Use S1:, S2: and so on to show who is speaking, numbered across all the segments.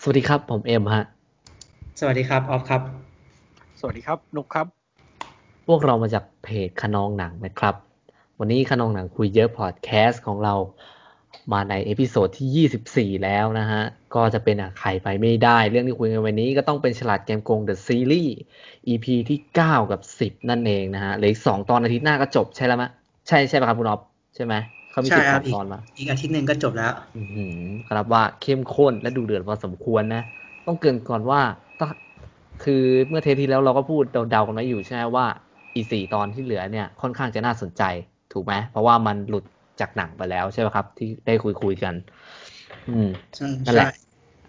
S1: สวัสดีครับ ผมเอ็มฮะ
S2: สวัสดีครับออฟครับ
S3: สวัสดีครับ นุกครับ
S1: พวกเรามาจากเพจขนองหนังนะครับ วันนี้ขนองหนังคุยเยอะพอดแคสต์ของเรามาในเอพิโซดที่ 24 แล้วนะฮะ ก็จะเป็นอะใครไปไม่ได้ เรื่องที่คุยกันวันนี้ก็ต้องเป็นฉลาดเกมโกง The Series EP ที่ 9 กับ 10 นั่นเองนะฮะเหลืออีก 2 ตอนอาทิตย์หน้าก็จบใช่แล้วมะ ใช่ใช่ป่ะครับคุณอ๊อฟใช่ไหมเขามี
S2: ใช่
S1: สิบ
S2: ค
S1: ส
S2: รั
S1: อบ ง
S2: อีก
S1: ตอนมา
S2: อีกอาทิตย์หนึ่งก็จบแล้ว
S1: อือหือครับว่าเข้มข้นและดูเดือดพอสมควรนะ ต้องเกรินก่อนว่าต้องคือเมื่อเทปที่แล้วเราก็พูดเดาๆกันไว้อยู่ใช่ไหมว่าอีสี่ตอนที่เหลือเนี่ยค่อนข้างจะน่าสนใจถูกไหมเพราะว่ามันหลุดจากหนังไปแล้วใช่ไหมครับ ที่ได้คุยคุยๆกัน อืม
S2: ใช่
S1: นั่นแหละ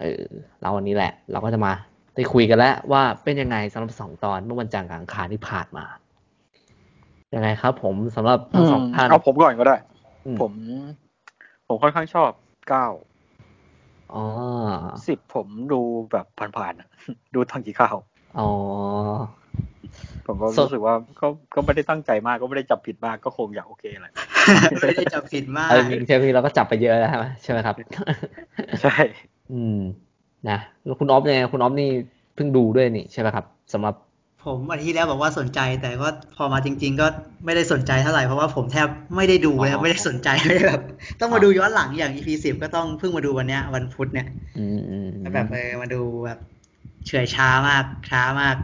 S1: เออเราวันนี้แหละ เราก็จะมาได้คุยกันแล้วว่าเป็นยังไงสำหรับสองตอนเมื่อวันจันทร์กับอังคารที่ผ่านมายังไงครับ ผมสำหรับทั้งสองท่าน
S3: เอาผมก่อนก็ได้
S1: อืม
S3: ผม ผมค่อนข้างชอบเก้า
S1: อ๋อ
S3: สิบผมดูแบบ ผ่านๆอะดูทางกี่ข้าว
S1: อ๋อ
S3: ผมก็
S1: สด
S3: รู้สึกว่าก็ก็ไม่ได้ตั้งใจมากก็ไม่ได้จับผิดมากก็คงอยากโอเคแหละ
S2: ไม่ ได้จับผิดมาก
S1: เออจริงๆเทปนี้เราก็จับไปเยอะแล้วใช่ไหมใช่ไหมครับ
S3: ใช่
S1: อืม นะ แล้วคุณออฟเนี่ยคุณออฟนี่เพิ่งดูด้วยนี่ใช่ไหมครับสำหรับ
S2: ผมอาทิตย์แล้วบอกว่าสนใจแต่ก็พอมาจริง ๆ ก็ไม่ได้สนใจเท่าไหร่เพราะว่าผมแทบไม่ได้ดูเลย
S1: อ๋อ
S2: ไม่ได้สนใจ ไม่ได้แบบต้องมาดูย้อนหลังอย่าง EP สิบก็ต้องเพิ่งมาดูวันเนี้ยวันพุธเนี่ย
S1: อืมอืม
S2: แล้วแบบเออมาดูแบบเฉื่อยช้ามากช้ามาก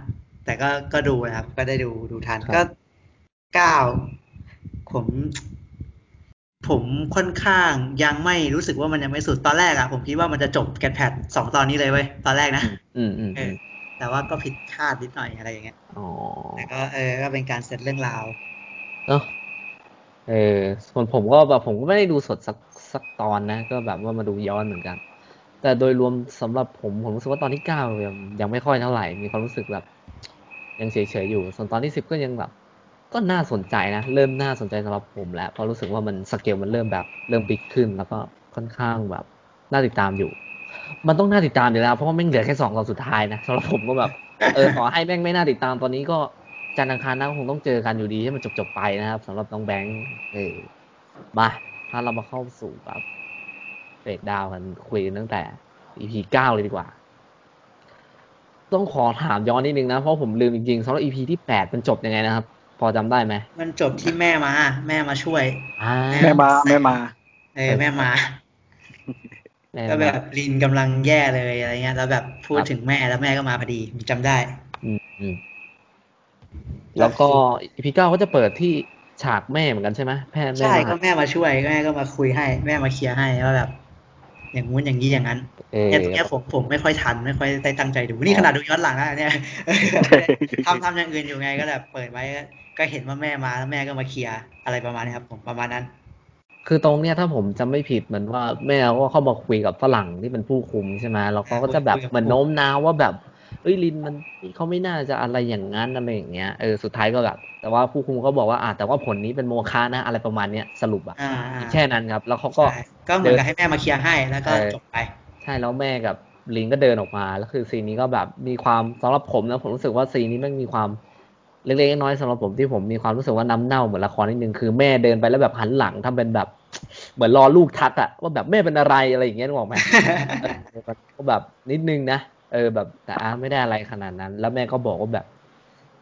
S2: แต่ก็ก็ดูนะครับ ก็ได้ดูดูทันก็เก้าผม ผมค่อนข้างยังไม่รู้สึกว่ามันยังไม่สุดตอนแรกอะผมคิดว่ามันจะจบแกนแพดสองตอนนี้เลยเว้ยตอนแรกนะ
S1: อืมอืม
S2: เอ
S1: อืม
S2: อแต่ว่าก็ผิดคาดนิดหน่อยอะไรอย่างเงี้ย
S1: อ๋อ
S2: แต่ก็เออ ก็เป็นการเซตเรื่องราว
S1: เนอะเออส่วนผมก็แบบผมก็ไม่ได้ดูสดสักสักตอนนะ ก็แบบว่ามาดูย้อนเหมือนกัน แต่โดยรวมสำหรับผมผมรู้สึกว่าตอนที่เก้ายังยังไม่ค่อยเท่าไหร่ มีความรู้สึกแบบ ยังเฉยๆอยู่ ส่วนตอนที่สิบก็ยังแบบ ก็น่าสนใจนะ เริ่มน่าสนใจสำหรับผมแล้วเพราะรู้สึกว่ามันสเกลมันเริ่มแบบเริ่มบิ๊กขึ้น แล้วก็ค่อนข้างแบบน่าติดตามอยู่ มันต้องน่าติดตามอยู่แล้วเพราะว่าแม่งเหลือแค่สองตอนสุดท้ายนะสำหรับผมก็แบบ เออขอให้แม่งไม่น่าติดตามตอนนี้ก็จันทร์อังคารหน้าก็คงต้องเจอกันอยู่ดีให้มันจบๆไปนะครับสำหรับน้องแบงค์เออมาถ้าเรามาเข้าสู่แบบเรดดาวกันคุยกันตั้งแต่ EP เก้าเลยดีกว่า ต้องขอถามย้อนนิดนึงนะ เพราะผมลืมจริงๆสำหรับ EP ที่แปดมันจบยังไงนะครับ พอจำได้ไหม
S2: มันจบที่แม่มา แม่มาช่วย
S1: อ่า
S3: แม่มาแม่มา
S2: เออ แม่มา
S1: แม่
S2: ก็แบ
S1: มา
S2: บลินกำลังแย่เลยอะไรเงี้ย แล้วแบบพูด
S1: ครับ
S2: ถึงแม่แล้วแม่ก็มาพอดีผมจำได้
S1: อืมแล้วก็ EP เก้าก็จะเปิดที่ฉากแม่เหมือนกันใช่ไหมแพทย์แม่
S2: ใช่ก็
S1: มา
S2: แม่มาช่วยแม่ก็มาคุยให้ แม่มาเคลียร์ให้ว่าแบบ อย่างงู้นอย่างนี้อย่างนั้น
S1: เออ
S2: เนี่ยตรงเนี้ยผมผมไม่ค่อยทันไม่ค่อยได้ตั้งใจดูนี่ขนาดดูย้อนหลังนะเนี่ย เออทำทำอย่างอื่นอยู่ไงก็แบบเปิดไว้ก็ก็เห็นว่าแม่มาแล้วแม่ก็มาเคลียร์อะไรประมาณนี้ครับ ผมประมาณนั้น
S1: คือตรงเนี้ยถ้าผมจำไม่ผิดเหมือนว่าแม่ก็เข้ามาคุยกับฝรั่งที่เป็นผู้คุมใช่ไหมแล้วเขาก็จะแบบ
S2: คุยกับ
S1: เหมือนโน้มน้าวว่าแบบเอ้ยลินมันเขาไม่น่าจะอะไรอย่างนั้นอะไรอย่างเงี้ยเออสุดท้ายก็แบบแต่ว่าผู้คุมเขาบอกว่าอ่ะแต่ว่าผลนี้เป็นโมฆะนะอะไรประมาณเนี้ยสรุปอะ
S2: อ่าอ่า
S1: แค่นั้นครับแล้วเขาก็
S2: ใช่ก็เหมือนกับให้แม่มาเคลียร์ให้แล้วก็
S1: เออ
S2: จบไป
S1: ใช่แล้วแม่กับลิงก็เดินออกมาแล้วคือซีนนี้ก็แบบมีความสำหรับผมนะผมรู้สึกว่าซีนนี้มันมีความเล็กๆน้อยๆสำหรับผมที่ผมมีความรู้สึกว่าน้ำเน่าเหมือนละครนิดนึงคือแม่เดินไปแล้วแบบหันหลังทำเป็นแบบ เหมือนรอลูกทักอะว่าแบบแม่เป็นอะไรอะไรอย่างเงี้ยนึกออกไหม เออก็แบบนิดนึงนะเออแบบแต่อาไม่ได้อะไรขนาดนั้น แล้วแม่ก็บอกว่าแบบ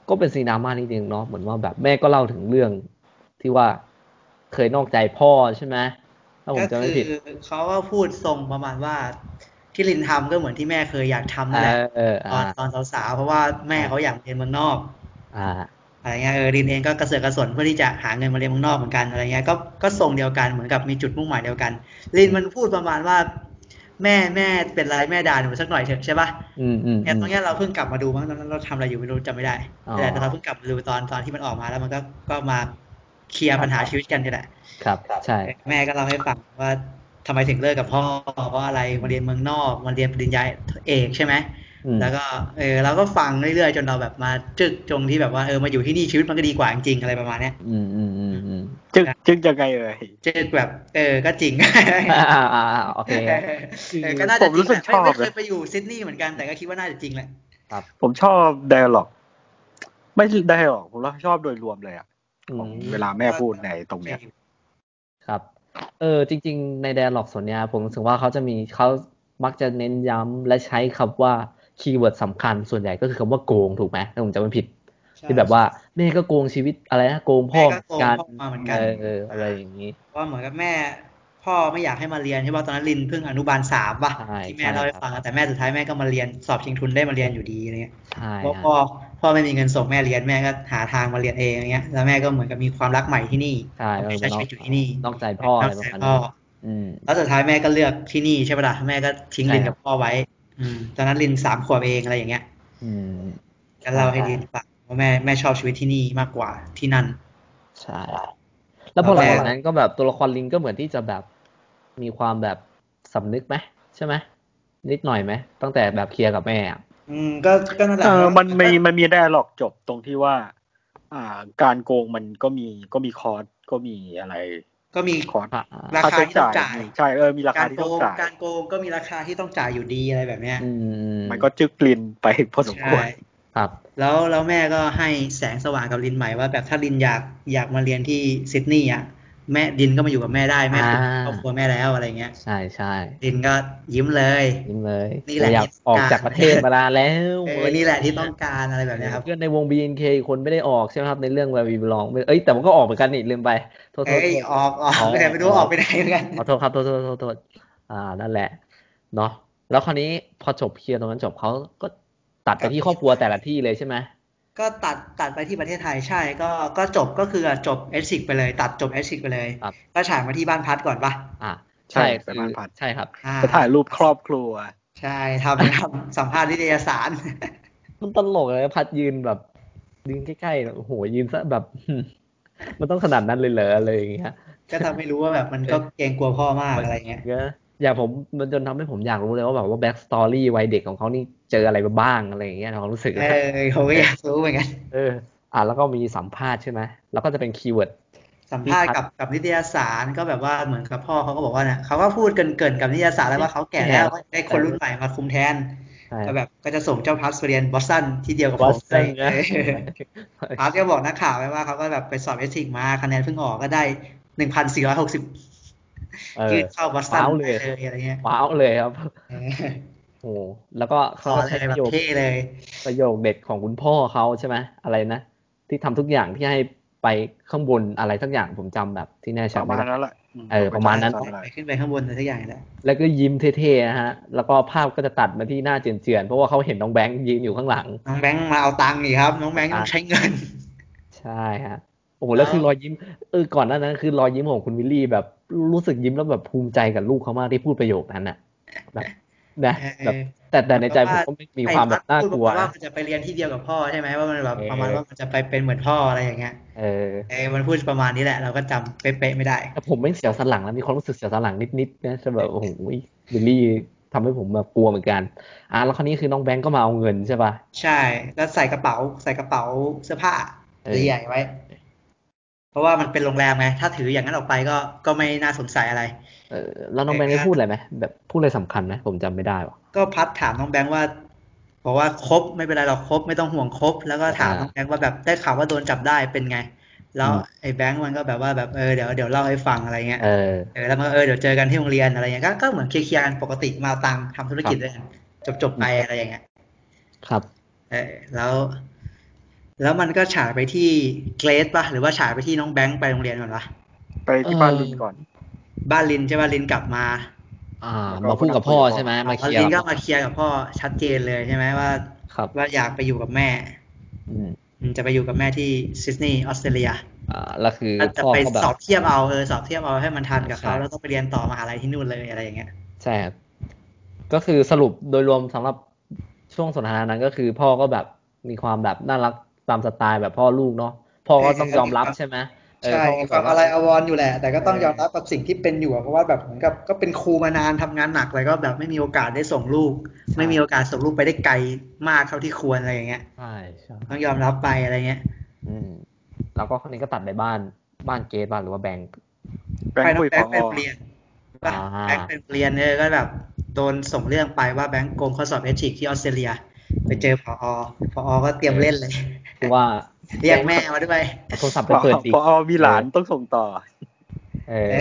S1: ก็เป็นซีนดราม่านิดนึงเนาะเหมือนว่าแบบแม่ก็เล่าถึงเรื่องที่ว่าเคยนอกใจพ่อใช่ไหมถ้าผม
S2: ก็
S1: จำ
S2: คื
S1: ไม่
S2: อ
S1: ผิด
S2: เขาก็พูดทรงประมาณว่า ที่ลินทำก็เหมือนที่แม่เคยอยากทำนั่นแหละ
S1: เออเออ
S2: ตอน
S1: อ่า
S2: ตอนสาวๆเพราะว่าแม่เขาอยากเรียนเมืองนอก
S1: อ่า
S2: อะไรเงี้ยเออลินเองก็กระเสือกกระสนเพื่อที่จะหาเงินมาเรียนเมืองนอกเหมือนกันอะไรเงี้ยก็ก็ทรงเดียวกันเหมือนกับมีจุดมุ่งหมายเดียวกันลินมันพูดประมาณว่า แม่แม่เป็นไรแม่ด่าหนูสักหน่อยเถอะใช่ปะ
S1: อืมอืม
S2: เนี่
S1: อื
S2: ย
S1: ม
S2: ตรงเนี้ยเราเพิ่งกลับมาดูมั้งตอนนั้นเราทำอะไรอยู่ไม่รู้จำไม่ได้
S1: อ๋อ
S2: แต่เราเพิ่งกลับมาดูตอนตอนที่มันออกมาแล้วมันก็ก็มาเคลียร์ปัญหาชีวิตกันนี่แหละ
S1: ครับใช่
S2: แม่ก็เล่าให้ฟังว่าทำไมถึงเลิกกับพ่อ เพราะอะไรมาเรียนเมืองนอกมาเรียนปริญญาเอกใช่ไหม
S1: อืม
S2: แล้วก็เออเราก็ฟังเรื่อยๆ จนเราแบบมาจึกจงที่แบบว่าเออมาอยู่ที่นี่ชีวิตมันก็ดีกว่าจริงๆอะไรประมาณเนี้ย
S1: อืมอืมอืมอืม
S3: จึกจึกยังไงเอ่ย
S2: จึกแบบเออก็จริง
S1: อ่าอ่าอ่าโอเค
S2: เออก็น่าจะ
S3: ผม
S2: จ
S3: รู้
S2: ริง
S3: สึ
S2: แห
S3: ก
S2: ละไม่ไม่
S3: ชอบ
S2: เค
S3: เลย ย
S2: ไปอยู่ซิดนีย์เหมือนกันแต่ก็คิดว่าน่าจะจริงแหละ
S3: ผมชอบไดอะล็อก ไม่ไดอะล็อกผมชอบโดยรวมเลยอะ
S1: อื
S3: ของ
S1: ม
S3: เวลาแม่พูดในตรงเนี้ย
S1: ครับ เออจริง ๆ ใน d ด a l ล็อกส่วนเนี้ยผมรู้สึกว่าเขาจะมีเขา มักจะเน้นย้ำและใช้คำว่าคีย์เวิร์ดสำคัญส่วนใหญ่ก็คือคำว่าโกงถูกไหมถ้าผมจำไม่ผิด
S2: ใช่
S1: ที่แบบว่าแม่ก็โกงชีวิตอะไรนะโกงพ่อ
S2: แม่ก็โกงพ่อมาเหมือนกัน
S1: เออเอออะไรอย่างนี้
S2: ว่าเหมือนกับแม่ พ่อไม่อยากให้มาเรียนใช่ป่ะตอนนั้นลินเพิ่งอนุบาลสามป่ะ
S1: ใช่
S2: ที่แม่
S1: ใช่
S2: เล่าให้
S1: ครับ
S2: ฟังอะแต่แม่สุดท้ายแม่ก็มาเรียนสอบชิงทุนได้มาเรียนอยู่ดีอะไรเงี้ย
S1: ใช่
S2: เพราะ
S1: ฮะ
S2: พ่อพ่อไม่มีเงินส่งแม่เรียนแม่ก็หาทางมาเรียนเองอะไรเงี้ยแล้วแม่ก็เหมือนกับมีความรักใหม่ที่นี่
S1: ใช่
S2: ไม่ใช่ชีวิตอยู่ที่นี่
S1: นอกใจพ่ออะไรประ
S2: ใช่
S1: มาณ
S2: พ่อ
S1: นี้อืม
S2: แล้วสุดท้ายแม่ก็เลือกที่นี่ใช่ป่ะล่ะแม่ก็ทิ้งลินกับพ่อไว้ อืมตอนนั้นลินสามขวบเองอะไรอย่างเงี้ย
S1: อืม
S2: ก็เล่าให้ลินฟังว่าแม่แม่ชอบชีวิตที่นี่มากกว่าที่นั่น
S1: ใช่ แล้วพอหลัง
S2: แล้ว
S1: จา
S2: ก็
S1: กนั้นก็แบบตัวละครลิงก็เหมือนที่จะแบบมีความแบบสำนึกไหมใช่ไหมนิดหน่อยไหมตั้งแต่แบบเคลียร์กับแม่อะ
S2: อืมก็ก็นั่นแหละ
S3: เออมัน
S2: ก็
S3: มีมันมีแดร์ล็อกจบตรงที่ว่า อ่า การโกงมันก็มีก็มีคอร์สก็มีอะไร
S2: ก็มี
S3: คอร์ส
S1: อ่า
S2: ราคาที่ต้องจ่าย
S3: ใช่เออมีราคาก
S2: า
S3: ที่
S2: โก
S3: ต้อง
S2: ง
S3: จ่าย
S2: การโกงก็มีราคาที่ต้องจ่ายอยู่ดีอะไรแบบเนี้ย
S1: อืม
S3: มันก็จึกกลิ่นไปพอสมค
S2: ใช่
S3: วร
S1: ครับ
S2: แล้วแล้วแม่ก็ให้แสงสว่างกับลินใหม่ว่าแบบถ้าลินอยากอยากมาเรียนที่ซิดนีย์อ่ะแม่ลินก็มาอยู่กับแม่ได้แม่คือครอบครัวแม่แล้วอะไรเงี้ย
S1: ใช่ใช่
S2: ลินก็ยิ้มเลย
S1: ยิ้มเลย
S2: นี่แหละ
S1: อยากออก
S2: ที่
S1: จากประเทศมานานแล้ว
S2: เออนี่แหละที่ต้องการอะไรแบบเนี้ยครับ
S1: เพื่อนในวง BNK อีกคนไม่ได้ออกใช่ไหมครับในเรื่อง Where We Belong ไม่เอ้ยแต่มันก็ออกเหมือนกันนี่ลืมไปโทษโทษ
S2: เอ้ย
S1: โทษ
S2: ออกออกไปไหนไม่รู้ออกไปไหนเหมือนกัน
S1: ขอโทษครับโทษโทษโทษโทษอ่านั่นแหละเนาะแล้วคราวนี้พอจบเคลียร์ตรงนั้นจบเขาก็ตัดไปที่ครอบครัวแต่ละที่เลยใช่ไหม
S2: ก็ตัดตัดไปที่ประเทศไทยใช่ก็ก็จบก็คือจบเอชิกไปเลย ตัดจบเอชิกไปเลยก็ฉายมาที่บ้านพัดก่อนปะ
S1: อ่า
S3: ไปบ้านพัด
S1: ใช่ครับ
S2: อ่า
S3: ไปถ่ายรูปครอบครัว
S2: ใช่ทำทำสัมภาษณ์นิตยสาร
S1: มันตลกเลยพัดยืนแบบยืนใกล้ๆโอ้โหยืนซะแบบ มันต้องขนาดนั้นเลยเหรออะไรอย่างเงี้ย
S2: ก็ทำให้รู้ว่าแบบมันก็เกรงกลัวพ่อมากอะไรเงี้ย
S1: อย่างผมมันจนทำให้ผมอยากรู้เลยว่าแบบว่าแบ็กสตอรี่วัยเด็กของเขานี่เจออะไรมาบ้างอะไรอย่างเงี้ยความรู้สึก
S2: เอ
S1: นะ
S2: อเขาก็อยากรู้เหมือนกัน
S1: เออ อ่าแล้วก็มีสัมภาษณ์ใช่ไหมแล้วก็จะเป็นคีย์เวิร์ด
S2: สัมภาษณ์กับกับนิตยสารก็แบบว่าเหมือนกับพ่อเขาก็บอกว่าเนี่ยเขาก็พูดเกินเกินๆกับนิตยสารแล้วว่าเขาแก่แล้วก็ได้คนรุ่นใหม่มาคุมแทนก็แบบก็จะส่งเจ้าพัสไปเรียนบอสตันที่เดียวกับผม
S1: Boston นะ
S2: พาร์ทก็บอก นักข่าวไว้ว่าเขาก็แบบไปสอบเอสิกมาคะแนนเพิ่งออกก็ได้หนึ่งพันสี่ร้อยหกสิบ
S1: เออ
S2: ยื่นเข้าบอสตัน
S1: ว้าวเลย
S2: ไปเลยอะไรเงี้ย
S1: ว้าวเลยครับ
S2: เออ
S1: โอ้โหแล้วก็
S2: ข
S1: เขา
S2: อ
S1: ก็
S2: เล
S1: ใช้
S2: ย
S1: ป
S2: แบ
S1: ระ
S2: บ
S1: โยค
S2: เท่เลย
S1: ประโยคเด็ดของคุณพ่อเขาใช่ไหมอะไรนะ ที่ทำทุกอย่างที่ให้ไปข้างบนอะไรสักอย่างผมจำแบบที่แน่
S3: ป
S1: ชัด
S3: ระ
S1: ไม่
S3: มาณ
S1: ได้
S3: นั้นแหละม
S1: เออประมาณนั้น
S3: จำอะไร
S2: ไปขึ้นไปข้างบนอะไรสักอย่างแหละ
S1: แล้วก็ยิ้มเท่ๆนะฮะ แล้วก็ภาพก็จะตัดมาที่หน้าเจือนๆเพราะว่าเขาเห็นน้องแบงค์ยืนอยู่ข้างหลัง
S2: น้องแบงค์มาเอาตังค์อีกครับ น้องแบงค์
S1: อ่า
S2: ต้องใช้เงิน
S1: ใช่ฮะโอ้โหแล้วคือรอยยิ้มเออก่อนหน้านั้นคือรอยยิ้มของคุณวิลลี่แบบรู้สึกยิ้มแล้วแบบภูมิใจกับลูกเขามากที่พูดประโยคนั้นน่ะแบบนะแบบแต่แต่ในใจผมก็มีความแบบน่ากลัว
S2: ไอ้พัดพูดประมาณว่า
S1: นะ
S2: มันจะไปเรียนที่เดียวกับพ่อใช่ไหมว่ามันแบบ
S1: เออ
S2: ประมาณว่ามันจะไปเป็นเหมือนพ่ออะไรอย่างเงี้ย
S1: เออ
S2: เออมันพูดประมาณนี้แหละ เราก็จำเป๊ะๆไม่ได้
S1: แต่ผมไม่เสียวสันหลังแล้วมีความรู้สึกเสียวสันหลังนิดๆนะจะแบบ โอ้โหบิลลี่ทำให้ผมแบบกลัวเหมือนกันอ่ะแล้วคราวนี้คือน้องแบงก์ก็มาเอาเงินใช่ป่ะ
S2: ใช่แล้วใส่กระเป๋าใส่กระเป๋าเสื้อผ้า
S1: เออ
S2: ใหญ่ๆไว้ เพราะว่ามันเป็นโรงแรมไงถ้าถืออย่างนั้นออกไปก็ก็ไม่น่าสงสัยอะไร
S1: เออแล้วน้องแบงก์ได้พูดอะไรไหมแบบพูดอะไรสำคัญไหมผมจำไม่ได้ว่ะ
S2: ก็พัดถามน้องแบงค์ว่าบอกว่าครบไม่เป็นไรหรอกครบไม่ต้องห่วงครบแล้วก็ถาม
S1: อ่า
S2: น้องแบงค์ว่าแบบได้ข่าวว่าโดนจับได้เป็นไง แล้ว
S1: อืม
S2: ไอ้แบงค์มันก็แบบว่าแบบเออเดี๋ยวเดี๋ยวเล่าให้ฟังอะไรเงี้ย
S1: เออ
S2: เออแล้วมันก็เออเดี๋ยวเจอกันที่โรงเรียนอะไรเงี้ยก็ก็เหมือนเคลียร์ๆกันปกติมาเอาตังค์ทำธุรกิจด้วยกันจบจบๆไปอะไรอย่างเงี้ย
S1: ครับ
S2: เออแล้ว แล้วมันก็ฉายไปที่เกรซป่ะหรือว่าฉายไปที่น้องแบงค์ไปโรงเรียนก่อนวะ
S3: ไปที่บ้านลินก่อน
S2: บ้านลินใช่ป่ะลินกลับมา
S1: อ่า
S3: แล้ว
S1: มา
S3: ก็
S1: พูดกับพ่อใช่ไหมมาเคลีย
S2: ลิ
S1: ร์
S2: นก็มาเคลียร์กับพ่อชัดเจนเลยใช่ไหมว่า
S1: ครับ
S2: ว่าอยากไปอยู่กับแม่
S1: อืม
S2: อืมจะไปอยู่กับแม่ที่ซิดนีย์ออสเตรเลีย
S1: อ่าแล้วคือ
S2: แล้วจะ
S1: พ่อ
S2: ไป
S1: ก็แบบ
S2: สอบเทียบเอาเออสอบเทียบเอาให้มันทันกับเขา
S1: ใช่
S2: แล้วก็ไปเรียนต่อมหาลัยที่นู่นเลยอะไรอย่างเงี้ย
S1: ใช่ครับก็คือสรุปโดยรวมสำหรับช่วงสนทนานั้นก็คือ พ่อก็แบบมีความแบบน่ารักตามสไตล์แบบพ่อลูกเนาะพ่อก็ต้องยอมรับใช่ไหมเออพ่อก็แบบว่า
S2: รอยู่แหละ แต่ก็ต้องยอมรับกับสิ่งที่เป็นอยู่อะเพราะว่าแบบเหมือนกับก็เป็นครูมานานทำงานหนักแล้วก็แบบไม่มีโอกาสได้ส่งลูก
S1: ใช่
S2: ไม่มีโอกาสส่งลูกไปได้ไกลมากเท่าที่ควรอะไรอย่างเงี้ย
S1: ใช่ใช่
S2: ต้องยอมรับไปอะไรเงี้ย
S1: อืมแล้วก็คนนี้ก็ตัดไปบ้านบ้านเกตบ้านหรือว่าแบงค์
S3: แบงค์คุย
S2: แบ
S3: พ
S2: งค์ไป
S3: อ
S2: เรียนป่ะ
S1: อ่า
S2: แบงค์ไปเรียนเนี่ยก็แบบโดนส่งเรื่องไปว่าแบงค์โกงข้อสอบเอชิกที่ออสเตรเลีย ไปเจอผอผอก็เตรียมเล่นเลย
S1: คือว่า
S2: เรียกแม่มา ด้วย
S1: เอาโทรศัพท์
S3: พ
S1: ไปเปิด
S3: อ
S1: ดิ
S3: พอมีหลานต้องส่งต่อ
S1: เออ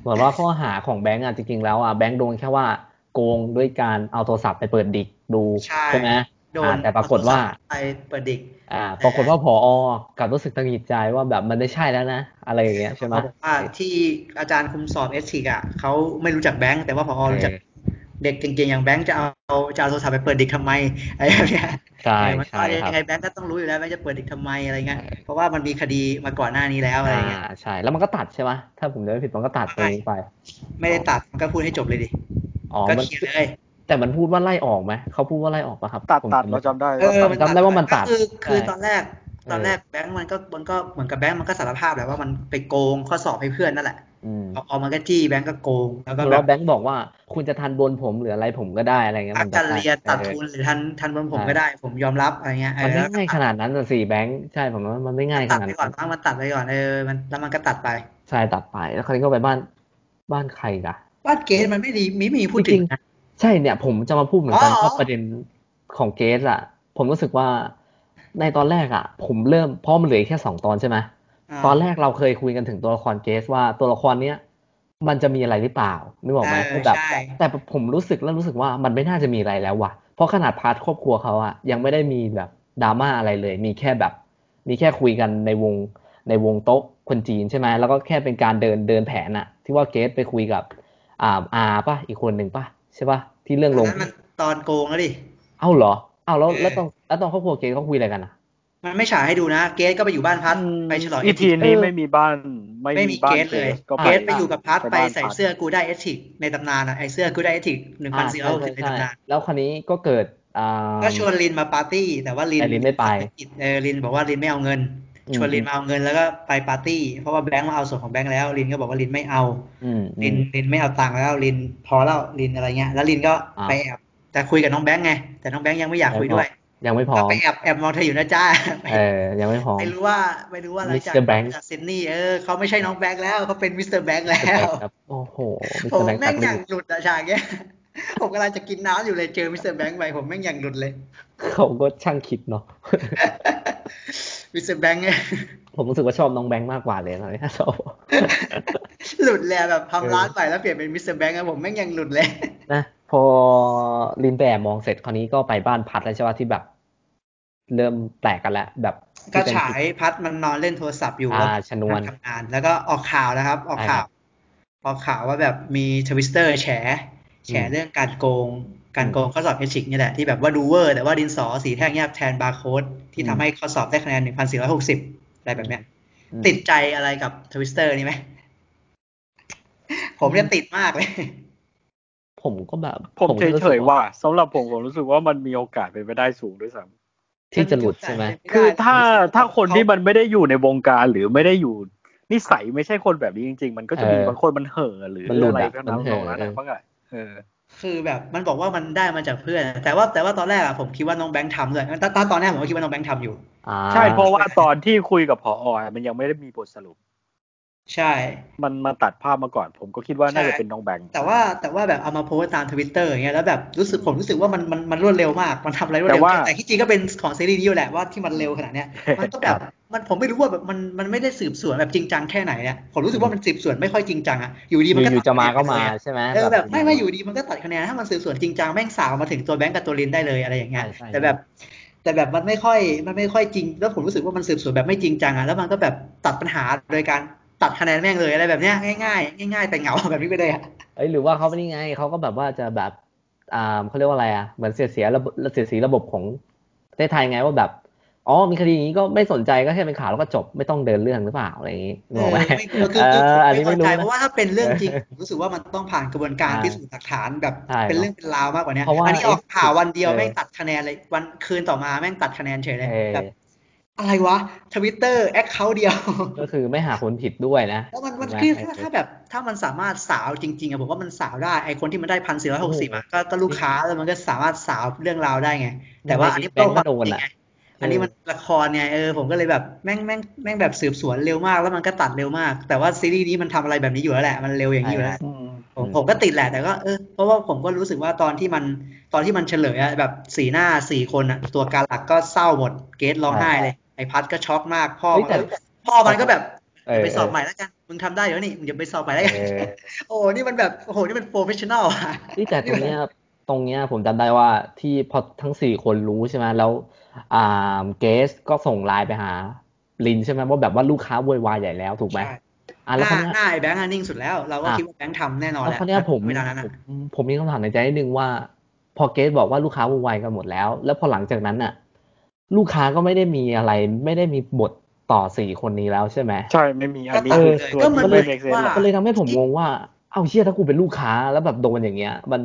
S1: เหมือนว่าข้อหาของแบงค์อ่ะจริงๆแล้วอ่ะแบงค์โดนแค่ว่า โกงด้วยการเอาโทรศัพท์ไปเปิดดิกดู
S2: ใช่
S1: ไหม
S2: โด
S1: อ่านแต่ปรากฏว่า
S2: ไปเปิดดิก
S1: อ่า
S2: แต่
S1: ปรากฏว่าผอกลับรู้สึกตังหงิดใจว่าแบบมันไม่ใช่แล้วนะ อะไรอย่างเงี้ยใช่ไหม
S2: เขาบอกว่าที่อาจารย์คุมสอบเอสทีอ่ะเขาไม่รู้จักแบงค์แต่ว่าพอรู้จักเด็กเก่งๆอย่างแบงค์จะเอาจะเอาโทรศัพท์ไปเปิดดิกทำไมอะไรแบบเนี้ย
S1: ใช่
S2: เออมันก็
S1: ใช่ครับ
S2: ยังไงแบงค์ก็ต้องรู้อยู่แล้วแบงค์จะเปิดดิกทำไมอะไรเงี้ย
S1: ใช่
S2: เพราะว่ามันมีคดีมาก่อนหน้านี้แล้วอะไรเงี้ย
S1: อ่าใช่ แล้วมันก็ตัดใช่ไหมถ้าผมจำไม่ผิดมันก็ตัดต
S2: ใช่
S1: รงนี้ไป
S2: ไม่ได้ตัดมันก็พูดให้จบเลยดิ
S1: อ๋อ
S2: ก็
S1: มัน
S2: เขียนเลย
S1: แต่มันพูดว่าไล่ออกไหมเขาพูดว่าไล่ออกปะครับ
S3: ตัด
S1: ผม
S3: ตัด
S1: จำไม่
S3: เราจำได้
S2: เออ
S3: ว่าตัด
S2: มัน
S1: จำได้ว่ามันตัด
S2: คือคือ
S1: ใช่
S2: ตอนแรกตอนแรกแบงค์มันก็มันก็เหมือนกับแบงค์มันก็สารภาพแหละว่ามันไปโกงข้อสอบให้เพื่อนนั่นแหละ
S1: อืม
S2: พอมันก็จี้แบงค์ก็โกงแล้วก็
S1: คือ
S2: แบ
S1: เรา
S2: บ
S1: แบงค์บอกว่าคุณจะทันบนผมหรืออะไรผมก็ได้อะไรเงี้ย
S2: พั
S1: มั
S2: ก
S1: น
S2: กา
S1: จำ
S2: ร
S1: ได้
S2: เรียนตัด
S1: เออ
S2: ทุนหรือทันทันบนผม
S1: ใช่
S2: ก็ได้ ผมยอมรับอะไรเงี้ยเอ
S1: มันไม่
S2: อแล้วก็
S1: ง่ายขนาดนั้นน่ะสี่แบงค์ใช่ผมว่ามันไม่ง่ายข
S2: ตัด
S1: นาด
S2: ไปก่อ
S1: นั้น น
S2: บ้างมันตัดไปก่อนเออมันแล้วมันก็ตัดไป
S1: ใช่ตัดไปแล้วคราวนี้ก็ไปบ้านบ้านใครกะ
S2: บ้านเกตมันไม่ดีมีมีพูด
S1: จ
S2: ถึ
S1: ริ
S2: ง
S1: ง
S2: นะ
S1: ใช่เนี่ยผมจะมาพูดเหมือนกัน
S2: อ๋อ
S1: ว่าประเด็นของเกสอะผมรู้สึกว่าในตอนแรกอะผมเริ่มเพราะมันเหลืออีกแค่สองตอนใช่ไหมตอนแรกเราเคยคุยกันถึงตัวละครเกสว่าตัวละครเนี้ยมันจะมีอะไรหรือเปล่านึกออกไหม
S2: เอ
S1: คือ อแบบ
S2: ใช่
S1: แต่ผมรู้สึกแล้วรู้สึกว่ามันไม่น่าจะมีอะไรแล้วว่ะ เพราะขนาดพาร์ทครอบครัวเขาอะยังไม่ได้มีแบบดราม่าอะไรเลย มีแค่แบบ มีแค่คุยกันในวงในวงโต๊ะคนจีนใช่ไหมแล้วก็แค่เป็นการเดินเดินแผนอะที่ว่าเกสไปคุยกับอ่าอาป่ะอีกคนหนึ่งป่ะใช่ป่ะที่เรื่องลง
S2: นั้นมันตอนโกงแล้วดิ
S1: เอ้าเหรอเอ้าแล้ว
S2: เออ
S1: แล้วตอนแล้วตอนครอบครัวเกสเขาคุยอะไรกันอะ
S2: มันไม่ฉายให้ดูนะ เกตก็ไปอยู่บ้านพัดไปฉลอง
S3: อีพี
S1: เอ
S3: นี้
S1: อ
S3: ไม่มีบ้านไม่
S2: ไม่มี
S3: มีบ้า
S2: เก
S3: น
S2: ตเลย
S3: ก็
S2: เกตไปอยู่กับพัดไป
S3: บ้าน
S2: ใส่
S3: พัด
S2: เสื้อกูได้เอทิกในตำนานอะไอเสื้อกูได้เอทิกหนึ่งพันสี่ร้อยหกสิบใน
S1: ใช่
S2: ตำนาน
S1: แล้วคราวนี้ก็เกิดอ่า
S2: ก็ชวนลินมาปาร์ตี้แต่ว่าลิน
S1: แต่ลินไม่ไป
S2: เออลินบอกว่าลินไม่เอาเงิน
S1: อืม
S2: ชวนลินมาเอาเงินแล้วก็ไปปาร์ตี้เพราะว่าแบงค์มาเอาส่วนของแบงค์แล้วลินก็บอกว่าลินไม่เอา
S1: อืมอื
S2: ลิน
S1: ม
S2: ลินไม่เอาตังค์แล้วลินพอแล้วลินอะไรเงี้ย แล้วลินก็
S1: อ่า
S2: ไปแอบ แต่คุยกับน้องแบงค์ไงแต่น้องแบงค์ยังไม่อยากคุยด้วย
S1: ยังไม่พร้
S2: ก็
S1: อม
S2: ไปแอบแอบมองเธออยู่นะจ้า
S1: เออยังไม่พร้อม
S2: ไม่รู้ว่าไม่รู้ว่าหลังจาก
S1: Mr. Bank
S2: จากซิดนีย์เออเขาไม่ใช่น้องแบงค์แล้วเขาเป็นมิสเตอร์แบงค์แล้
S1: มิสเตอร์
S2: ว
S1: แบงค์ครับโอ้โหมิส
S2: ผ
S1: เตอ
S2: ม
S1: ร์แบงค์
S2: แม่ง
S1: ตัด
S2: อ
S1: ไม่
S2: ยาก
S1: หยุด
S2: หลุดอะฉากเนี้ย ผมกำลังจะกินน้ำอยู่เลยเจอมิสเตอร์แบงค์ไปผมแม่งอยากหลุดเลย
S1: เขาก็ช่างคิดเนาะ
S2: มิสเตอร์แบงค์ เนี่ย
S1: ผมรู้สึกว่าชอบน้องแบงค์มากกว่าเลยตอน นี้ชอบ
S2: หลุดเลยอะแบบทำร้านไปแล้วเปลี่ยนเป็นมิสเตอร์แบงค์อะผมแม่งยังหลุดเลย
S1: นะ พอลินแบมองเสร็จคราวนี้ก็ไปบ้านพัดแล้วใช่ป่ะที่แบบ เริ่มแตกกันแล้วแบบที่
S2: ก็
S1: เป็น
S2: ฉายพัดมันนอนเล่นโทรศัพท์อยู่
S1: อ่า
S2: แล้ว
S1: ชนวน
S2: ทำงาน แล้วก็ออกข่าวนะครับ ออกข่าวออกข่าวว่าแบบมีทวิสเตอร์แฉแฉ
S1: อืม
S2: เรื่องการโกง การ
S1: อืม
S2: โกงข้อสอบเอชิกนี่ยแหละที่แบบว่าดูเวอร์แต่ว่าดินสอสีแท่งแยกแทนบาร์โค้ดที่
S1: อืม
S2: ทำให้ข้อสอบได้คะแนน 1460 อะไรแบบเนี้ย
S1: อืม
S2: ติดใจอะไรกับทวิสเตอร์นี่ไหม ผมเนี่ยติดมากเลย
S1: ผมก็แบบ
S3: ผม
S1: ก็รู้
S3: เฉ
S1: สึก
S3: ยๆว่าสำหรับผมผมรู้สึกว่ามันมีโอกาสเป็นไปได้สูงด้วยซ้
S1: ที่จะหลุดใช่ไหม
S2: ไม่
S3: ำ
S2: ได้
S3: คือถ้า
S2: ผมรู้สึกว่า
S3: ถ้าคน
S2: เขา
S3: ที่มันไม่ได้อยู่ในวงการหรือไม่ได้อยู่นิสัยไม่ใช่คนแบบนี้จริง ๆ มันก็จะ
S1: เออบ
S3: มีางคนมันเห่อหรือ
S1: มันหลุด
S3: อะไร
S1: อะ
S3: ทั้ง
S1: มั
S3: นั้น
S1: นเห่
S3: ต
S1: อ
S3: รงนั้น
S1: เอ
S3: นะ
S1: อ
S3: บ้างไงเออ
S2: คือแบบมันบอกว่ามันได้มาจากเพื่อน แต่ว่าแต่ว่าตอนแรกอะผมคิดว่าน้องแบงค์ทำเลยตอนตอนตอนแรกผมก็คิดว่าน้องแบงค์ทำอยู่
S1: อ่า
S3: ใช่เพราะว่าตอนที่คุยกับผออะมันยังไม่ได้มีบทสรุป
S2: ใช่
S3: มันมาตัดภาพมาก่อน ผมก็คิดว่าน่าจะเป็นน้องแบงค์
S2: แต่ว่าแต่ว่าแบบเอามาโพสต์ตามทวิตเตอร์อย่างเงี้ยแล้วแบบรู้สึกผมรู้สึกว่ามันมันมันรวดเร็วมาก มันทำอะไรรวด
S3: แต่
S2: เร็ว
S3: ว่า
S2: แต่ที่จริงก็เป็นของซีรีส์นี้อยู่แหละว่าที่มันเร็วขนาด เนี้ยมันก็แบบมันผมไม่รู้ว่าแบบมันมันไม่ได้สืบสวนแบบจริงจังแค่ไหนเนี่ยผมรู้สึกว่ามันสืบสวนไม่ค่อยจริงจังอะอยู่ดี
S1: อ
S2: มันก็
S1: ยู่ๆจะมาก็มา
S2: ตัดคะแนน
S1: ใช่ไหม
S2: เออแบบไม่ไม่อยู่ดีมันก็ตัดคะแนนถ้ามันสืบสวนจริงจังแม่งสาวมาถึงตัวแบงก์กับตัวลินได้เลยอะไรอย่างเงี้ย
S1: ใช่ใช่
S2: แต่แบบ แต่แบบมันไม่ค่อยมันไม่ค่อยจริง แล้วผมรู้สึกว่ามันสืบสวนแบบไม่จริงจังอะแล้วมันก็แบบตัดปัญหาโดยการตัดคะแนนแม่งเลยอะไรแบบเนี้ยง่ายๆง่าย ๆ แต่เหงาแบบนี้ไปเลยอะ
S1: เอ้ยหรือว่าเขาเป็นยังไงเขาก็แบบว่าจะแบบอ่าเขาเรียกว่าอะไรอ่ะเหมือนเสียดเสียระบบเสียดสีระบบของประเทศไทยไงว่าแบบอ๋อมีคดีอย่างนี้ก็ไม่สนใจก็แค่เป็นข่าวแล้วก็จบไม่ต้องเดินเรื่องหรือเปล่าอะไรอย่างนี้ง
S2: เอง อ
S1: ไหม
S2: ไม่คือคือ
S1: เอ
S2: คือ
S1: อ
S2: ผ
S1: อัน
S2: ม
S1: นี้
S2: ไม่
S1: ไม่
S2: เข้า
S1: รู้
S2: ใจ
S1: นะ
S2: เพราะว่าถ้าเป็นเรื่องจริง
S1: เออ
S2: ผมรู้สึกว่ามันต้องผ่านกระบวนการ
S1: ใช่
S2: พิสูจน์หลักฐานแบบ
S1: ใช่
S2: เป็นเรื่องเป็นราวมากกว่าเนี้ย
S1: เพราะว่า
S2: อันนี้ออกข่าววันเดียว
S1: เออ
S2: แม่งตัดคะแนนเลยวันคืนต่อมาแม่งตัดคะแนนเฉยเลย
S1: เออ
S2: แบบอะไรวะทวิตเตอร์แอคเคาท์เดียว
S1: ก็คือไม่หาคนผิดด้วยนะ
S2: แล้วมันมัน
S1: ใช่ไห
S2: คือ
S1: เ
S2: ถ้าถ้าแบบถ้ามันสามารถสาวจริงๆอะผมว่ามันสาวได้ไอคนที่มันได้พันสี่ร้อยหกสิบก็ก็ลูกค้าแล้วมันก็สามารถสาวเรื่องราวได้ไง แต่ว่าอันนี้
S1: แบงค์ก็โดน
S2: จริง
S1: อะ
S2: ไงอันนี้มันละครไงเออผมก็เลยแบบแม่งแม่งแม่งแบบสืบสวนเร็วมากแล้วมันก็ตัดเร็วมาก แต่ว่าซีรีส์นี้มันทำอะไรแบบนี้อยู่แล้วแหละมันเร็วอย่างนี้อยู่แล้ว
S3: อืม
S2: ผม
S1: อืม
S2: ผมก็ติดแหละแต่ก็เออเพราะว่าผมก็รู้สึกว่าตอนที่มันตอนที่มันเฉลยอะแบบสีหน้าสี่คนอะตัวการหลักก็เศร้าหมดเกรทร้องไห้เลยไอพัทก็ช็อกมากพ่อ
S1: เฮ้ย
S2: มัน
S1: แต่
S2: ก็พ่อมันก็แบบ
S1: เออ
S2: เดี๋ยวไปสอบใหม่แล้วกันมึงทำได้อยู่แล้วนี่มึงจะไปสอบใหม่แล้วกัน
S1: เออ
S2: โอ้นี่มันแบบโอ้โหนี่มันโปรเฟชชั่นอลอะ
S1: นี่แต่ตรงเนี้ยตรงเนี้ยผมจำได้ว่าที่พอทั้งสี่คนรู้ใช่ไหมแล้ว อ่าเกสก็ส่งไลน์ไปหา ลินใช่ไหมว่าแบบว่าลูกค้าโวยวายใหญ่แล้วถูกไหม
S2: ใช่
S1: อ่ะแล้ว
S2: ห
S1: คน
S2: น้า
S1: เนี้ย
S2: หน้าไอ้แบงค์อันนิ่งสุดแล้ว เราก็
S1: อ่ะ
S2: คิดว่าแบงค์ทำแน่นอน
S1: แล้ว
S2: แหละ
S1: คนเนี้ยผม
S2: เวลานั้นอะ
S1: ผมผมมีคำถามในใจนิดนึงว่า พอเกสบอกว่าลูกค้าโวยวายกันหมดแล้ว แล้วพอหลังจากนั้นน่ะ ลูกค้าก็ไม่ได้มีอะไร ไม่ได้มีบทต่อสี่คนนี้แล้วใช่ไหม
S3: ใช่ไม่มีอันนี้
S1: ก็
S3: คื
S1: ตัด
S3: อตัว
S2: ก็
S3: ที่
S2: มัน
S3: ไม่
S2: เหมือน
S3: make sense
S2: ว่า
S3: หรอก
S1: ก็เลยทำให้ผมงงว่า เอ้าเชี่ยถ้ากูเป็นลูกค้าแล้วแบบโดนอย่างเงี้ย มัน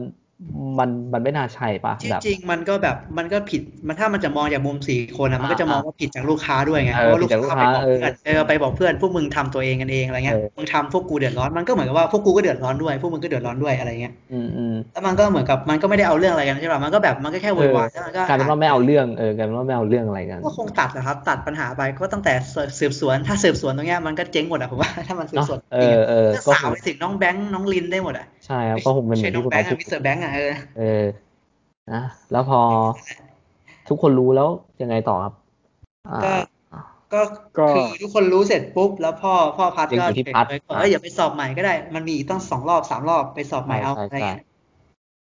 S1: มันมันไม่น่าใช่ปะ
S2: จริง
S1: แบบ
S2: ๆมันก็แบบมันก็ผิดมันถ้ามันจะมองจากมุมสี่คนอะมันก็จะมองว่าผิดจากลูกค้าด้วยไง
S1: เออ
S2: เพราะว่าลูก
S1: ผิดจากลูก
S2: ค้า
S1: ค้า
S2: ไปบอก
S1: เอ
S2: เพื่อน
S1: อ
S2: เออไปบอกเพื่อนพวกมึงทำตัวเองกันเองอะไรเงี้ย
S1: เออ
S2: มึงทำพวกกูเดือดร้อนมันก็เหมือนกับว่าพวกกูก็เดือดร้อนด้วยพวกมึงก็เดือดร้อนด้วยอะไรเงี้ย
S1: อืมอืม
S2: แล้วมันก็เหมือนกับมันก็ไม่ได้เอาเรื่องอะไรกันใช่ป่ะมันก็แบบมันก็แค่โวยวายแล้วมันก็
S1: กลายเป็นว่าไม่เอาเรื่องเออกลายเป็นว่าไม่เอาเรื่องอะไรกัน
S2: ก็คงตัดแหละครับ ตัดปัญหาไปก็ตั้งแต่สืบสวนถ้าสืบสวนตรงเนี้ยมันก็เจ๊งหมดอะผมว่า ถ้ามันสืบสวน
S1: เออเออ
S2: ก็
S1: ก็
S2: สา
S1: คว ง
S2: ไปถึงน้องแบงค์น้องลินได้หมดอะ
S1: ใช่ครับก็คงเป็นเหมือนที่
S2: น้อง
S1: คุณ
S2: แบ
S1: เอา
S2: งค์
S1: พูด
S2: อะมิสเตอร์แบงค์อะเออ
S1: เออนะแล้วพอ ทุกคนรู้แล้วยังไงต่อครับอ่า
S2: ก็ ก็
S3: ก็
S2: คือทุกคนรู้เสร็จปุ๊บ แล้วพ่อพ่อพัด
S1: ยังอ
S2: ก็
S1: ยู่ที่พัด
S2: เห็น
S1: อ่ะ
S2: ไว้ก่อนเอ้ยอย่าไปสอบใหม่ก็ได้ มันมีอีกตั้งสองรอบสามรอบไปสอบใหม่
S1: ใช่
S2: เอา
S1: ใช่
S2: อะไรเงี้ย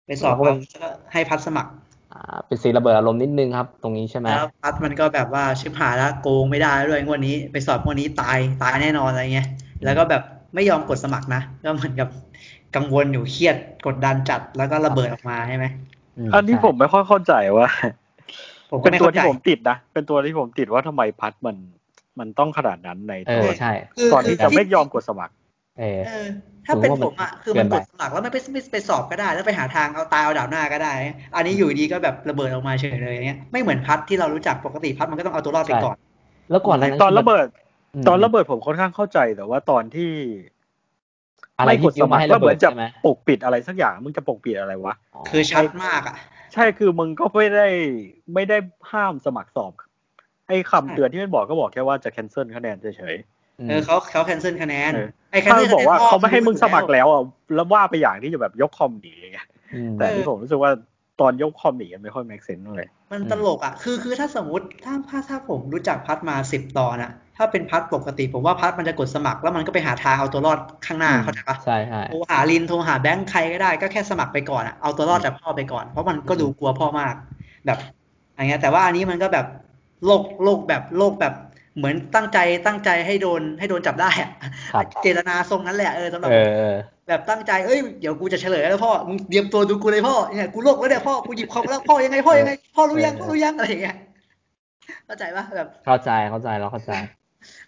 S2: ไปส
S1: แล้
S2: อบ
S1: วก็
S2: เอาแล้วก็ให้พัดสมัคร
S1: อ่าเป็นสีระเบิดอารมณ์นิดนึงครับ ตรงนี้ใช่ไหม
S2: แล้วพัดมันก็แบบว่าชิบหายแล้วโกงไม่ได้ด้วยงวดนี้ ไปสอบงวดนี้ตายตายแน่นอนอะไรเงี้ยแล้วก็แบบไม่ยอมกดสมัครนะก็เหมือนกับกังวลอยู่เครียดกดดันจัดแล้วก็ระเบิดออกมาใช่ไหม
S1: ม
S3: อันนี้
S1: ใช่
S3: ผมไม่ค่อยเข้าใจว่า
S2: ผมก็
S3: เป็
S2: ไม่
S3: นตัว
S2: เข้าใจ
S3: ที่ผมติดนะ เป็นตัวที่ผมติดว่าทำไมพัดมัน มันต้องขนาดนั้นใน
S1: เอ
S3: ต
S1: อ
S3: อน
S1: ใช่
S2: คือ
S3: ก่อนที่
S2: คื
S3: จะ
S2: ที่
S3: ไม่ยอมกดสมัคร
S1: เออ
S2: เออถ้าเป็นผมอ่ะ
S1: ถื
S2: คือ อ
S1: ว่ามั
S2: มัน น
S1: เกินไป
S2: กดสมัครแล้วไม่ไปไม่ไปสอบก็ได้ แล้วไปหาทางเอาตายเอาดาวหน้าก็ได้ อันนี้อยู่ดีก็แบบระเบิดออกมาเฉยเลยอย่างเงี้ยไม่เหมือนพัดที่เรารู้จักปกติพัดมันก็ต้องเอาตัวรอดไปก่อน
S1: แล้วก่อนหานั้น
S3: ตอนระเบิด
S1: อืม
S3: ตอนระเบิดผมค่อนข้างเข้าใจแต่ว่าตอนที่
S1: อะไร
S3: ไม่ก
S1: ที่
S3: ด
S1: ดิ
S3: ส
S1: ว
S3: มั
S1: มา
S3: คร
S1: ให้
S3: ก็
S1: ระ
S3: เห
S1: เบิ
S3: มือ
S1: ด
S3: นจะ
S1: ใช่ไหม
S3: ปกปิดอะไรสักอย่างมึงจะปกปิดอะไรวะ
S2: คือชัดมากอ่ะ
S3: ใช่คือมึงก็ไม่ได้ไม่ได้ห้ามสมัครสอบไอ้คำเตือนที่มันบอกก็บอกแค่ว่าจะ cancel คะแนนเฉย
S2: เออเขาเขาแคนเซิลคะแนน
S3: เออ
S2: ไอ้
S3: ๆ
S2: แคน
S3: ถ้า
S2: เซิ
S3: มั
S2: ลคะแน
S3: นบอก
S2: น
S3: ว่า
S2: พ่อ
S3: เขาไม่ให้มึงสมัคร
S2: รู้อยู่
S3: แล้วอ่ะแล้วว่าไปอย่างที่จะแบบยกคอมหนีอย่างเงี้ยแต่
S1: แต่
S3: ที่ผมรู้สึกว่าตอนยกคอมหนีมันไม่ค่อย make sense เลย
S2: มันตลกอ่ะคือคือถ้าสมมติถ้าถ้าถ้าผมรู้จักพัดมาสิบตอนอ่ะ ถ้าเป็นพัดปกติ ผมว่าพัดมันจะกดสมัคร แล้วมันก็ไปหาทางเอาตัวรอดข้างหน้า
S3: อืม
S2: เข้าใจปะ
S1: ใช่ใช่
S2: โทรหาลินโทรหาแบงค์ใครก็ได้ก็แค่สมัครไปก่อนอะเอาตัวรอดจากพ่อไปก่อน เพราะมันก็ดูกลัวพ่อมาก แบบอย่างเงี้ยแต่ว่าอันนี้มันก็แบบโลกโลกแบบโลกแบบเหมือนตั้งใจตั้งใจให้โดนให้โดนจับได้อะ
S1: ครับ
S2: เจตนาทรงนั้นแหละเออสำหรับ
S1: เออเออ
S2: แบบตั้งใจเอ้ยเดี๋ยวกูจะเฉลยแล้วพ่อมึงเตรียมตัวดูกูเลยพ่อเนี่ยกูโลกแล้วเนี่ยพ่อกูหยิบคอมแล้วพ่อยังไงพ่อยังไงพ่อรู้ยัง
S1: เออ
S2: พ่อรู้ยังอะไรอย่างเงี้ยเข้าใจปะแบบ
S1: เข้าใจเข้าใจเราเข้าใจ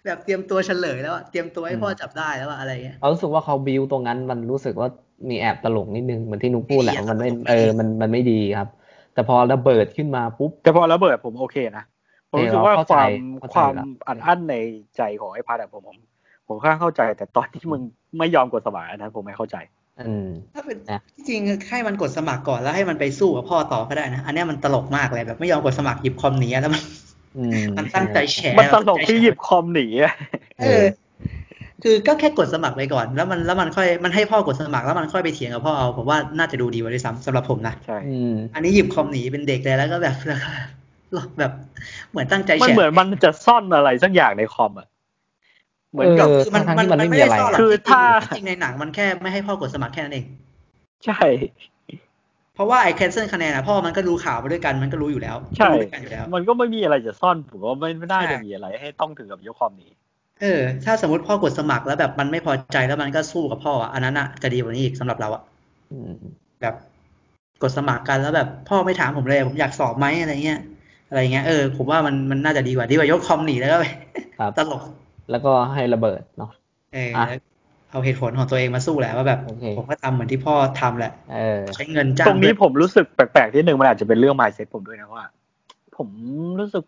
S2: แบบเตรียมตัวเฉลยแล้วอะเตรียมตัวให้พ่ออ
S1: ม
S2: จับได้แล้วอะอะไรอย่างเงี้ย
S1: เรารู้สึกว่าเขาบิวตรงนั้นมันรู้สึกว่ามีแอบตลกนิดนึงเหมือนที่นุกพูดแหละว่ามันไม่เออมันมันไม่ดีครับ แต่พอระเบิดขึ้นมาปุ๊บ
S3: แต่พอระเบิดผมโอเคนะ ผมรู้สึกว่า
S1: เออเรา
S3: ค
S1: เข้าใจ
S3: วาม
S1: เข้าใจ
S3: ความ
S1: ละ
S3: อัดอั้นในใจของไอ้พัดอะผมผมผมค่อนข้างเข้าใจ แต่ตอนที่มึงไม่ยอมกดสมัครอันนั้นผมไม่เข้าใจ
S1: อืม
S2: ถ้าเป็น
S1: นะ
S2: ที่จริงให้มันกดสมัครก่อนแล้วให้มันไปสู้กับพ่อต่อก็ได้นะ อันเนี้ยมันตลกมากเลยแบบไม่ยอมกดสมัครหยิบคอมหนีแล้วมัน
S1: อืม
S2: มันตั้งใจแฉ
S3: มันตลกที่หยิบคอมหนีอะ
S2: เออ คือก็แค่กดสมัครไปก่อน แล้วมันแล้วมันค่อยมันให้พ่อกดสมัครแล้วมันค่อยไปเถียงกับพ่อเอาผมว่าน่าจะดูดีกว่าด้วยซ้ำสำหรับผมนะ
S3: ใช่
S1: อืม
S2: อันนี้หยิบคอมหนีเป็นเด็กเลยแล้วก็แบบ แล้วก็แบบเหมือนตั้งใจ
S3: มัน
S2: แฉ
S3: เหมือนมันจะซ่อนอะไรสักอย่างในคอมอะเหมือนกับ
S1: เออ
S2: คือมัน
S1: ทั้งๆ
S2: มัน
S1: ที่มันไม่
S2: มันไม่
S1: มี
S2: ได้
S1: อะไร
S2: ซ่อนหรอก
S3: คือถ้า
S2: ที่จริงในหนังมันแค่ไม่ให้พ่อกดสมัครแค่นั้นเอง
S3: ใช่
S2: เพราะว่าไอ้แคนเซิลคะแนนนะพ่อมันก็รู้ข่าวมาด้วยกันมันก็รู้อยู่แล้ว
S3: ใช่
S2: รู้ด้วยกันอยู่แล้ว
S3: มันก็ไม่มีอะไรจะซ่อนผมว่าไม่ไม่น่า
S2: ใช่
S3: จะมีอะไร ให้ต้องถึงกับยกคอมหนี
S2: เออ ถ้าสมมติพ่อกดสมัครแล้วแบบมันไม่พอใจแล้วมันก็สู้กับพ่ออ่ะอันนั้นอ่ะจะดีกว่านี้อีกสำหรับเราอ่ะ
S1: อืม
S2: แบบกดสมัครกันแล้วแบบพ่อไม่ถามผมเลยผมอยากสอบไหมอะไรเงี้ยอะไรเงี้ยเออผมว่ามันมันน่าจะดีกว่าดีกว่ายกคอมหนีแล้วก็ไป
S1: ครับ
S2: ตลก
S1: แล้วก็ให้ระเบิดเนาะ
S2: เออ
S1: อ่ะ
S2: แล้วเอาเหตุผลของตัวเองมาสู้แหละว่าแบบ
S1: โอเค
S2: ผมก็ทำเหมือนที่พ่อทำแหละ
S1: เออ
S2: ใช้เงินจ้าง
S3: ตรงนี้
S2: เพื่อ
S3: ผมรู้สึกแปลกๆที่หนึ่งมันอาจจะเป็นเรื่อง mindset ผมด้วยนะว่า ผมรู้สึก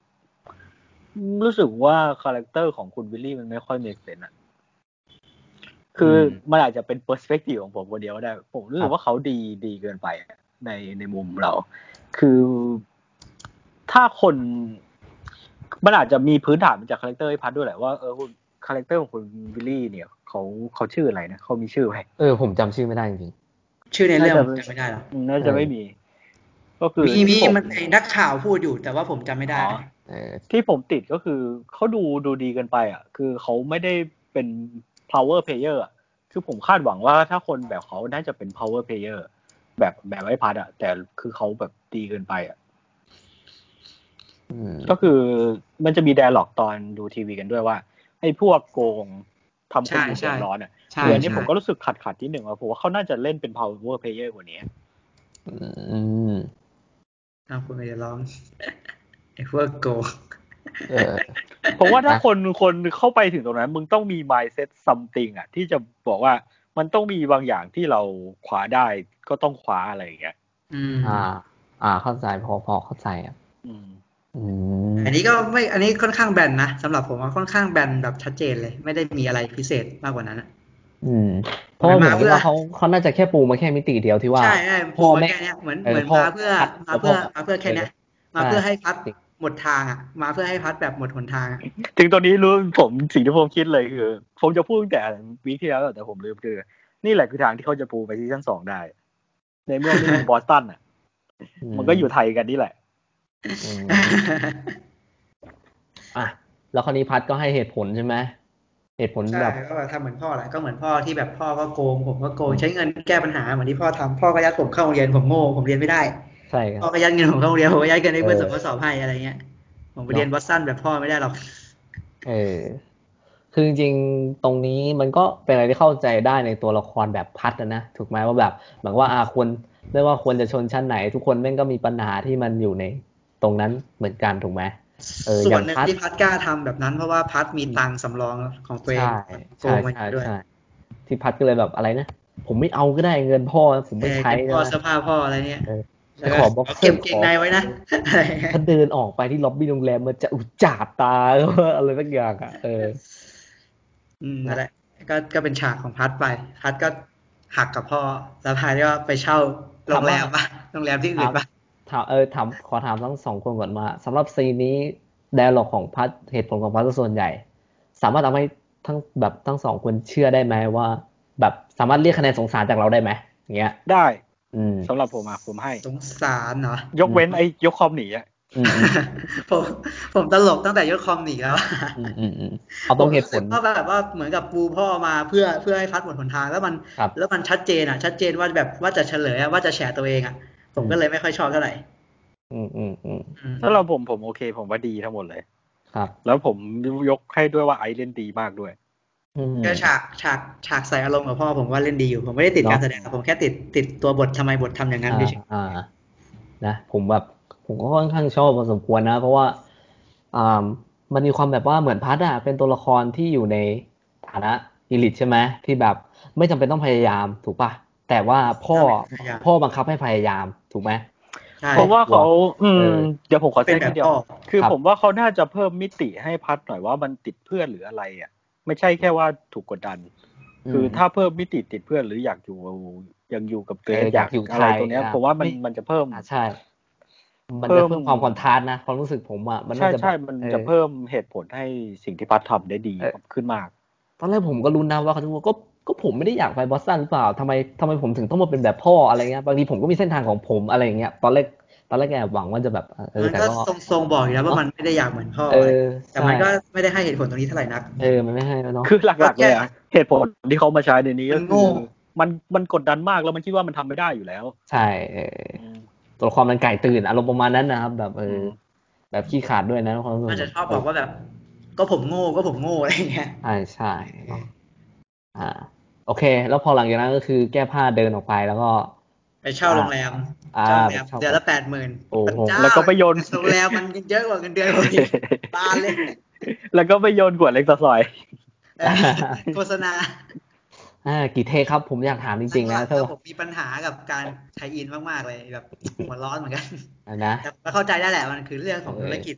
S3: รู้สึกว่าคาแรคเตอร์ของคุณวิลลี่มันไม่ค่อยมีเซนอะคืออ
S1: ม
S3: มันอาจจะเป็นเปอร์สเปกทีฟของผมคนเดียวก็ได้ ผมรู้สึกว่าเขาดีดีเกินไปอะในในมุมเรา คือถ้าคน มันอาจจะมีพื้นฐานมาจากคาแรคเตอร์ไอ้พัดด้วยแหละว่าเออคุณคาแรคเตอร์ของคุณวิลลี่เนี่ยเขาเขาชื่ออะไรนะเขามีชื่อไหม
S1: เออ ผมจำชื่อไม่ได้จริง
S2: ชื่อในเรื่อง
S3: น่า
S2: ผ
S3: จะ
S2: มจำไม่ได้หรอก
S3: น่าจะ
S1: เออ
S3: ไม่มี ก็คือ
S2: มีมี
S3: ที่ผ
S2: มันไอ้นักข่าวพูดอยู่แต่ว่าผมจำไม่ได้
S3: อ๋อ
S1: ๆเออ
S3: ที่ผมติดก็คือเขาดูดูดีเกันไป อ่ะ คือเขาไม่ได้ เป็น power player อะคือผมคาดหวังว่าถ้าคนแบบเขาน่าจะเป็น power player แบบแบบไอ้พัดอะแต่คือเขาแบบดีเกินไปอะ
S1: อืม
S3: ก็คือมันจะมี dialog ตอนดูทีวีกันด้วยว่าไอ้พวกโกงทำคนอื่น
S2: ใช่ใช่
S3: เดือดร้อนอ่ะ
S2: ใช่
S3: คืออันนี้
S2: ใช่
S3: ผมก็รู้สึกขัดขัดๆนิดหนึ่งว่าผมว่าเขาน่าจะเล่นเป็น power player กว่านี้
S1: อืม
S2: ทำคุณไม่ได้ร้อง ไอ้พวกโกง
S1: เออ
S3: ผมว่าถ้า
S1: อ่ะ
S3: คนคนเข้าไปถึงตรงนั้น มึงต้องมี mindset something อ่ะ ที่จะบอกว่ามันต้องมีบางอย่างที่เราคว้าได้ก็ต้องคว้าอะไรอย่างเงี้ย
S2: อืม
S1: อ่า อ่า เข้าใจพอพอเข้าใจครับ
S3: อืม
S1: อืม
S2: อันนี้ก็ไม่อันนี้ค่อนข้างแบนนะสำหรับผมว่าค่อนข้างแบนแบบชัดเจนเลย ไม่ได้มีอะไรพิเศษมากกว่านั้นอะ
S1: อืมเพราะว่าผม
S2: มา
S1: คิด
S2: เพื่อ
S1: ว่าเขาเขาน่าจะแค่ปูมาแค่มิติเดียวที่ว่า
S2: ใช่ใช่ผ
S1: พ่อ
S2: มมา
S1: แม่
S2: แค่เนี้ยเหมือน
S1: เออ
S2: เหมือน
S1: พ่อ
S2: มาเพื่อ
S1: พั
S2: มา
S1: ด
S2: เพื่อ
S1: พ่อ
S2: มาเพื่อแค่เนี้ยมา
S1: ใช่
S2: เพื่อให้พัด
S1: จริง
S2: หมดทางอ่ะ มาเพื่อให้พัดแบบหมดหนทางอ่ะ
S3: ถึงตอนนี้รู้ผมสิ่งที่ผมคิดเลยคือผมจะพูดตั้งแต่วีคที่แล้วแล้วแต่ผมลืมคือ นี่แหละคือทางที่เขาจะปูไปซีซั่นสองได้ ในเมื่อไม่มีบอสตันอ่ะ มันก็อยู่ไทยกันนี่แหละ
S1: อืมอ่ะแล้วคราวนี้พัดก็ให้เหตุผลใช่ไหมเหตุผล
S2: ใช่
S1: แบบ
S2: ก็แบบทำเหมือนพ่อแหละก็เหมือนพ่อที่แบบพ่อก็โกงผมก็โกงใช้เงินแก้ปัญหาเหมือนที่พ่อทำพ่อก็ยัดผมเข้าโรงเรียนผมโง่ผมเรียนไม่ได้
S1: ใช่ครับ
S2: พ่อก็ยัดเงินผมเข้าโรงเรียนผมก็ยัดเงินให้เพื่อน
S1: เอ
S2: ส่
S1: อ
S2: งข้อสอบให้อะไรเงี้ย ผมไปเรียนบอสตันแบบพ่อไม่ได้หรอก
S1: เออ คือจริงๆ ตรงนี้มันก็เป็นอะไรที่เข้าใจได้ในตัวละครแบบพัดนะนะ ถูกไหมว่าแบบเหมือนว่าอาควรไม่ว่าควรจะชนชั้นไหน ทุกคนแม่งก็มีปัญหาที่มันอยู่ในตรงนั้นเหมือนกันถูกไหม เอออ
S2: ส่ว
S1: ย่าน ง
S2: หนึ่ง
S1: พัด
S2: ที่พัดกล้าทำแบบนั้นเพราะว่าพัดมีตังค์สำรองของตัวเอง
S1: ใช่
S2: โก
S1: ใช่
S2: งมัน
S1: ใช่
S2: ด้วย
S1: ใช่ที่พัดก็เลยแบบอะไรนะ ผมไม่เอาก็ได้เงินพ่อผมไม่ใช้
S2: เออเก็บพ่อ
S1: นะ
S2: เสื้อผ้าพ่ออะไรเงี้ย
S1: เออ
S2: แล้ว
S1: ไปขอบ็อกเซอร์
S2: เก็บเกงในไว้ นะอะไรเงี้ย
S1: ถ้าเดินออกไปที่ล็อบบี้โรงแรมมันจะอุจจาดตา อะไรสักอย่างอ่ะเออ
S2: อืม
S1: นะ
S2: นั่นแหละก็ก็เป็นฉากของพัดไป พัดก็หักกับพ่อ แล้วพัดก็ไปเช่าโรงแรมปะโรงแรมที่อื่นปะ
S1: ถามเออถามขอถามทั้งสองคนก่อนมาสำหรับซีนนี้แดร์ล็อกของพัดเหตุผลของพัดส่วนใหญ่ สามารถทำให้ทั้งแบบทั้งสองคนเชื่อได้ไหมว่า แบบสามารถเรียกคะแนนสงสารจากเราได้ไหมอย่างเงี้ย
S3: ได้
S1: อืม
S3: สำหรับผมอ่ะผมให้
S2: สงสารเนาะ
S3: ยกเว้นไอ้ยกคอมหนีอ่ะ
S1: อืมอืม
S2: ผมผมตลกตั้งแต่ยศคอมหนีแล้ว
S1: อืมอืมอืมเอาตรงเหตุผล
S2: เพราะแบบว่าเหมือนกับปูพ่อมาเพื่อเพื่อให้พัดหมดหนทาง แล้วมัน
S1: ครับ
S2: แล้วมันชัดเจนอ่ะ ชัดเจนว่าแบบว่าจะเฉลยอะว่าจะแฉตัวเองอ่ะ ผมก็
S1: อืม
S2: เลยไม่ค่อยชอบเท่าไหร่
S1: อืมอืมอืม
S2: อืม
S3: สำหรับผมผมโอเค ผมว่าดีทั้งหมดเลย
S1: ครับ
S3: แล้วผมยกให้ด้วยว่าไอซ์เล่นดีมากด้วย
S1: อืม
S2: ก็ฉากฉากฉากใส่อารมณ์กับพ่อผมว่าเล่นดีอยู่ ผมไม่ได้ติดการแสดงผมแค่ติดติดตัวบททำไมบททำอย่างนั้นเฉยๆ
S1: อ่าอ่านะผมแบบผมก็ค่อนข้างชอบพอสมควรนะ เพราะว่าอ่ามันมีความแบบว่าเหมือนพัดอะเป็นตัวละครที่อยู่ในฐานะอิลิทใช่ไหมที่แบบไม่จำเป็นต้องพยายามถูกปะแต่ว่าพ่อ
S2: ไม่พยายาม
S1: พ่อบังคับให้พยายามถูกไหม
S2: ใช่
S3: ผมว่าเขาอื
S1: เอ
S3: ม
S1: อ
S3: เดี๋ยวผมขอแท
S2: เป็น
S3: รก
S2: แบ
S3: นิ
S2: บ
S3: ดเดียว
S2: พ่อ
S3: คือ
S1: ครับ
S3: ผมว่าเขาน่าจะเพิ่มมิติให้พัดหน่อยว่ามันติดเพื่อนหรืออะไรอ่ะ ไม่ใช่แค่ว่าถูกกดดัน คือถ้าเพิ่มมิติติดเพื่อนหรืออยากอยู่ยังอยู่กับตัวเอง
S1: เอออ
S3: อาย
S1: ยาก กอยู่
S3: อะไร
S1: ไทย
S3: ตรงเนี้ย
S1: อ่ะ
S3: ผมว่ามัน
S1: นี่
S3: มันจะเพิ่ม
S1: อ่าใช่ มัน
S3: เพิ่
S1: จะ
S3: ม
S1: เพิ่มความคอนทราสต์นะความรู้สึกผมอะมัน
S3: ใช่
S1: น่าจะ
S3: ใช่
S1: แบบ
S3: มัน
S1: ออ
S3: จะเพิ่มเหตุผลให้สิ่งที่พัดทำได้ดี
S1: เออ
S3: ขึ้นมาก
S1: ตอนแรกผมก็รู้นนะว่าเขาจะพูดก็ก็ผมไม่ได้อยากไปบอสตันหรือเปล่าทำไมทำไมผมถึงต้องมาเป็นแบบพ่ออะไรเงี้ยบางทีผมก็มีเส้นทางของผมอะไรอย่างเงี้ยตอนแรกตอนแรกแอบหวังว่าจะแบบเออ
S2: มัน
S1: แต่
S2: ก็
S1: ก็
S2: ทรงๆบอกอยู่แล้วว่ามันไม่ได้อยากเหมือนพ่อ
S1: เอ
S2: อะไร
S1: อ
S2: แต่มันก็
S1: ใช่
S2: ไม่ได้ให้เหตุผลตรงนี้เท่าไหร่นัก
S1: เออมันไม่ให้แล้วเนาะ
S3: คือหลักๆเลยอะเหตุผลที่เขามาใช้ในนี้ก็
S2: มันโง่
S3: คือมันมันกดดันมากแล้วมันคิดว่ามันทำไม่ได้อยู่แล้ว
S1: ใช่เออตัวละครมันไก่ตื่นอารมณ์ประมาณนั้นนะครับ แบบเออแบบขี้ขาดด้วยนะความรู้สึก
S2: มันจะชอบบอกว่าแบบ ก็ผมโง่ก็ผมโง่อะไรอย่างเงี้ย
S1: ใช่ใช่เนอะอ่า โอเค แล้วพอหลังจากนั้นก็คือแก้ผ้าเดินออกไปแล้วก็
S2: ไปเช่าโรงแรม
S1: อ่า
S2: เช่า
S1: ไป
S2: โรงแรม
S1: เช่า
S2: เดือนละแปดหมื่น
S1: โอ้โห
S3: แล้วก็ไปโยน
S2: โรงแรมมันเยอะกว่าเงินเดือนคน อื่นบานเลย
S3: แล้วก็ไปโยนขวดเล็กซอย
S2: เออโฆษณา
S1: อ่ากี่เทคครับ ผมอยากถามจริงๆนะ
S2: ถ้า
S1: ถ้า
S2: ผมมีปัญหากับการไทยอินมากๆเลยแบบหัวร้อนเหมือนกัน
S1: นะ
S2: แต่ก็เข้าใจได้แหละมันคือเรื่องของธุรกิจ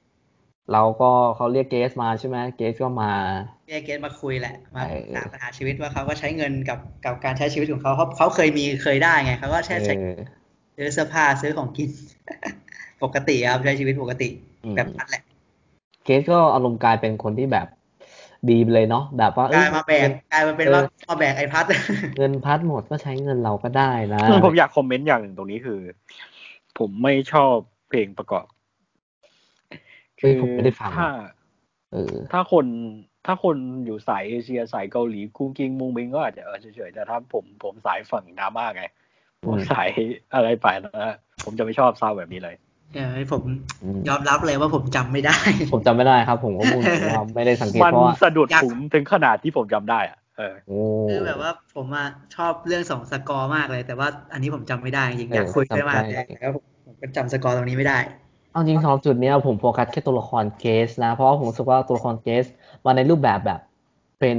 S1: เราก็เขาเรียกเกสมาใช่ไหมเกสก็มา
S2: เรียกเกณฑ์มาคุยแหละมา
S1: เออ
S2: ถามปัญหาชีวิตว่าเขาก็ใช้เงินกับกับการใช้ชีวิตของเขาเขาเขาเคยมีเคยได้ไงเขาก็
S1: เอ
S2: แค่ใช้
S1: อ
S2: ซื้อเสื้อผ้าซื้อของกิน ปกติครับใช้ชีวิตปกติ
S1: อืม
S2: แบบนั้นแหละ
S1: เกสก็อารมณ์กลายเป็นคนที่แบบดีไปเลยเนาะแบบว่าก เอ้
S2: ลาย ยมาแบกกลายมาเป็นว่ามาแบกไอพัด
S1: เงินพัดหมดก็ใช้เงินเราก็ได้นะ
S3: ผมอยากคอมเมนต์อย่างหนึ่งตรงนี้คือ ผมไม่ชอบเพลงประกอบ
S1: เฮ้ยผมไม่ได้ฟัง
S3: ถ้า
S1: เออ
S3: ถ้าคน ถ้าคนอยู่สายเอเชียสายเกาหลีกุ้งกิ้งมุงมิงก็อาจจะเออเฉยๆแต่ถ้าผมผมสายฝั่งดราม่าไงผมสายอะไรไปนะผมจะไม่ชอบซาวด์แบบนี้เลย
S2: เออผม
S1: อืม
S2: ยอมรับเลยว่าผมจำไม่ได้
S1: ผมจำไม่ได้ครับ ผมก็พูดถึงว่าไม่ได้สังเกต
S3: มัน
S1: เพราะว่า
S3: สะดุด
S2: อยาก
S3: ผมถึงขนาดที่ผมจำได้อะเออ
S1: โอ้
S2: คือแบบว่าผมอะชอบเรื่องสองสกอร์มากเลย แต่ว่าอันนี้ผมจำไม่ได้จริงๆ
S1: เอออย
S2: อากคุยด้วยมาก
S1: จำไม่ได้
S2: แต่ก็ผมก็จำสกอร์ตรงนี้ไม่ได้
S1: เอาจริงสำหรับจุดเนี้ยผมโฟกัสแค่ตัวละครเกสนะ เพราะว่าผมรู้สึกว่าตัวละครเกสมาในรูปแบบแบบเป็น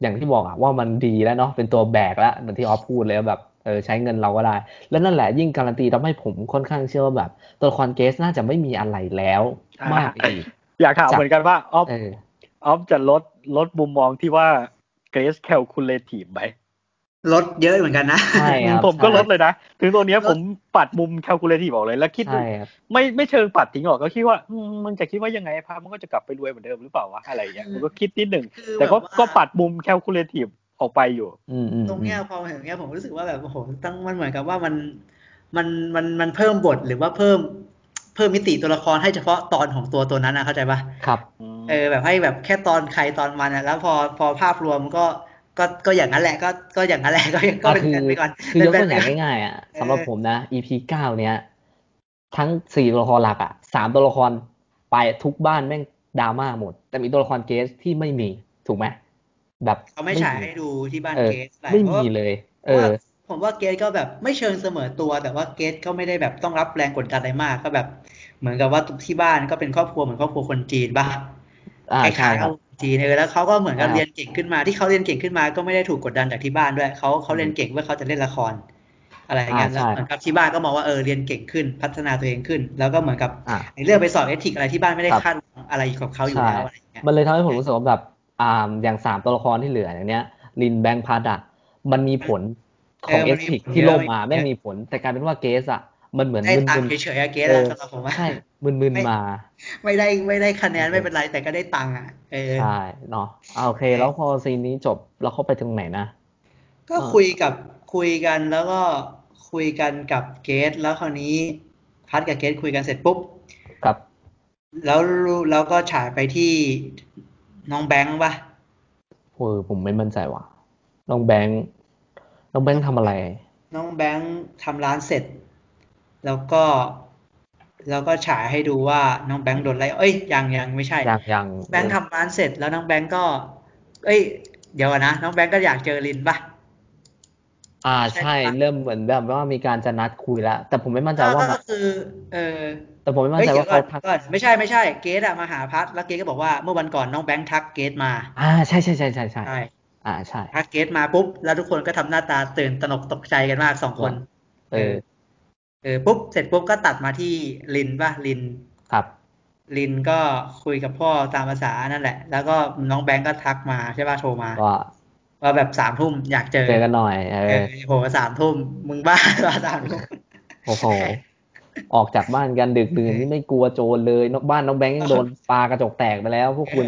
S1: อย่างที่บอกอะว่ามันดีแล้วเนาะเป็นตัวแบกแล้วเหมือนที่ออฟพูดเลยว่าแบบเออใช้เงินเราก็ได้ และนั่นแหละยิ่งการันตีทำให้ผมค่อนข้างเชื่อว่าแบบ ตัวละครเกสน่าจะไม่มีอะไรแล้วมากไป อีก
S3: อยากถาม
S1: จับ
S3: เหมือนกันว่าออฟ
S1: เออ
S3: ออฟจะลดลดมุมมองที่ว่าเกร c แคลคูลเลทีฟไหม
S2: ลดเยอะเหมือนกันนะ
S1: ใช่ ครับ
S3: ผมก็
S1: ใช่
S3: ลดเลยนะ ถึงตัวเนี้ย
S2: ลด
S3: ผมปัดมุมแคลคูลเลทีฟออกเลย แล้วคิด
S1: ใช่ครับ
S3: ไม่ไม่เชิงปัดทิ้งออกก็คิดว่าอืมมึงจะคิดว่ายังไงพามันก็จะกลับไปรวยเหมือนเดิมหรือเปล่าวะอะไรอย่างเงี้ยผมก็คิดนิดหนึ่ง
S2: คือ
S3: แต่ก็
S2: บบว่า
S3: ก็ปัดมุมแคลคูลเลทีฟออกไปอยู่
S1: อืมอืม
S2: ตรงเนี้ยพอเห็นอย่างเงี้ยผมรู้สึกว่าแบบโอ้โหตั้งมันเหมือนกับว่ามันมันมันมันเพิ่มบทหรือว่าเพิ่มเพิ่มมิติตัวละครให้เฉพาะตอนของตัวตัวนั้นนะเข้าใจปะ
S1: ครับ
S2: เออแบบให้แบบแค่ตอนใครตอนมันอะแล้วพอพอภาพรวมก็ก็ก็อย่างนั้นแหละ ก็ก็อย่างนั้นแหละก็ก็เป็น
S1: อ่ะคือ
S2: กันไปก่อน
S1: คือยก
S2: เป็
S1: ตัว
S2: น
S1: อย่าง
S2: ไปก่น
S1: ง่ายๆอ่ะ
S2: เออ
S1: สำหรับผมนะ EP เก้าเนี้ยทั้งสี่ตัวละครหลักอ่ะสามตัวละครไปทุกบ้านแม่งดราม่าหมด แต่มีตัวละครเกสที่ไม่มีถูกไหมแบบ
S2: เขาไม่ฉายให้
S1: มี
S2: ดูที่บ้าน
S1: เออ
S2: เกส
S1: ไม่
S2: เพราะ
S1: มี
S2: ว่า
S1: เลย
S2: เพ
S1: เอ
S2: ราะว่า
S1: อ
S2: ผมว่าเกสก็แบบไม่เชิงเสมอตัว แต่ว่าเกสก็ไม่ได้แบบต้องรับแรงกดดันอะไรมาก ก็แบบ เหมือนกับว่าที่บ้านก็เป็นครอบครัวเหมือนครอบครัวคนจีนบ้าง
S1: อ่า
S2: ค
S1: ใช่
S2: ล้า
S1: ค
S2: ยๆ
S1: รั
S2: เอา
S1: บ
S2: จีนเออแล้วเขาก็เหมือนกับ
S1: อ่า
S2: เรียนเก่งขึ้นมาที่เขาเรียนเก่งขึ้นมาก็ไม่ได้ถูกกดดันจากที่บ้านด้วยเขาเขาเรียนเก่งเพื่อเขาจะเล่นละคร อะไรอย่างเงี้ย
S1: อ่า
S2: แล้ว
S1: ใช่
S2: เหมือนกับที่บ้านก็มองว่าเออเรียนเก่งขึ้นพัฒนาตัวเองขึ้น แล้วก็เหมือนกับ
S1: อ่า
S2: ไอ้เรื่องไปสอบเอทิกอะไรที่บ้านไม่ได้
S1: ครับ
S2: คาดหวังอะไรกับเขาอยู่
S1: ใช่
S2: แล้วอะไรอย่างเงี้ย
S1: มันเลยทำให้ผมรู้สึกว่าแบบอ่าอย่างสามตัวละครที่เหลืออย่างเนี้ยลินแบงค์พาดะมันมีผลของเอสพิกที่ล่มมาแม่งมีผล แต่กลายเป็นว่าเกสอ่ะมันเหมือน
S2: ได้
S1: มึน
S2: ตัง
S1: มึ
S2: ค์
S1: น
S2: เฉยๆอะเกส
S1: เอ
S2: อะ
S1: อ
S2: สำหรับผมอะ
S1: ใช่มึนมึน
S2: ไม่
S1: มา
S2: ไม่ได้ไม่ได้คะแนนไม่เป็นไรแต่ก็ได้ตังค์อะเออ
S1: ใช่เนาะอ่าโอเค
S2: โอเค
S1: แล้วพอซีนนี้จบแล้วเขาไปถึงไหนนะ
S2: ก็
S1: อ่า
S2: คุยกับคุยกันแล้วก็คุยกันกับเกสแล้วคราวนี้พัดกับเกสคุยกันเสร็จปุ๊บ
S1: กับ
S2: แล้วรู้แล้วก็ฉายไปที่น้องแบงค์ป่ะ
S1: เออผมไม่มั่นใจว่ะน้องแบงค์น้องแบงค์ทำอะไร
S2: น้องแบงค์ทำร้านเสร็จ แล้วก็ แล้วก็ฉายให้ดูว่าน้องแบงค์โดนไล่เอ้ยยังยังไม่ใช่
S1: อย่างอย่าง
S2: แบงค์ทำร้านเสร็จแล้วน้องแบงค์ก็ เอ้ย เดี๋ยวก่อนนะ น้องแบงค์ก็อยากเจอลินป่ะ
S1: อ่า
S2: ใช่
S1: ใช่
S2: ปะ
S1: เริ่มเหมือนแบบว่ามีการจะนัดคุยแล้ว แต่ผมไม่มั่นใจว่า
S2: ก็คือ เออ
S1: แต่ผมไม่มั่น
S2: เฮ้ย
S1: ใจ
S2: เดี๋
S1: ว่า
S2: ย
S1: ว
S2: ก่อ
S1: เขา
S2: น
S1: ทัก
S2: ก่อนไม่ใช่ไม่ใช่ เกดอะมาหาพัดแล้วเกดก็บอกว่าเมื่อวันก่อนน้องแบงค์ทักเกดมา
S1: อ่าใช่ใช่ใช่ใช่ใช่
S2: ใช่
S1: อ่าใช่
S2: ทักเกดมาปุ๊บแล้วทุกคนก็ทำหน้าตาตื่นตระหนกตกใจกันมากสองคน
S1: เออ
S2: เออปุ๊บเสร็จปุ๊บก็ตัดมาที่ลินป่ะลิน
S1: ครับ
S2: ลินก็คุยกับพ่อตามภาษานั่นแหละ แล้วก็น้องแบงค์ก็ทักมาใช่ป่ะโทรมา
S1: ว่า
S2: ว่าแบบสามทุ่มอยากเจอ
S1: เจอกันหน่อย เอ
S2: เอ
S1: อ
S2: อโหสามทุ่มมึงบ้า ว่าสามทุ่ม
S1: โอ้โห ออกจากบ้านกันดึกดื่นนี่ไม่กลัวโจรเลยนอกบ้านน้องแบงค์ยังโดนปลากระจกแตกไปแล้ว พวก คุณ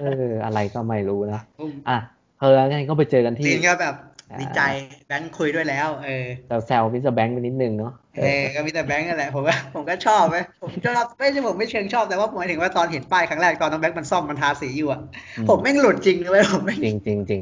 S1: เอออะไรก็ไม่รู้นะ อ่ะเอองั้นก็ไปเจอกันที่
S2: ลินก็แบบ
S1: อ่า
S2: ดีใจแบงค์คุยด้วยแล้ว เออ
S1: แต่แซวมิสเตอร์แบงค์ไปนิดนึงเนาะ
S2: เออก็มีแต่แบงค์นั่นแหละผมว่าผมก็ช อบไหมผมชอบไม่ใช่ผมไม่เชิงชอบแต่ว่าหมายถึงว่าตอนเห็นป้ายครั้งแรกตอนน้องแบงค์มันซ่อมมันทาสีอยู่อะผมแม่งหลุดจริงเลยผมแม่ง
S1: จริงจริงจริง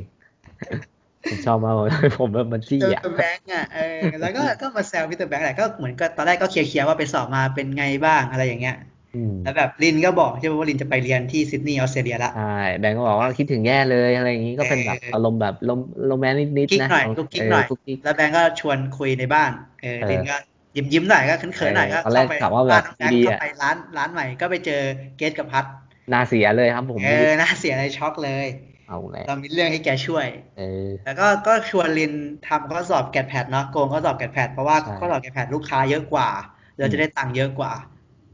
S1: ผมชอบมาก ผมแบบมันจี้
S2: เจอ
S1: อ่ะ
S2: แบงค์อะเออแล้ว ก็ก็มาแซวมิสเตอร์แบงค์แหละก็เหมือนก็ตอนแรกก็เคลียร์ๆว่าไปสอบมาเป็นไงบ้างอะไรอย่างเงี้ย
S1: อืม
S2: แล้วแบบลินก็บอกใช่ไหมว่าลินจะไปเรียนที่ซิดนีย์ออสเตรเลียละ
S1: ใช่แบงค์ก็บอกว่าคิดถึงแย่เลยอะไรอย่างนี้ก็เป็นแบบอารมณ์แบบลมลมแมนนิดนิด
S2: กิ๊ก
S1: นะ
S2: หน่อยกุ๊กกิ๊กหน่อย
S1: เกุ๊กกิ๊ก
S2: แล้วแบงค์ก็ชวนคุยในบ้านเออ
S1: เออ
S2: ลินก็ยิ้มยิ้มๆหน่อยก็เขินเขินๆหน่อยก็
S1: เออตอนแรก
S2: เข้าไป
S1: กะว่าแบบ
S2: บ้านน้องแบง
S1: ดี
S2: ค์
S1: ๆ
S2: ก็
S1: อะ
S2: ไปร้านร้านใหม่ก็ไปเจอเกสกับพัด
S1: น่าเสียเลยครับผม
S2: เออน่าเสียอะไรช็อกเลย
S1: เอาแหละ
S2: เรามีเรื่องให้แกช่วย
S1: เออ
S2: แล้วก็ก็ชวนลินทำข้อสอบแกดแพดเนาะโกงข้อสอบแกดแพดเพราะว่า
S1: ใช่
S2: ข้อสอบแกดแพดลูกค้าเยอะกว่า เรา
S1: อืม
S2: จะได้ตังค์เยอะกว่า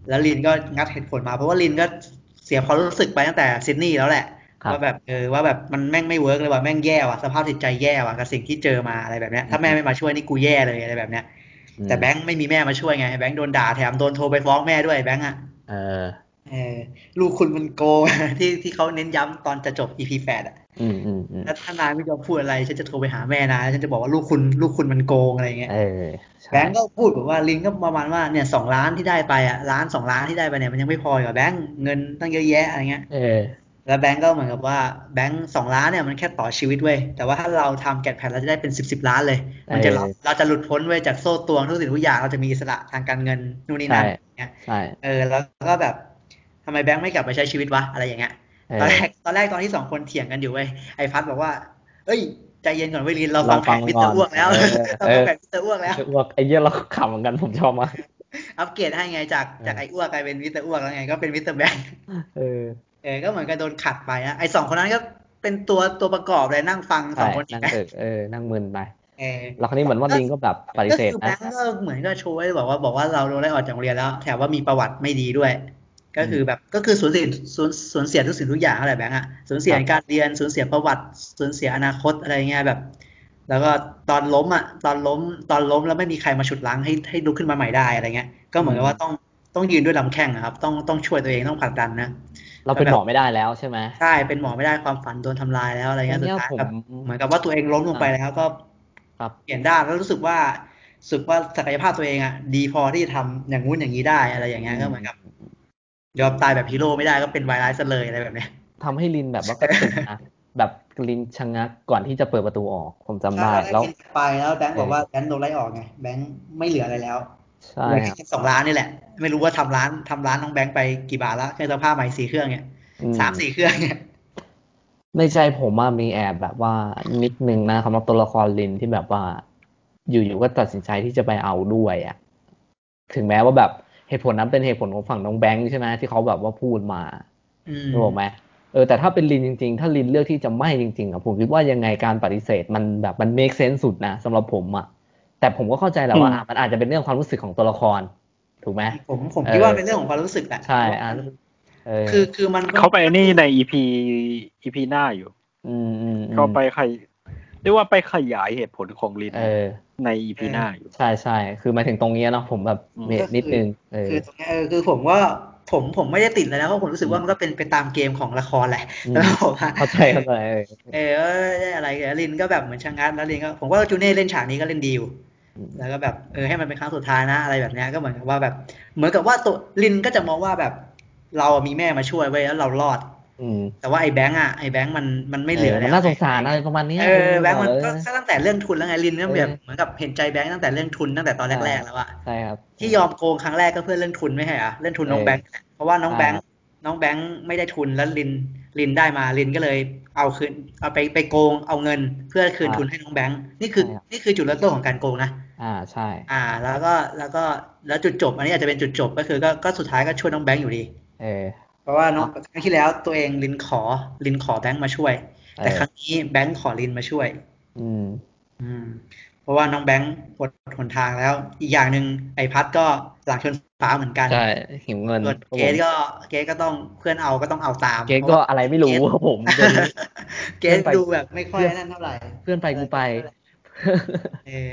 S2: แล้วลินก็งัดเหตุผลมา เพราะว่าลินก็เสียความรู้สึกไปตั้งแต่ซิดนีย์แล้วแหละ
S1: ครับ
S2: ว่าแบบเออว่าแบบมันแม่งไม่เวิร์กเลยว่ะแม่งแย่ว่ะสภาพจิตใจแย่ว่ะกับสิ่งที่เจอมาอะไรแบบเนี้ยถ้าแม่ไม่มาช่วยนี่กูแย่เลยอะไรแบบเนี้ย
S1: อืม
S2: แต่แบงค์ไม่มีแม่มาช่วยไงแบงค์โดนด่าแถมโดนโทรไปฟ้องแม่ด้วยแบงค์อ่ะ
S1: เออ
S2: เออลูกคุณมันโกง ที่ที่เขาเน้นย้ำตอนจะจบ EP แปดอะ
S1: อืมอืมอืม
S2: ถ้าถ้านายไม่ยอมพูดอะไร ฉันจะโทรไปหาแม่นะ ฉันจะบอกว่าลูกคุณลูกคุณมันโกงอะไรอย่างเงี้ย
S1: เออใช่
S2: แบงก์ก็พูดแบบว่าลิงก็ประมาณว่าเนี่ยสองล้านที่ได้ไปอะล้านสองล้านที่ได้ไปเนี่ยมันยังไม่พอเหรอแบงก์เงินตั้งเยอะแยะอะไรเงี้ย
S1: เออ
S2: แล้วแบงก์ก็เหมือนกับว่าแบงก์สองล้านเนี่ยมันแค่ต่อชีวิตเว้ยแต่ว่าถ้าเราทำแกะแพดเราจะได้เป็นสิบสิบล้านเลย มันจะเรา
S1: เออ
S2: เราจะหลุดพ้นเว้ยจากโซ่ตรวงทุกสิ่งทุกอย่างเราจะมีอิสระทางการเงินนู่นนี่นั่น
S1: ใช่
S2: เนี่ย
S1: ใช่
S2: เออแล้วก็แบบทำไมแบงก์ไม่กลับไปใช้ชีวิตวะอะไรอย่างเงี้ย
S1: เอ
S2: ตอ
S1: อ
S2: นแรกตอนแรกตอนที่สองคนเถียงกันอยู่เว้ยไอพัดบอกว่า เอ้ยใจเย็นก่อนเว้ยลินเราฟังแผนมิสเตอร์อ้วกแล้ว
S1: เออเอ
S2: เรา
S1: อ
S2: ฟังแผนมิสเตอร์อ้วกแล้ว
S1: อ้วกไอ้เยี่ยเราขำเหมือนกันผมชอบมาก
S2: อัปเกรดให้ไงจาก
S1: เออ
S2: จากไออ้วกกลายเป็นมิสเตอร์อ้วกแล้วไงก็เป็นมิสเตอร์แบงค์
S1: เออ
S2: เออก็เหมือนกับโดนขัดไปนะไอสองคนนั้นก็เป็นตัวตัวประกอบเลยนั่งฟังส
S1: ใช่
S2: องคน
S1: นั่
S2: นี้
S1: งเออเออ นั่งมึนไป
S2: เออ
S1: แล้วคราวนี้เหมือนว่าลิงก็แบบปฏิ
S2: ก็
S1: เสธ
S2: คือแบ
S1: นะ
S2: งค์ก็เหมือนก็โชว์ไว้บอกว่าบอกว่าเราโดนไล่ออกจากโรงเรียนแล้ว แถมว่ามีประวัติไม่ดีด้วย ก็คือแบบก็คือสูญเสียสูญสูญเสียทุกสิ่งทุกอย่างอะไรแบงค์อะสูญเสีย
S1: ครับ
S2: การเรียนสูญเสียประวัติสูญเสียอนาคตอะไรเงี้ยแบบ แล้วก็ตอนล้มอะตอนล้มตอนล้มแล้วไม่มีใครมาฉุดรั้งให้ให้ลุกขึ้นมาใหม่ได้อะไรเงี้ย ก็เหมือนกับว่าต้องต้องยืนด้วยลำแข้งนะครับ ต้องต้องช่วยตัวเองต้องผลักดันนะ
S1: เราเป็นหมอไม่ได้แล้วใช่ไหม
S2: ใช่ เป็นหมอไม่ได้ความฝันโดนทำลายแล้วอะไรเงี้ย
S1: อัน
S2: สุ
S1: เนี้
S2: ด
S1: ย
S2: ท้าย
S1: ผม
S2: แบบเหมือนกับว่าตัวเองล้มลงไปแล้วก็
S1: ครับ
S2: เปลี่ยนด้านแล้วรู้สึกว่ารู้สึกว่าศักยภาพตัวเองอะดีพอที่จะทำอย่างงู้นอย่างนี้ได้อะไรอย่างเงี้ยก็เหมือนกับยอมตายแบบฮีโร่ไม่ได้ก็เป็นไวรัสเลยอะไรแบบเนี้ย
S1: ทำให้ลินแบบว่าก็ติดนะ แบบลินชะงักก่อนที่จะเปิดประตูออก ผมจำได้ แล้ว
S2: ไปแล้วแบงค์
S1: เออ
S2: บอกว่าแบงค์โดนไล่ออกไงแบงค์ไม่เหลืออะไรแล้ว
S1: ใช่
S2: เหลือ
S1: ครับ
S2: แค่สองล้านนี่แหละ ไม่รู้ว่าทำร้านทำร้านน้องแบงค์ไปกี่บาทละเครื่องซักผ้าใหม่สี่เครื่องเนี่ย
S1: อืม
S2: สามสี่เครื่องเนี่ย
S1: ในใจผมอะมีแอบแบบว่านิดนึงนะสำหรับตัวละครลินที่แบบว่า อยู่ๆก็ตัดสินใจที่จะไปเอาด้วยอะถึงแม้ว่าแบบเหตุผลนั้นเป็นเหตุผลของฝั่งน้องแบงค์ใช่ไหมที่เขาแบบว่าพูดมา
S2: อืม
S1: รู้ไหมเออแต่ถ้าเป็นลินจริงๆ ถ้าลินเลือกที่จะไม่จริงๆอะผมคิดว่ายังไงการปฏิเสธมันแบบมัน make sense สุดนะสำหรับผมอะแต่ผมก็เข้าใจแหละว่า
S3: อืม
S1: อ่ะมันอาจจะเป็นเรื่องความรู้สึกของตัวละคร ถูกไหม
S2: ผมผมคิด
S1: เออ
S2: ว่าเป็นเรื่องของความรู้สึกแหละ
S1: ใช่อ่ะ เออ
S2: คือคือมันก็
S3: เขาไปนี่ในอีพีอีพีหน้าอยู่
S1: อืมอืมอืม
S3: เขาไปขยเรียกว่าไปขยายเหตุผลของลิน
S1: เออ
S3: ในอีพีหน้าอยู่
S1: ใช่ใช่คือหมายถึงตรงเนี้ยเนาะผมแบบ
S3: อืม
S1: เมดนิดนึงเออ
S2: คือตรงเนี้ยเออคือผมว่าผมผมไม่ได้ติดเลยนะเพราะผมรู้สึกว่ามันก็เป็นไปตามเกมของละครแหละ
S1: ม
S2: แล้วผมว่า
S1: เข้าใจเข้าใจเออ
S2: เออได้อะไรกันลินก็แบบเหมือนช่างงัดแล้วลินก็ผมว่าจูเน่เล่นฉากนี้ก็เล่นดีอยู่
S1: อืม
S2: แล้วก็แบบเออให้มันเป็นครั้งสุดท้ายนะอะไรแบบเนี้ยก็เหมือนกับว่าแบบ เหมือนกับว่าตัวลินก็จะมองว่าแบบ เรามีแม่มาช่วยไว้ยแล้วเรารอด
S1: อืม
S2: แต่ว่าไอ้แบงค์อ่ะไอ้แบงค์มันมันไม่เหลือ
S1: เออ
S2: แล้ว
S1: มันน่าสงสารอะไรประมาณเนี้ย
S2: เออแบงค์มันก็
S1: เออ
S2: ก็ตั้งแต่เรื่องทุนแล้วไงลินก็แบบ
S1: เออ
S2: เหมือนกับเห็นใจแบงค์ตั้งแต่เรื่องทุนตั้งแต่ตอน
S1: ใช่
S2: แรกๆแล้วอะ
S1: ใช่ครับ
S2: ที่ยอมโกงครั้งแรกก็เพื่อเรื่องทุนไม่ใช่เหรอะเรื่องทุนน้อง
S1: เออ
S2: แบงค์เพราะว่าน้อง
S1: อ่า
S2: แบงค์น้องแบงค์ไม่ได้ทุนแล้วลินลินได้มาลินก็เลยเอาคืนเอาไปไปโกงเอาเงินเพื่อคืนทุนให้น้องแบงค์นี่คือนี่คือจุดเริ่มต้นของการโกงนะ
S1: อ่าใช่
S2: อ่า แล้วก็แล้วก็แล้วจุดจบ อันนี้อาจจะเป็นจุดจบก็คือก็ก็สุดท้ายก็ช่วยน้องแบงค์อยู่ดี
S1: เออ
S2: เพราะว่าน้องครั้งที่แล้วตัวเองลินขอลินขอแบงค์มาช่วย
S1: เออ
S2: แต่ครั้งนี้แบงค์ขอลินมาช่วย
S1: อืม
S2: อืมเพราะว่าน้องแบงค์หมดหนทางแล้ว อีกอย่างหนึ่งไอพัดก็หลังชนฟ้าเหมือนกัน
S1: ใช่หิวเงิน
S2: ส่วน
S1: ครับผม
S2: เกสก็เกสก็ต้องเพื่อนเอาก็ต้องเอาตาม
S1: เกรทก็อะไรไม่รู้ครับผม
S2: เพ
S1: เดี๋ยวนี้
S2: ราะว่า เกสดูแบบไม่ค่อย
S1: เพื่อน
S2: นั่นเท่าไหร่
S1: เพื่อนไปกูไป
S2: เออ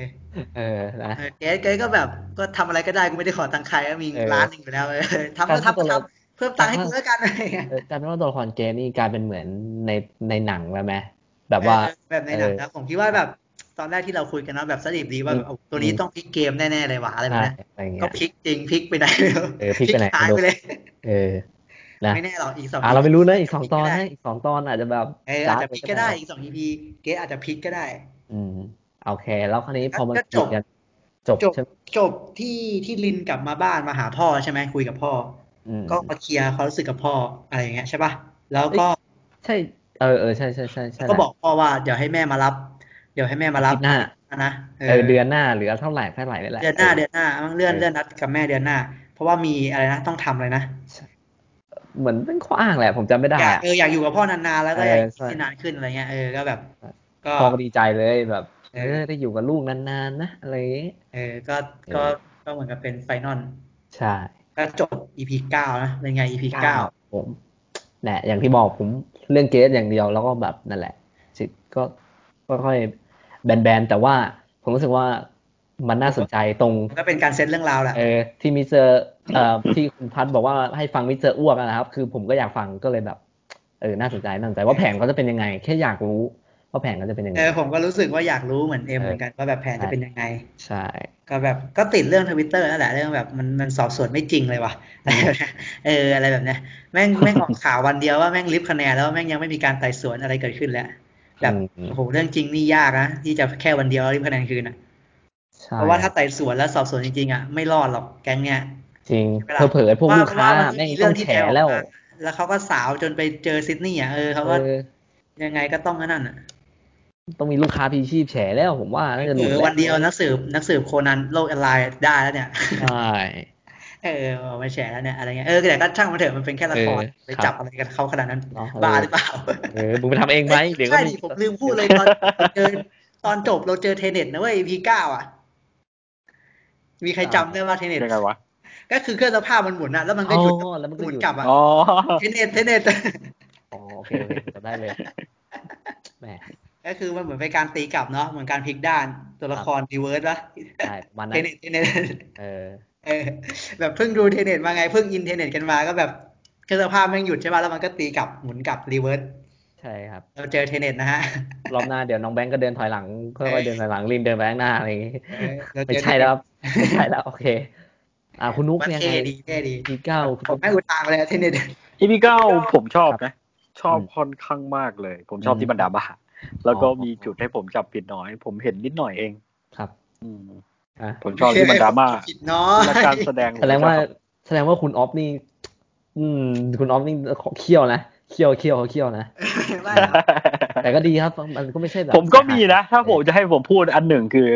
S1: เออนะ
S2: เออเกสเกสก็แบบก็ทำอะไรก็ได้กูไม่ได้ขอตังค์ใครก็มี
S1: เออ
S2: ล้านหนึ่งอยู่แล้วเออทำ
S1: การ
S2: ก็
S1: ที่ตัวเรา
S2: ทำทำเพิ่มตังค์ให้กูแล้วกันอะไรอย่างเงี้ย
S1: เออกลารเป็นว่าตัวละครเกรทนี่กลายเป็นเหมือนในในหนังแล้วไหมแบบว่า
S2: เออแบบในหนัง
S1: เออ
S2: นะผมคิดว่าแบบตอนแรกที่เราคุยกันเนาะแบบสดิบดีว่า
S1: อืม
S2: เอาตัวนี้ต้องพลิกเกมแน่ๆเลยว่ะอะไรแบบ
S1: ใช่
S2: เนี้ย
S1: อะไรอย่างเงี้
S2: ก็
S1: ย
S2: พลิกจริงพลิกไปไหนไม่รู้
S1: เออพลิกไปไหน
S2: หาย
S1: ดู
S2: ไปเลย
S1: เออนะ
S2: ไม่แน่หรอกอีกสอง
S1: อ่ะเราไม่รู้นะอีกสองตอนนะอีกสองตอนอาจจะแบบ
S2: เอออาจจะพลิกก็ได้
S1: จ้าป
S2: อีกสอง EP เกสอาจจะพลิกก็ได้
S1: อืมโอเค แล้วคราวนี้พอมัน
S2: ก็จบ
S1: ติดกันจบ
S2: จบ
S1: ใช่ไหม
S2: จบที่ที่ลินกลับมาบ้านมาหาพ่อใช่ไหมคุยกับพ่อ
S1: อื
S2: อ
S1: ม
S2: ก็มาเคลียร์ความรู้สึกกับพ่ออะไรอย่างเงี้ยใช่ป่ะแล้วก็
S1: ใช่เออเออใช่ใช่ใช่ใช่
S2: ก็บอกพ่อว่าเดี๋ยวให้แม่มารับ เดี๋ยวให้แม่มารับ
S1: ทิตหน้า
S2: นะ
S1: เออเดือนหน้าเหลือเท่าไหร่เท่าไหร่นี่แหละ
S2: เดือนหน้าเดือนหน้าเลื่อน
S1: เออ
S2: เลื่อนนัดกับแม่เดือนหน้า เพราะว่ามีอะไรนะต้องทำอะไรนะ
S1: เหมือนเป็นข้ออ้างแหละผมจำไม่ได้
S2: อยาก
S1: อะ
S2: เอออยากอยู่กับพ่อนานๆแล้วก็อยาก
S1: เออใช่
S2: ที่นานขึ้นอะไรเงี้ยเออก็แบบ ก็
S1: พ่อก็ดีใจเลยแบบ
S2: เอ
S1: เอ
S2: อ
S1: อได้อยู่กับลูกนานๆนะอะไรอย่างงี้
S2: เออก็ก็ก็เหมือนกับเป็นไฟนอล
S1: ใช่
S2: ก็จบ EP เก้านะ เป็นไง EP เก้า
S1: เก้าผมแหละอย่างที่บอกผมเรื่องเกสอย่างเดียวแล้วก็แบบนั่นแหละสิก็ค่อยๆแบนๆแต่ว่าผมรู้สึกว่ามันน่าสนใจตรง
S2: มันก็เป็นการเซตเรื่องราวแหละ
S1: เออที่มิสเตอร์เอ่อที่คุณพัดบอกว่าให้ฟังมิสเตอร์อ้วกอะนะครับ คือผมก็อยากฟังก็เลยแบบ เออน่าสนใจน่าสนใจว่าแผนเขาจะเป็นยังไง แค่อยากรู้ ว่าแผนเขาจะเป็นยังไง
S2: เออผมก็รู้สึกว่าอยากรู้เหมือนเอ็ม
S1: เออ
S2: เหมือนกันว่าแบบแผนจะเป็นยังไง
S1: ใช่
S2: ก็แบบก็ติดเรื่องทวิตเตอร์นั่นแหละเรื่องแบบมันมันสอบสวนไม่จริงเลยว่ะ อะไรแบบเนี้ยเอออะไรแบบเนี้ยแม่งแม่งออกข่าววันเดียวว่าแม่งลิฟต์คะแนนแล้วแม่งยังไม่มีการไต่สวนอะไรเกิดขึ้นแล้วแบบ
S1: อืม
S2: โอ้โหเรื่องจริงนี่ยากนะที่จะแค่วันเดียวแล้วลิฟต์คะแนนคืนอ่ะ
S1: ใช่
S2: เพราะว่าถ้าไต่สวนแล้วสอบสวนจริงๆอ่ะไม่รอดหรอกแก๊งเนี้ย
S1: จริง
S2: ใช่ไหมล่ะ
S1: เผลอๆพวกลูกค้า
S2: ว่น
S1: แม่ง
S2: มี
S1: ต้องแฉ
S2: ดออกมา
S1: แล้ว
S2: แล้วเขาก็สาวจนไปเจอซิดนีย์อ่ะเออเขา
S1: เอ
S2: ก
S1: อ
S2: ็ยังไงก็ต้องอันนั่นอ่ะ
S1: ต้องมีลูกค้าพีชีพแฉแล้วผมว่าน่าจะห
S2: เอ
S1: ลุด
S2: อ
S1: แหละ
S2: วันเดียวนักสืบนักสืบโคนันโลกออนไลน์ได้แล้วเนี่ย
S1: ใช่
S2: เออเอามาแชร์แล้วเนี่ยอะไรเงี้ยเออแต่ก็ช่างมันเถอะมันเป็นแค่ละคร
S1: เออ
S2: ไปจับอะไรกันเขาขนาดนั้น
S1: เนาะเออ
S2: บ้าหรือเปล่า
S1: เออมึงไปทำเองไหมเดี๋ยวก็
S2: ใช่
S1: มี
S2: ดิผมลืมพูดเลยตอนเจอตอนจบเราเจอเทเน็ตนะเว้ย EP เก้าอ่ะ มีใครจำได้ว่าเทเน็ต
S3: ยังไงวะ
S2: ก็คือเครื่องซักผ้ามันหมุนอ่ะแล้วมันก็
S1: อ๋
S2: หยุด
S1: อแล้วมันก็
S2: หมุ
S1: อนยู่
S2: กลับอ่ะ
S3: อ๋อ
S2: เทเน็ตเทเน็ต
S1: อ๋อโอเคโอเคจำได้เลยแหม
S2: ก็คือมันเหมือนเป็นการตีกลับเนาะเหมือนการพลิกด้านตัวละครรีเวิร์สวะ
S1: ใช่ประมาณ
S2: เท
S1: นั้น
S2: เน็ตเทเน็ต
S1: เออ
S2: เออแบบเพิ่งดูเทเน็ตมาไงเพิ่งอินเทเน็ตกันมาก็แบบเครื่องสภาพแม่งหยุดใช่ป่ะแล้วมันก็ตีกลับหมุนกลับรีเวิร์ส
S1: ใช่ครับ
S2: เราเจอเทเน็ตนะฮะ
S1: รอบหน้าเดี๋ยวน้องแบงก์ก็เดินถอยหลังค่อยๆเดินถอยหลังลินเดินไปข้างหน้าอะไรอย่างงี้
S2: เออเรา
S1: ไม่
S2: เจอ
S1: ใช่แล้วครับไม่ใช่แล้วโอเค อ่าคุณนุ๊ก
S2: ว่า
S1: ยัง
S2: เท่
S1: ไง
S2: ดีเท่ดี
S1: ปีเก้าคุณ
S2: ผ
S1: นุ๊
S2: ม
S1: ก
S2: ไม่อุทานเลยเทเน็ต
S3: อีพีเก้าผมชอบนะ ชอบ
S1: อืม
S3: ค่อนข้างมากเลย ผมชอบ
S1: อืม
S3: ที่บรรดาบ้าแล้วก็
S1: อ๋อ
S3: มีจุดให้ผมจับผิดน้อย ผมเห็นนิดหน่อยเอง
S1: ครับ
S3: อืม
S1: อ่ะ
S3: ผมชอบที่บรรดาบ้า
S2: ผิดเนาะ
S3: และการแสดง
S1: แสดงว่าแสดงว่าคุณออฟนี่ อืม คุณออฟนี่เคี่ยวนะเคี่ยวเคี่ยวเขาเคี่ยวนะ
S2: ไม่
S3: ผมชอบ
S1: แต่ก็ดีครับมันก็ไม่ใช่ แบบ
S3: ผมก็มีนะ ถ้าผมจะให้ผมพูดอันหนึ่งคือ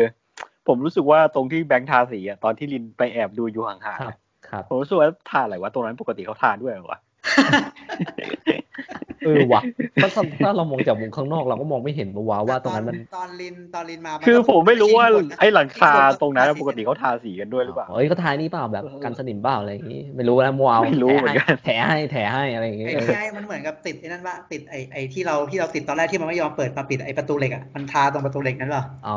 S3: ผมรู้สึกว่าตรงที่แบงค์ทาสีอะตอนที่ลินไปแอบดูอยู่ห่าง
S1: ค
S3: ๆ
S1: รับ
S3: อะ
S1: ครับ
S3: ผมรู้สึกว่าทาอะไรวะตรงนั้นปกติเขาทาด้วยเหรอวะ
S1: เออว่ะเพราะถ้าถ้าเรามองจากมุมข้างนอกเราก็มองไม่เห็นปะวะว่าตรงนั้นมัน
S2: ตอนลินตอนลินมา
S3: คือผมไม่รู้ว่า
S2: ยิงหดนะ
S3: ไอ้หลังคาตรงนั้น
S2: ยิ
S3: อะ
S2: หมด
S3: ปกติเขาทาสีกันด้วยหรือเปล่า
S1: เอ้ยเขาทายนี่เปล่าแบบกันสนิมเปล่าอะไรอย่างงี้ไม่รู้นะมัวเอา
S3: ไม่รู้เหมือนกัน
S1: แถให้แถให้อะไรอย่างงี้
S2: ไอ้ที่ไอ้มันเหมือนกับติดไอ้นั่นว่าติดไอ้ไอ้ที่เราที่เราติดตอนแรกที่มันไม่ยอมเปิดมาปิดไอ้ประตูเหล็กอ่ะมันทาตรงประตูเหล็กนั้นเปล่า
S1: เอา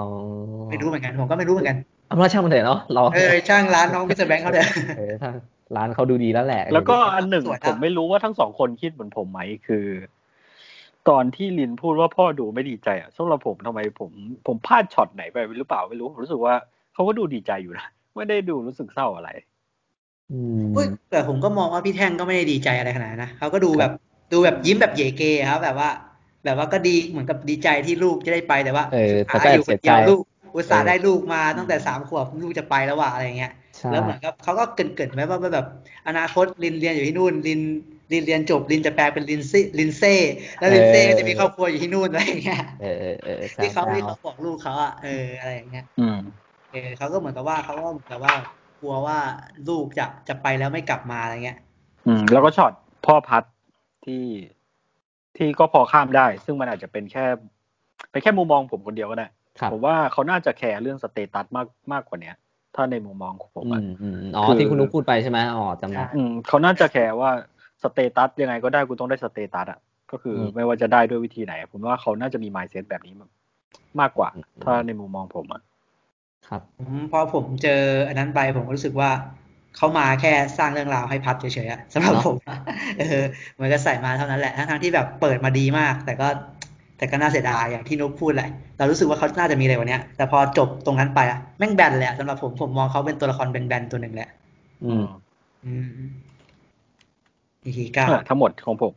S2: ไม่รู้เหมือนกันผมก็ไม่รู้เหมือนกัน
S1: เอาเป็นว่าช่างมันเถอะเนาะเรา
S2: เออช่างร้านน้องมิสเตอร์แบงค์เขาเด้อ
S1: เออถ้าร้านเขาดูดีแล้วแหละ
S3: แล้วก็อันหนึ่ง
S2: สวยนะ
S3: ผมไม่รู้ว่าทั้งสองคนคิดเหมือนผมไหมคือ ตอนที่ลินพูดว่าพ่อดูไม่ดีใจอ่ะสำหรับผมทำไมผมผมพลาดช็อตไหนไปหรือเปล่าไม่รู้ผมรู้สึกว่าเขาก็ดูดีใจอยู่นะไม่ได้ดูรู้สึกเศร้าอะไร
S1: อืม
S2: อุ๊ยแต่ผมก็มองว่าพี่แท่งก็ไม่ได้ดีใจอะไรขนาดนั้นนะเขาก็ดูแบบดูแบบยิ้มแบบเยเกครับ แบบว่า แบบว่าก็ดีเหมือนกับดีใจที่ลูกจะได้ไปแต่ว่า
S1: เออแต่ก็
S2: หา
S1: แอบ
S2: อยู่ค
S1: เสี
S2: น
S1: ยใจ
S2: เดียวลูกอุตส่าห์
S1: เออ
S2: ได้ลูกมาตั้งแต่สามขวบลูกจะไปแล้วว่ะอะไรเงี้ย
S1: ใช่
S2: แล้วเหมือนกับเขาก็เกรินเกรินๆไว้ว่าแบบ อนาคตลินเรียนอยู่ที่นู่นลินลินเรียนจบลินจะแปลเป็นลินซี่ลินเซ่แล้วลินเซ่ก็จะมีครอบครัวอยู่ที่นู่นอะไรอย่างเงี้ย
S1: เออเออเออแซว
S2: ที่เขา
S1: แซ
S2: ที่
S1: ว
S2: เขาบอกลูกเขาอะเอออะไรอย่างเงี้ย
S3: อืม
S2: เออเขาก็เหมือนกับว่าเขาก็เหมือนกับว่ากลัวว่าลูกจะจะไปแล้วไม่กลับมาอะไรเงี้ย
S3: อืม แล้วก็ช็อตพ่อพัดที่ที่ก็พอข้ามได้ ซึ่งมันอาจจะเป็นแค่เป็นแค่มุมมองผมคนเดียวก็ได้
S1: ครับ
S3: ผมว่าเขาน่าจะแคร์เรื่องสเตตัสมากมากกว่าเนี้ย ถ้าในมุมมองของผม
S1: อื
S3: อะ
S1: มอืมอ๋อ
S3: คือ
S1: ที่คุณนุ๊กพูดไปใช่ไหมอ๋อจำได้
S3: อืมเขาน่าจะแคร์ว่าสเตตัสยังไงก็ได้กูต้องได้สเตตัสอ่ะก็คืออ
S1: ม
S3: ไม่ว่าจะได้ด้วยวิธีไหน ผมว่าเขาน่าจะมีมายเซตแบบนี้มากกว่า
S1: อืม
S3: ถ้าในมุมมองผมอ่ะ
S1: ครับ
S2: ผมพอผมเจออันนั้นไปผมก็รู้สึกว่าเขามาแค่สร้างเรื่องราวให้พับเฉยๆอะ สำหรับ ผมอะเออเหมือนก็ใส่มาเท่านั้นแหละทั้งๆที่แบบเปิดมาดีมาก แต่ก็แต่ก็น่าเสียดายอย่างที่นุ๊กพูดแหละเรารู้สึกว่าเขาน่าจะมีอะไรกว่าเนี้ยแต่พอจบตรงนั้นไปอะแม่งแบนเลยอะสำหรับผมผมมองเขาเป็นตัวละครแบนๆตัวหนึ่งแหละ
S1: อืม
S2: อืมอีทีเก้า
S3: อ่ะทั้งหมดของผม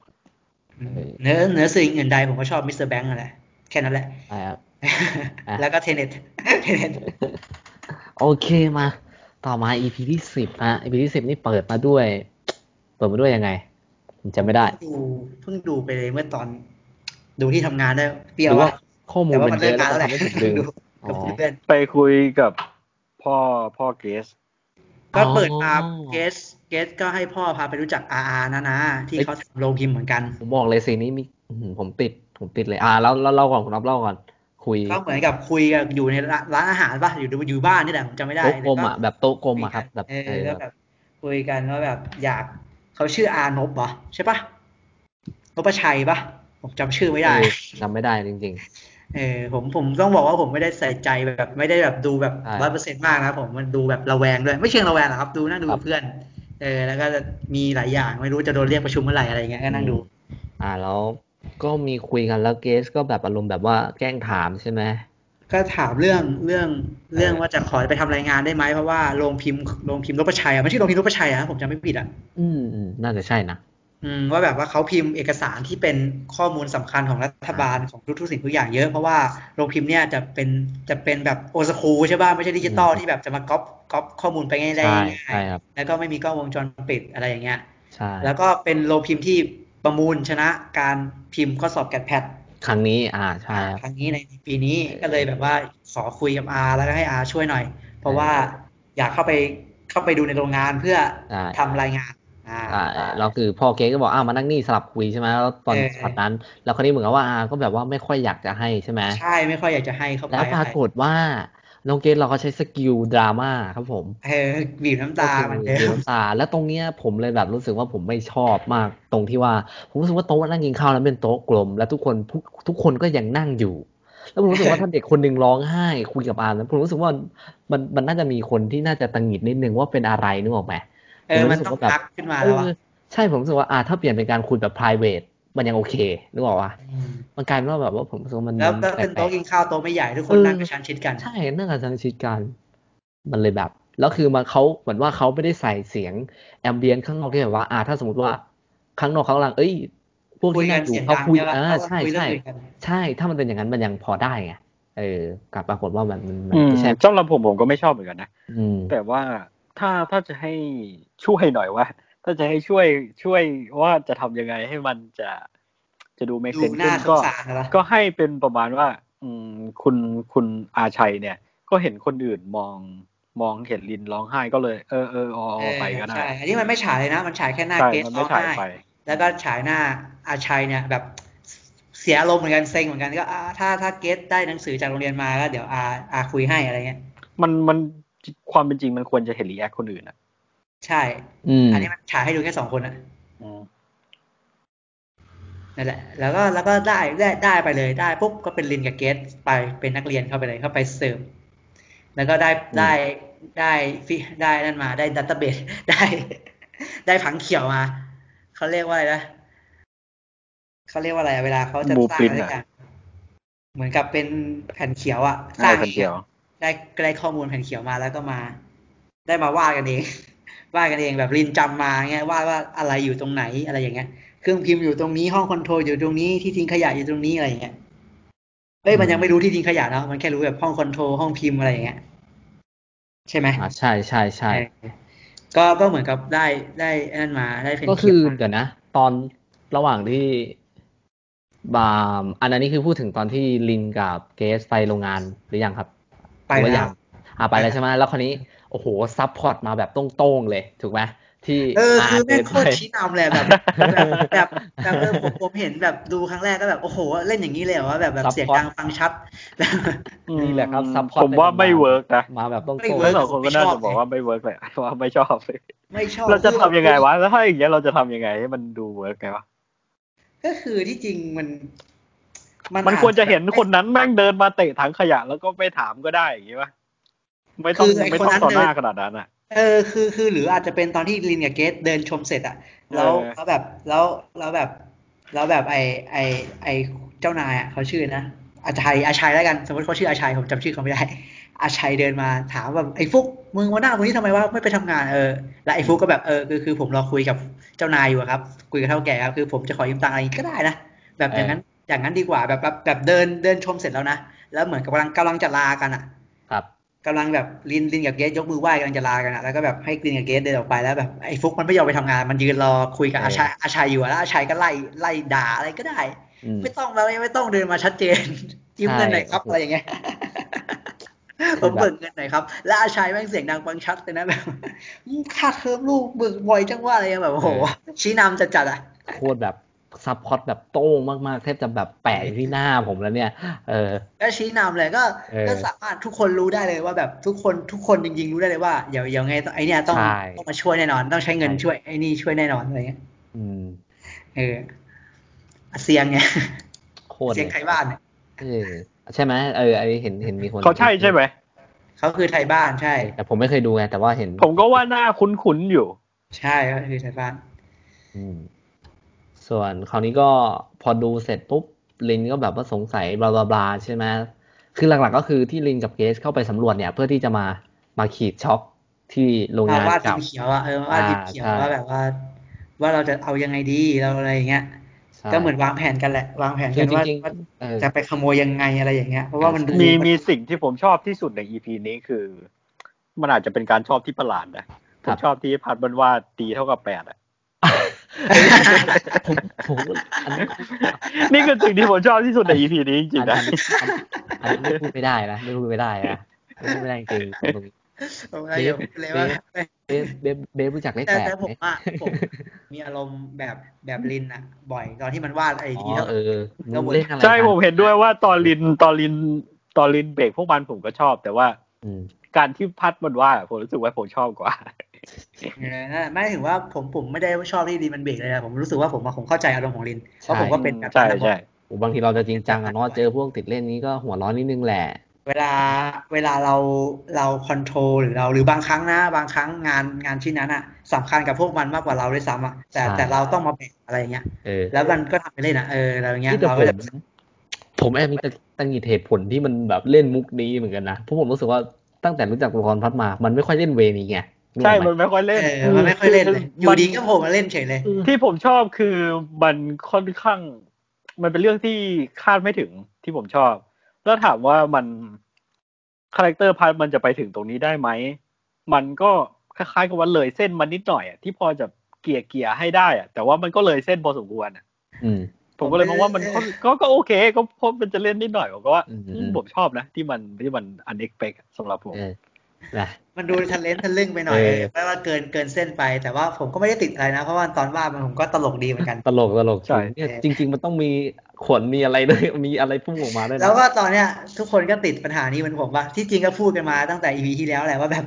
S2: เนื้อเนื้อสิ่งอื่นใดผมก็ชอบมิสเตอร์แบงค์นั่นแหละแค่นั้นแหละ
S1: ใช่ครับ อ่ะ
S2: แล้วก็เทเน็ตเทเน็ต
S1: โอเคมา ต่อมา EP ที่สิบฮะ EP ที่สิบนี่เปิดมาด้วย เปิดมาด้วยยังไงผมจำไม่ได้
S2: ดูเพิ่งดูไปเลยเมื่อตอน ดูที่ทำงานได้
S1: ห
S2: เปรี้ยว
S1: รือว่า
S2: อะ
S1: ข้อมูล
S2: แต่ว่า
S1: มั
S2: มัน น
S1: เย
S2: เลิก
S1: อะ
S2: งา
S1: แล้
S2: น
S1: วทำ
S2: แล้วแหละ
S1: ให้ผมลืม
S2: ดู
S1: อ๋อ
S2: กับเพื่อน
S3: ไปคุยกับพ่อพ่อเกรซ
S2: ก็เปิดมา
S1: อ๋อ
S2: เกสเกสก็ให้พ่อพาไปรู้จักอาอานะนะที่เขาทำโรงพิมพ์เหมือนกัน
S1: ผมบอกเลยซีนนี้มีอื้อหือผมติดผมติดเลยอ่าแล้วแล้วเล่าก่อนคุณอ๊อฟเล่าก่อนคุย
S2: ก็เหมือนกับคุยกับอยู่ในร้านอาหารป่ะอยู่อยู่บ้านนี่แหละผมจำไม่ได้
S1: โต๊ะกลม
S2: แล้ว
S1: อ่ะแบบโต๊ะกลมอ่ะครับแบบ
S2: เออ
S1: เออ
S2: แล้ว
S1: แบ
S2: แบบ บคุยกันว่าแบบอยากเขาชื่ออานบเหรอใช่ปะนพชัยปะผมจำชื่อไม่ได้
S1: เออจำไม่ได้จริง
S2: เออผมผมต้องบอกว่าผมไม่ได้ใส่ใจแบบไม่ได้แบบดูแบบ
S1: ใช่
S2: ร้อยเปอร์เซ็นต์มากนะผมมันดูแบบระแวงด้วย ไม่เชิงระแวงหรอกครับ ดูนั่งดู
S1: ครับ
S2: เพื่อน เออแล้วก็มีหลายอย่างไม่รู้จะโดนเรียกประชุมเมื่อไหร่อะไรเงี้ยก็นั่งดู
S1: อ่าแล้ว ก็มีคุยกันแล้วเกสก็แบบอารมณ์แบบว่าแกล้งถามใช่ไหม
S2: ก็ถามเรื่องเรื่องเรื่อง
S1: เออ
S2: ว่าจะขอไปทำรายงานได้ไหมเพราะว่าโรงพิมพ์โรงพิมพ์รบประชัยอะไม่ใช่โรงพิมพ์รบประชัยอะผมจำไม่ผิดอะ
S1: อืมอืมน่าจะใช่นะ
S2: อืมว่าแบบว่าเขาพิมพ์เอกสารที่เป็นข้อมูลสำคัญของรัฐบาลของทุกๆสิ่งทุกอย่างเยอะ เพราะว่าโรงพิมพ์เนี่ยจะเป็นจะเป็นแบบโอ o คูใช่ป่ะไม่ใช่ดิจิตอล
S1: อืม
S2: ที่แบบจะมาก๊อปก๊อปข้อมูลไปง่ายๆได้
S1: ใช่
S2: ง่า
S1: ใช่
S2: ย
S1: ครับ
S2: ๆแล้วก็ไม่มีกล้องวงจรปิดอะไรอย่างเงี้ย
S1: ใช่
S2: แล้วก็เป็นโรงพิมพ์ที่ประมูลชนะการพิมพ์ข้อสอบแกดแพด
S1: ครั้งนี้ อ่าใช่ค
S2: ครับ รั้งนี้ในปีนี้
S1: เออ
S2: ก็เลยแบบว่าขอคุยกับอาแล้วก็ให้อาช่วยหน่อย เพราะว่าอยากเข้าไปเข้าไปดูในโรงงานเพื่อ
S1: ใช่
S2: ทำรายงานอ่า
S1: อ่าเราคือพ่อเกสก็บอกอ้าวมานั่งนี่สลับคุยใช่ไหมแล้วตอน
S2: เออ
S1: ช็อตนั้น แล้วคราวนี้เหมือนกับว่าอาก็แบบว่าไม่ค่อยอยากจะให้ใช่ไหม
S2: ใช่ไม่ค่อยอยากจะให้เข้าไป
S1: แล้วปรา
S2: อะไร
S1: กฏว่าน้องเกดเราก็ใช้สกิลดราม่าครับผม
S2: เออบีบน้ำตาเหมือนเดิ
S1: ก็คือ
S2: ม
S1: น้ำตา แล้วตรงเนี้ยผมเลยแบบรู้สึกว่าผมไม่ชอบมาก ตรงที่ว่า ผมรู้สึกว่าโต๊ะนั่งกินข้าวแล้วเป็นโต๊ะกลม แล้วทุกคนทุกทุกคนก็ยังนั่งอยู่ แล้วผมรู้สึกว่าถ้าเด็กคนหนึ่งร้องไห้คุยกับอาร์มนะผมรู้สึกว่ามันมันน่าจะมีคนที่น่าจะตังหงิดนิดนึงว่าเป็นอะไรนึกออกไหม
S2: เออ
S1: ผมรู้
S2: มัน
S1: สึก
S2: ต้อง
S1: ว่าแบบ
S2: พักขึ้นมาแล้ว
S1: เออ
S2: อะ
S1: ใช่ผมรู้สึกว่าอ่าถ้าเปลี่ยนเป็นการคุยแบบ private มันยังโอเคนึกออกปะมันกลายเป็นว่าแบบว่าผมรู้สึกว่ามัน
S2: แล้วก็เป็น
S1: แปล
S2: โต๊ะ
S1: กๆ
S2: กินข้าวโต๊ะไม่ใหญ่ทุกคนนั่งกระชันชิดกัน
S1: ใช่นั่งกับทางชิดกัน มันเลยแบบ แล้วคือมันเขาเหมือนว่าเขาไม่ได้ใส่เสียงแอมเบียนข้างนอกที่แบบว่า อ่าถ้าสมมติว่าข้างนอกเขากำลังเอ้ย พวก
S2: คุย
S1: ที่
S2: กั
S1: นั่
S2: น
S1: งอยู่
S2: เสียง
S1: เขา
S2: ดัง
S1: คุย
S2: ใช่ปะ
S1: อ่า
S2: เขาก็
S1: ใช่
S2: คุยเรื่
S1: ใช่
S2: องอื่นกัน
S1: ใช่ ถ้ามันเป็นอย่างนั้นมันยังพอได้ไงเออกลับปรากฏว่ามันมันมัน
S3: อืม
S1: ไม่ใช่
S3: จ้องลำผมผมก็ไม่ชอบเหมือนกันนะ
S1: อืม
S3: แต่ว่าถ้าถ้าจะให้ช่วยหน่อยว่า ถ้าจะให้ช่วยช่วยว่าจะทำยังไงให้มันจะจะดูเมค
S2: ดู
S3: เซ
S2: ห
S3: นขึ้
S2: น้าน ส
S3: ก็
S2: งสารนะ
S3: ก็ให้เป็นประมาณว่า อืมคุณคุณอาชัยเนี่ย ก็เห็นคนอื่นมองมองเห็นลินร้องไห้ก็เลย เออเอออ๋อ
S2: เอ
S3: อ๋อ
S2: อ
S3: ไปก็ได้
S2: ใช่ อันนี้มันไม่ฉายเลยนะ มันฉายแค่หน้า
S3: ใช่
S2: เกส
S3: มัน
S2: ร้
S3: ไม่
S2: อง
S3: ถ่าย
S2: ไห้
S3: ไป
S2: แล้วก็ฉายหน้าอาชัยเนี่ยแบบเสียอารมณ์เหมือนกันเซ็งเหมือนกันก็อ่าถ้าถ้าเกสได้หนังสือจากโรงเรียนมาก็เดี๋ยวอาอาคุยให้อะไรเงี้ย
S3: มันมันความเป็นจริงมันควรจะเห็นรีแอคคนอื่นอ่ะ
S2: ใช่
S1: อืม
S2: อันนี้มันฉายให้ดูแค่สองคนอะ
S3: อืม
S2: นั่นแหละ แล้วก็แล้วก็ได้ได้ได้ไปเลยได้ปุ๊บก็เป็นลินกับเกสไปเป็นนักเรียนเข้าไปเลยเข้าไปเสริมแล้วก็ได้ได้ได้ฟิได้นั่นมาได้ดัตเตอร์เบสได้ ได้ผังเขียวมาเขาเรียกว่าอะไรนะเขาเรียกว่าอะไรอะเวลาเขาจะสร้างอะไรสักอย่างเหมือนกับเป็นแผ่นเขียวอะส
S3: ใช่
S2: ร้าง
S3: คนเดียว
S2: ได้ได้ข้อมูลแผ่นเขียวมาแล้วก็มา ได้มาวาดกันเอง วาดกันเองแบบลินจำมาเงี้ยวาดว่าอะไรอยู่ตรงไหนอะไรอย่างเงี้ย เครื่องพิมพ์อยู่ตรงนี้ห้องคอนโทรลอยู่ตรงนี้ที่ทิ้งขยะอยู่ตรงนี้อะไรอย่างเงี้ยเอ้ยมันยังไม่รู้ที่ทิ้งขยะเนาะมันแค่รู้แบบห้องคอนโทรลห้องพิมพ์อะไรอย่างเงี้ยใช่ไหม
S1: อ่าใช่ใช่ใช่
S2: เออก็ก็เหมือนกับได้ได้ไอ้นั่นมาได้เป็น
S1: ก็คือ
S2: เขียนมา
S1: เดี๋ยวนะ ตอนระหว่างที่บามอันอันนี้คือพูดถึงตอนที่ลินกับเกสไปโรงงานหรือยังครับ
S2: ไป
S1: หรือ
S2: แล้
S1: ยั
S2: ว
S1: งอ่าไป
S2: ไปแล้
S1: แล้ว วใช่ไหมแล้วคราวนี้โอ้โหซัพพอร์ตมาแบบโต้งๆเลยถูกไหมที่
S2: เออ
S1: อ่า
S2: คือแม่ง
S1: เดิน
S2: โค
S1: ไป
S2: ตรชี้นำเลย แบบแบบแบบแบบเออผมผมเห็นแบบดูครั้งแรกก็แบบโอ้โห เล่นอย่างนี้เลยเหรอวะแบบแบบเสียงดังฟังชัด
S1: นี่แหละครับซัพพอร์ต
S3: ผมว่าไม่เวิร์กนะ
S1: มาแบบโต้ง
S2: ไม่
S1: ๆ
S2: เวิร์
S3: ทั้งสองคนก็น่าจะบอกว่าไม่เวิร์กเลยว่าไม่ช อบ
S2: ไม่ชอบ
S3: เราจะทำยังไงวะ แล้วถ้าอย่างเงี้ยเราจะทำยังไงให้มันดูเวิร์กไงวะ
S2: ก็คือที่จริงมัน
S3: มันควรจะเห็น
S2: อา
S3: คนนั้นแม่งเดินมาเตะถังขยะแล้วก็ไม่ถามก็ได้อย่างงี้ปะไม่ต้องไม่ต้องต่อหน้าขนาดนั้นอ่ะ
S2: เออคือคือหรืออาจจะเป็นตอนที่ลินกับเกสเดินชมเสร็จอะแล้ว
S3: เออ
S2: แล้วแบบแล้วแล้วแบบแล้วแบบไอไอไอเจ้านายอะเขาชื่อนะอาชัยอาชัยแล้วกันสมมติเขาชื่ออาชัยผมจำชื่อเขาไม่ได้ อาชัยเดินมาถามแบบไอ้ฟุกมึงมาหน้าตรงนี้ทำไมวะไม่ไปทำงานเออแล้วไอ้ฟุกก็แบบเออคือคือผมรอคุยกับเจ้านายอยู่อะครับ คุยกับเท่าแก่ครับคือผมจะขอยืมตังค์อะไรก็ได้นะ แบบอย่างนั้นอย่างนั้นดีกว่าแบบแบบแบบเดินเดินชมเสร็จแล้วนะแล้วเหมือนกับกำลังกำลังจะลากันอะ
S1: ครับ
S2: กำลังแบบลินลินกับเกสยกมือไหว้กำลังจะลากันอะแล้วก็แบบให้ลินกับเกสเดินออกไปแล้วแบบไอ้ฟุกมันไม่ยอมไปทำงานมันยืนรอคุยกับ
S1: เออ
S2: อาชัยอาชัยอยู่อะแล้วอาชัยก็ไล่ไล่ด่าอะไรก็ได้
S1: อืม
S2: ไม่ต้องแล้วไม่ต้องเดินมาชัดเจน ยิ้มเงินหน่อยครับ
S1: ใช่
S2: อะไรอย่าง เงี้ยผมเบิกเงินหน่อยครับ แล้วอาชัยแม่งเสียงดังฟังชัดเลยนะแบบค่าเทอมลูกเบิกบ่อยจังว่าอะไรอย่างเงี้ยแบบโอ้โหชี้นำจัดๆอะ
S1: โคตรแบบซัพพอร์ตแบบโต้งมากๆแทบจะแบบแปะอยู่ที่หน้าผมแล้วเนี่ย เออ
S2: ก็ชี้นำเลยก็
S1: เออ
S2: ก็สามารถทุกคนรู้ได้เลยว่าแบบทุกคนทุกคนจริงๆรู้ได้เลยว่าเดี๋ยวเดี๋ยวไงต้องไอเนี่ยต้อง
S1: ใช่
S2: ต้องมาช่วยแน่นอน ต้องใช้เงิน
S1: ใช่
S2: ช่วยไอนี่ช่วยแน่นอนอะไรเงี้ย
S1: อืม
S2: เออเสียงไง
S1: โคตร
S2: เสียง
S1: ล
S2: ไทยบ้านเนี่ย
S1: เออใช่ไหมเออไอนนี้เห็นเห็นมีคน
S3: เขาใช่ใช่ไหม
S2: เขาคือไทยบ้านใช่
S1: แต่ผมไม่เคยดูไงแต่ว่าเห็น
S3: ผมก็ว่าหน้าคุ้นๆอยู่
S2: ใช่เขาคือไทยบ้าน
S1: อืม ส่วนคราวนี้ก็พอดูเสร็จปุ๊บลินก็แบบว่าสงสัยบลาบลาบลาใช่ไหมคือหลักๆก็คือที่ลินกับเกสเข้าไปสำรวจเนี่ย เพื่อที่จะมามาขีดช็อคที่โร
S2: มา
S1: งา
S2: ง
S1: น
S2: วาด
S1: เก่า
S2: สีเขียวอ่ะเออมาวาดสี
S1: อ่า
S2: เขียว
S1: ใช่
S2: ว่าแบบว่า ว่าเราจะเอายังไงดีเราอะไรอย่างเงี้ย
S1: ใช่
S2: ก็เหมือนวางแผนกันแหละวางแผน
S1: คื
S2: กั
S1: อน จ
S2: ว่า
S1: ริง
S2: ว่า
S1: ๆเออ
S2: จะไปขโมยยังไงอะไรอย่างเงี้ยเพราะว่ามันดู
S3: มีมีสิ่งที่ผมชอบที่สุดใน EP นี้คือ มันอาจจะเป็นการชอบที่ประหลาดนะผ
S1: ครั
S3: ม
S1: บ
S3: ชอบที่พัดมันว่าตีเท่ากับแปดอ่ะ
S1: ผมผมอันนี้
S3: นี่คือสิ่งที่ผมชอบที่สุดใน EP นี้จริงๆ
S1: อั
S3: นะ
S1: นนี้อันนี้ไม่พูดไม่ได้นะไม่พูดไม่ได้นะไม่พูดไม่ได้จริงๆตรงนี้
S2: ผมก็อย่าพูดเลยว่า
S1: เบฟเบฟเบฟรู้จักเลขแป
S2: แต่
S1: ด
S2: แต่ผ
S1: ไหม
S2: มอะผมมีอารมณ์แบบแบบลินอะบ่อยตอนที่มันวาดไอ้
S1: อ๋อ
S2: ที่เท่า
S1: เออ
S2: ก็เหมือน
S1: เล่นอะไร
S3: ใช่
S1: กัน
S3: ผมเห็นด้วยว่าตอนลินตอนลินตอนลินเบรกพวกมันผมก็ชอบ แต่ว่า
S1: อืม
S3: การที่พัดมันว่าผมรู้สึกว่าผมชอบกว่า
S2: เออนั่นแหละไม่ถึงว่าผมผมไม่ได้ชอบที่ลินมันเบรกเลยนะผมรู้สึกว่าผมอะผมเข้าใจอารมณ์ของลินเพราะผมก็เป็นแบบ
S3: ใช่
S2: นั้นนะผม
S3: ใช่
S1: โอ้บางทีเราจะจริงจังอะเนาะเจอพวกติดเล่นนี้ก็หัวร้อนนิดนึงแหละ
S2: เวลาเวลาเราเราคอนโทรลหรือเราหรือบางครั้งนะ บางครั้งงานงานชิ้นนั้นอะสำคัญกับพวกมันมากกว่าเราด้วยซ้ำอะแต่
S1: ใช่
S2: แต่เราต้องมาแบ่งอะไรอย่างเงี้ย
S1: เออ
S2: แล้วมันก็ทำไปเลยนะเอออะไรอย่างเงี้ย
S1: ที่แต่
S2: เรา
S1: ผ
S2: ก็
S1: ม
S2: จะ
S1: ผมแอบมีตั้งกิจเหตุผลที่มันแบบเล่นมุกนี้เหมือนกันนะเพราะผมรู้สึกว่าตั้งแต่รู้จักตัวละครพัดมา มันไม่ค่อยเล่นเวนี้ไงนึกอ
S3: ใช่
S1: อกไหม
S3: มันไม่ค่อยเล่น
S2: เออมันไม่ค่อยเล่นเลยอยู่ดีก็โผล่มาเล่นเฉยเลย
S3: ที่ผมชอบคือมันค่อนข้าง มันเป็นเรื่องที่คาดไม่ถึงที่ผมชอบ แล้วถามว่ามันคาแรคเตอร์พัดมันจะไปถึงตรงนี้ได้ไหม มันก็คล้ายๆกับว่าเลยเส้นมันนิดหน่อยอะที่พอจะเกี่ยเกี่ยๆให้ได้อะแต่ว่ามันก็เลยเส้นพอสมควรอะ
S1: อืม
S3: ผมก็เลยมองว่ามันก็ก็ก็โอเค ก็พบมันจะเล่นนิดหน่อยผมก็ว่า
S1: อืม
S3: อืมผมชอบนะ ที่มันที่มันอันเอ็กเปกสำหรับผม
S1: เออนะ
S2: มันดูทะเลนทะลึ่งไปหน่อย
S1: เออ
S2: แปลว่าเกินเกินเส้นไป แต่ว่าผมก็ไม่ได้ติดอะไรนะ เพราะว่าตอนว่ามันผมก็ตลกดีเหมือนกัน
S1: ตลกตลก
S3: ใช่
S1: เนี่ยจริง ๆ มันต้องมีขนมีอะไรด้วย มีอะไรพุ่งออกมาด้วยนะ
S2: แล้วก็ตอนเนี้ยทุกคนก็ติดปัญหานี้เหมือนผมว่าที่จริงก็พูดกันมาตั้งแต่ EP ที่แล้วแหละว่าแบบ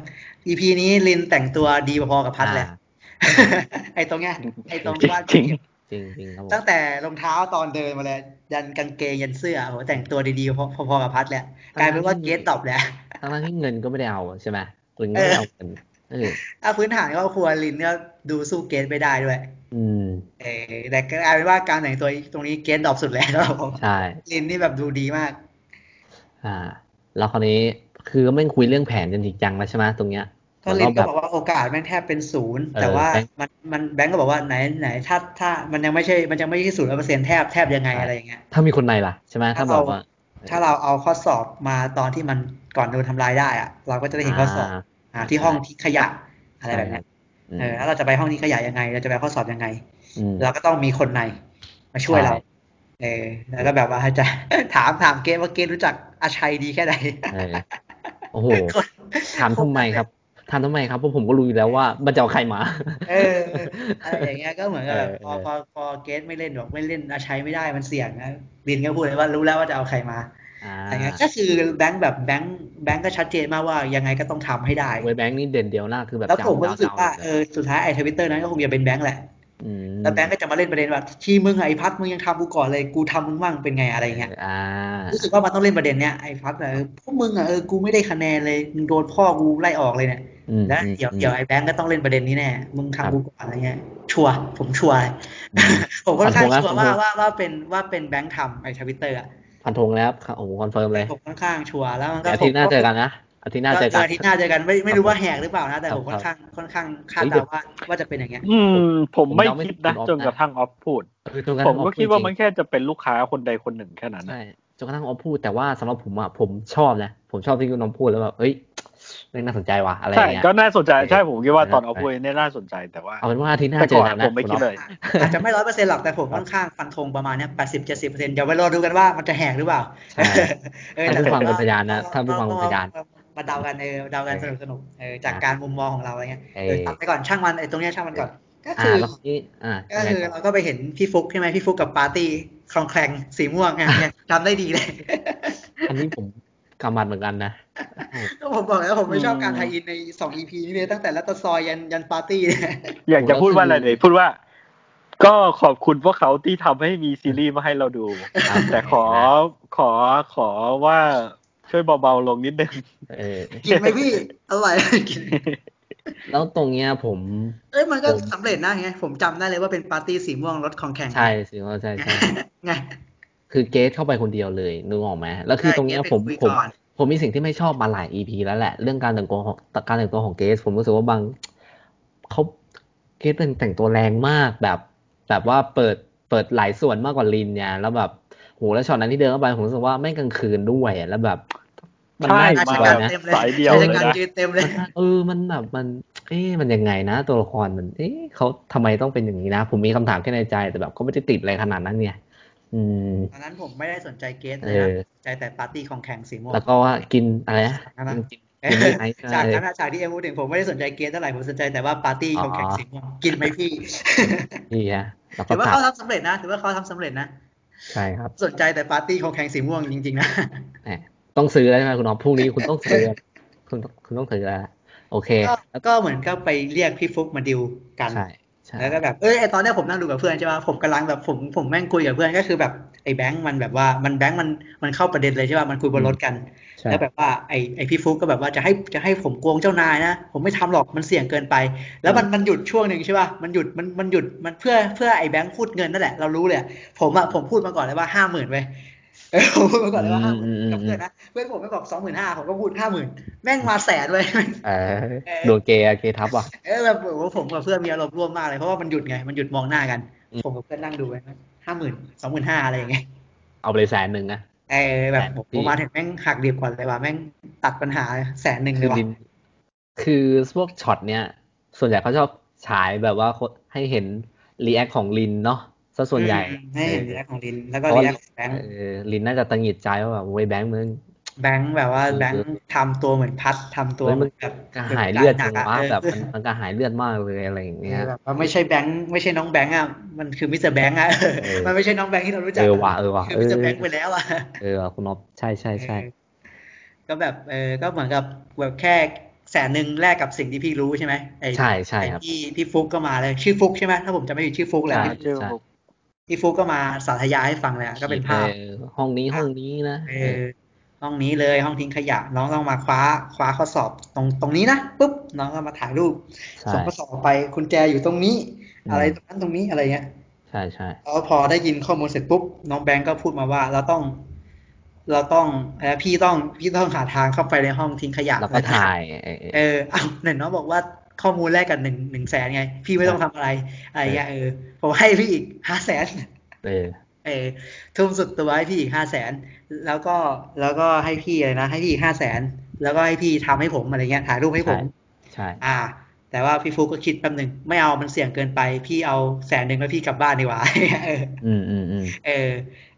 S2: EP นี้ลินแต่งตัวดีพอๆกับพัดแหละ
S1: อ่า
S2: ไอ้ตรงเนี้ยไอ้ตรงว่าด
S3: จริง
S1: จริงจริงครับผม
S2: ตั้งแต่รองเท้าตอนเดินมาเลยยันกางเกงยันเสื้อโหแต่งตัวดีๆพอๆกับพัดแหละกลายเป็นว่าเกสตอบแหละ
S1: ทั้งนั้นที่เงินก็ไม่ได้เอาใช่ไหมหรือเงินก็ไม่เอาเงินเออ
S2: ถ้าพื้นฐานครอบครัวลินก็ดูสู้เกสไม่ได้ด้วย
S1: อืม
S2: เออแต่กลายเป็นว่าการแต่งตัวตรงนี้เกสดรอปสุดแล้วครับผม
S1: ใช่
S2: ลินนี่แบบดูดีมาก
S1: อ่า แล้วคราวนี้คือไม่งคุยเรื่องแผนกันจริงจังแล้วใช่ไหมตรงเนี้ย
S2: ก็ลินก็
S1: แล้ว
S2: บอกว่าโอกาสแม่งแทบเป็นศูนย์
S1: เออ
S2: แต่ว่า
S1: แบงค์
S2: มันมันแบงก์ก็บอกว่าไหนไหนถ้าถ้ามันยังไม่ใช่มันยังไม่ใช่ศูนย์ร้อยเปอร์เซ็นต์แทบแทบยังไง
S1: ใช่
S2: อะไรอย่างเงี้ย
S1: ถ้ามีคนในล่ะใช่ไหมถ้าบ
S2: ถ้าเรา
S1: อกว่า
S2: ถ้าเราเอาข้อสอบมาตอนที่มันก่อนโดนทำลายได้อะเราก็จะได้เห็นข้อสอบอ่าที่ห้องทิ้งขยะอะไรแบบเนี้ยเออแล้วเราจะไปห้องทิ้งขยะยังไง เราจะไปเอาข้อสอบยังไง เราก็ต้องมีคนในมาช่วยเรา เออแล้วก็แบบว่าจะ ถามถามเกสว่าเกสรู้จักอาชัยดีแค่ไหน
S1: เออโอ้ โห
S2: คน
S1: ถามทำไมครับถามทำไมครับเพราะผมก็รู้อยู่แล้วว่ามันจะเอาใคร มา
S2: เอออะไรอย่างเงี้ยก็เหมือนกับแบบพอ
S1: เออ
S2: พอพอเกสไม่เล่นบอกไม่เล่นอาชัยไม่ได้มันเสี่ยงนะบินก็พูดเลยว่ารู้แล้วว่าจะเอาใครมา
S1: า
S2: อะไรเงี้ยก็คือแบงค์แบบแบงค์แบงค์ก็ชัดเจนมากว่ายังไงก็ต้องทำให้ได้
S1: เวแบงค์นี่เด่นเดียวหน้าคือแบบ
S2: แล้ว
S1: จะ
S2: ผมก็รู้สึกว่า
S1: จะ
S2: เออสุดท้ายไอ้ทวิตเตอร์นั้นก็คงจะเป็นแบงค์แหละ
S1: ม
S2: แล้วแบงค์ก็จะมาเล่นประเด็นว่าที่มึงอะไอ้พัดมึงยังทำกูก่อนเลยกูทำมึงมั่งเป็นไงอะไรเงี้ย
S1: อ่า
S2: รู้สึกว่ามันต้องเล่นประเด็นเนี้ยไอ้พัดอะเออพวกมึงอะเออกูไม่ได้คะแนนเลยมึงโดนพ่อกูไล่ออกเลยเนี่ย
S1: อืม
S2: แล้ว
S1: อืม
S2: เดี๋ยว
S1: อืม
S2: เดี๋ยวไอ้แบงก์ก็ต้องเล่นประเด็นนี้แน่ มึง
S1: ครับ
S2: ทำกูก่อนอะไรเงี้ย ชัวร์ผมชัวร์ ผมค่อนข้าง
S1: ผมว่าผม
S2: ชัวร์ว่า
S1: ว่า
S2: ว่าว่าเป็นว่าเป็นแบงก์ทำไอ้ทวิตเตอร์อะ
S1: ฟันธงแล้วครับโอ้โหคอนเฟิร์มเลย
S2: ผมค่อนข้างชัวร์แล้วมันก็
S1: เดี๋ยวอาทิตย์หน้าเจอกันนะอาทิตย์หน้าเจอกัน
S2: อาทิตย์หน้าเจอกันไม่
S1: ค
S2: ไม่
S1: รับ
S2: รู้ว่าแหกหรือเปล่านะแต่
S1: ครับ
S2: ผมค่อนข้างค่อนข้างคาด
S1: เฮ้ยเดี๋ย
S2: เดา
S1: ว
S2: ว่าว่าจะเป็น อย่างเงี้ย
S3: อืม ผมไม่คิด
S1: ผมย
S3: นะ
S1: อมให้คุณออฟนะ
S3: จนกระทั่งออฟพูด
S1: เออจนระ
S3: ผ
S1: ทั่
S3: ม
S1: ง
S3: ก็
S1: ออฟ
S3: คิดว่า
S1: จริงๆ
S3: มันแค่จะเป็นลูกค้าคนใดคนหนึ่งแค่นั้นนะ
S1: ใช่จนกระทั่งออฟพูดแต่ว่าสำหรับผมอ่ะผมชอบนะ ผมชอบที่คุณน้องพูดแล้วแบบเอ้ยเรื่องน่าสนใจว่ะอะไรอ
S3: ใช่
S1: ย่างเงี้ย
S3: ก็น่าสนใจใช่ผมคิดว่า
S1: เออ
S3: ตอนออฟพูดเนี่ยน่าสนใจแต่ว่า
S1: เอาเป็นว่าอาที่หน้า
S3: แต่
S1: เจ
S3: ก่
S1: อ
S3: อน
S1: กัน
S3: ผ
S1: นะ
S3: มไม่คิดเลย
S2: อาจจะไม่ร้อยเปอร์เซ็นต์หรอกแต่ผมค่อนข้างฟันธงประมาณเนี้ยแปดสิบเจ็ดสิบเปอร์เซ็นต์เดี๋ยวไปรอดูกันว่ามันจะแหกหรือเปล่า
S1: ใช่
S2: เออแต่
S1: ท่านผู้ฟังเป็นพยานนะท่านผู้ฟังเป็นพยาน
S2: มาเดากันเออเดากัน
S1: เออ
S2: สนุกสนุกๆเออจาก
S1: นะ
S2: การมุมมองของเราอะไรเงี้ย
S1: เอ
S2: เอ
S1: อ
S2: อตัดไปก่อนช่างมันไอ้ตรงเนี้ยช่างมันก่อน ก็
S1: อ่า
S2: คือ
S1: แล้วคนนี้อ่า
S2: ก็คือ
S1: ยังไงต่
S2: เราก็ไปเห็นพี่ฟุกใช่ไหมพี่ฟุกกับปาร์ตี้คลองแคลงสีม่วงอะเนี่ย ทำได้ดีเลย
S1: อันนี้ผมกำมัดเหมือนกัน นะ
S2: ก็ผมบอกแล้วผมไม่ชอบ
S3: อืม
S2: การไทยอินในสองอีพีนี้เลยตั้งแต่รัตซอยยันยันปาร์ตี้ เนี่ย
S3: อยากจะพูดว่าอะไร
S1: ผมก็คือ
S3: เลยพูดว่า ก็ขอบคุณพวกเขาที่ทำให้มีซีรีส์มาให้เราดู
S1: ครับ
S3: แต่ขอขอขอว่าช่วยเบาๆลงนิดนึง
S1: เออ
S2: กินไหมพี่อร่อย กิน
S1: แล้วตรงเนี้ยผม
S2: เอ้ยมันก็
S1: ผม
S2: สำเร็จนะไงผมจำได้เลยว่าเป็นปาร์ตี้สีม่วงรถของแข่ง
S1: ใช่สิว่าใช่ ใช่
S2: ไง
S1: คือเกตเข้าไปคนเดียวเลยนึกออกไหมแล้วคือ
S2: ใช่
S1: ตรงเนี้ย
S2: เกรท
S1: ผม
S2: ไปคุย
S1: ผม
S2: ก่อน
S1: ผมมีสิ่งที่ไม่ชอบมาหลาย EP แล้วแหละ เรื่องการแต่งตัวของการแต่งตัวของเกสผมรู้สึกว่าบางเขาเกสเป็นแต่งตัวแรงมากแบบ แบบว่าเปิดเปิดหลายส่วนมากกว่าลินเนี่ยแล้วแบบโหแล้วช็อตนั้นที่เดินเข้าไปผมรู้สึกว่าแม่งกลางคืนด้วยอะแล้วแบบมัน
S3: ใช่
S1: น่าเก
S2: ราช
S1: ลียด
S2: การ
S1: นะ
S2: เต็มเลย
S3: สายเดียว
S2: รา
S3: เลย
S2: ช
S3: นะ
S2: การยืนเต็ม เลย
S1: เออ มันแบบมัน เอ๊ะมันยังไงนะ ตัวละครมัน เอ๊ะเขาทำไมต้องเป็นอย่างนี้นะ ผมมีคำถามแค่ในใจแต่แบบก็ไม่ได้ติดอะไรขนาดนั้นเนี่ย อืม
S2: ตอนนั้นผมไม่ได้สนใจเกสเลยนะ
S1: เออ
S2: ใจแต่ปาร์ตี้ของแข่งสีม่วง
S1: แล้วก็ว่ากินอะไรนะ
S2: อะไรนะ
S1: กินกินกินไม่ไอ้
S2: จาก
S1: เออ
S2: นั้นอะจากที่เอ็มพูดถึงผมไม่ได้สนใจเกสเท่าไหร่ผมสนใจแต่ว่าปาร์ตี้ของแข่ง
S1: อ๋อ
S2: สีม่วงกินไหมพี่
S1: นี่ฮะแล้วก็
S2: ถือว่า
S1: ตัด
S2: เขาทำสำเร็จนะถือว่าเขาทำสำเร็จนะ
S1: ใช่ครับ
S2: สนใจแต่ปาร์ตี้ของแข่งสีม่วงจริงๆนะ
S1: แหมต้องซื้อแล้วใช่ไหมคุณน้องพรุ่งนี้คุณต้องซื้อคุณต้องคุณต้องซื้อแล้วล่ะโอเค
S2: ก็ก็เหมือนก็ไปเรียกพี่ฟุกมาดิวกัน
S1: ใช่ใช่
S2: แล้วก็แบบเอ้ยไอตอนเนี้ยผมนั่งดูกับเพื่อนใช่ป่ะผมกำลังแบบผมผมแม่งคุยกับเพื่อนก็คือแบบไอแบงค์มันแบบว่ามันแบงค์มันมันเข้าประเด็นเลยใช่ป่ะมันคุยบนรถกัน
S1: ใช่
S2: แล้วแบบว่าไอไอพี่ฟุกก็แบบว่าจะให้จะให้ผมโกงเจ้านายนะ ผมไม่ทำหรอกมันเสี่ยงเกินไป แล้วมันมันหยุดช่วงหนึ่งใช่ป่ะมันหยุดมันมันหยุดมันเพื่อเพื่อไอแบงค์พูดเงินนั่นแหละเรารู้เลยอะผมอะผมพูดมาก่อนเลยว่าห้าหมื่นไปผมพูดมาก่อนเลย ว่าห้าหมื่นกับเพื่อนนะเพื่อนผมไม่บอกสองหมื่นห้าผมก็พูดห้าหมื่นแม่งมาแสนเลย
S1: เออดวงเกย์อะเกย์ทับว่ะ
S2: เออแบบผมผมกับเพื่อนมีอารมณ์ร่วมมากเลยเพราะว่ามันหยุดไงมันหยุดมองหน้ากัน
S1: อืม
S2: ผมกับเพื่อนนั่งดูไปห้าหมื่นสองหมื่นห้าอะไรอย่างเงี้ย
S1: เอาไปเลยแสนหนึ่งนะ
S2: เออแบบ
S1: แสน
S2: ผม
S1: สี่
S2: ผมมาถึงแม่งหักดิบก่อนเลยว่ะแม่งตัดปัญหาแสนหนึ่งเล
S1: คือ
S2: ยว่ะ
S1: ดินคือพวกช็อตเนี่ย ส่วนใหญ่เขาชอบฉายแบบว่าคนให้เห็นรีแอคของลินเนาะซะส่วนใหญ่
S2: อืมให้เห็นรีแอคของลินแล้วก็
S1: เพราะ
S2: รี
S1: ว่า
S2: แอคของแบงค์
S1: เออลินน่าจะตังหงิดใจว่าแบบเว้ยแบงค์มึง
S2: แบงค์แบบว่า
S1: เออ
S2: แบงค์ทำตัวเหมือนพัดทำตัว
S1: เฮ้ย
S2: เห
S1: มึ
S2: มือง นแบบ
S1: กระหายเลือดจังวะ
S2: เหมือน
S1: แบบ
S2: เอ
S1: มั
S2: อน
S1: มันกระหายเลือดมากเลยอะไรอย่างเงี้ย
S2: แบบว่าไม่ใช่แบงค์ไม่ใช่น้องแบงค์อ่ะมันคือมิสเตอร์แบงค์อ่ะ
S1: เออ
S2: มันไม่ใช่น้องแบงค์ที่เรารู้จั
S1: เอก อว่ะเออว่ะ
S2: คือ
S1: เออ
S2: มิสเตอร์แบงค์ไปแล้วอ่ะ
S1: เออว่ะคุณนบใช่ใช่ใช่
S2: เออก็แบบเออก็เหมือนกับแบบแค่แสนหนึ่งแลกกับสิ่งที่พี่รู้ใช่ไหมไอ้
S1: ใช่ใช่
S2: ไอ้
S1: ครับ
S2: พี่พี่ฟุกก็มาเลยชื่อฟุกใช่ไหมถ้าผมจำไม่ผิดชื่อฟุกแหละ
S1: ใช่
S2: พี่พี่ฟุกก็มาสาธยายให้ฟังเลยอะก็เป็นภาพ
S1: ออห้องนี้ห้องนี้นะ
S2: เออห้องนี้เลยห้องทิ้งขยะ น้องต้องมาคว้าคว้าข้อสอบตรงตรงนี้นะปุ๊บน้องก็มาถ่ายรูป
S1: ใช่
S2: ส่งข้อสอบไปคุณแจอยู่ตรงนี้
S1: อืม
S2: อะไรตรงนั้นตรงนี้อะไรเงี้ย
S1: ใช่ใช่
S2: แล้วพอได้ยินข้อมูลเสร็จปุ๊บน้องแบงก์ก็พูดมาว่าเราต้อง เราต้องเอ่อพี่ต้องพี่ต้องหาทางเข้าไปในห้องทิ้งขยะ
S1: แล้วก็ถ่ายเออเออ
S2: เออเอาไหนน้องบอกว่าข้อมูลแรกกันหนึ่งหนึ่งแสนไง พี่ไม่ต้องทำอะไรอะไรเงี้ยเออผมให้พี่อีกห้าแสน
S1: เออ
S2: เออทุ่มสุดตัวให้พี่อีกห้าแสนแล้วก็แล้วก็ให้พี่อะไรนะให้พี่อีกห้าแสนแล้วก็ให้พี่ทำให้ผมอะไรเงี้ยถ่ายรูปให้ผม
S1: ใช่ ใช่
S2: อ่า แต่ว่าพี่ฟุกก็คิดแป๊บหนึ่งไม่เอามันเสี่ยงเกินไป พี่เอาแสนหนึ่งแล้วพี่กลับบ้านดีกว่า เออ
S1: อืมอืมอืม
S2: เออ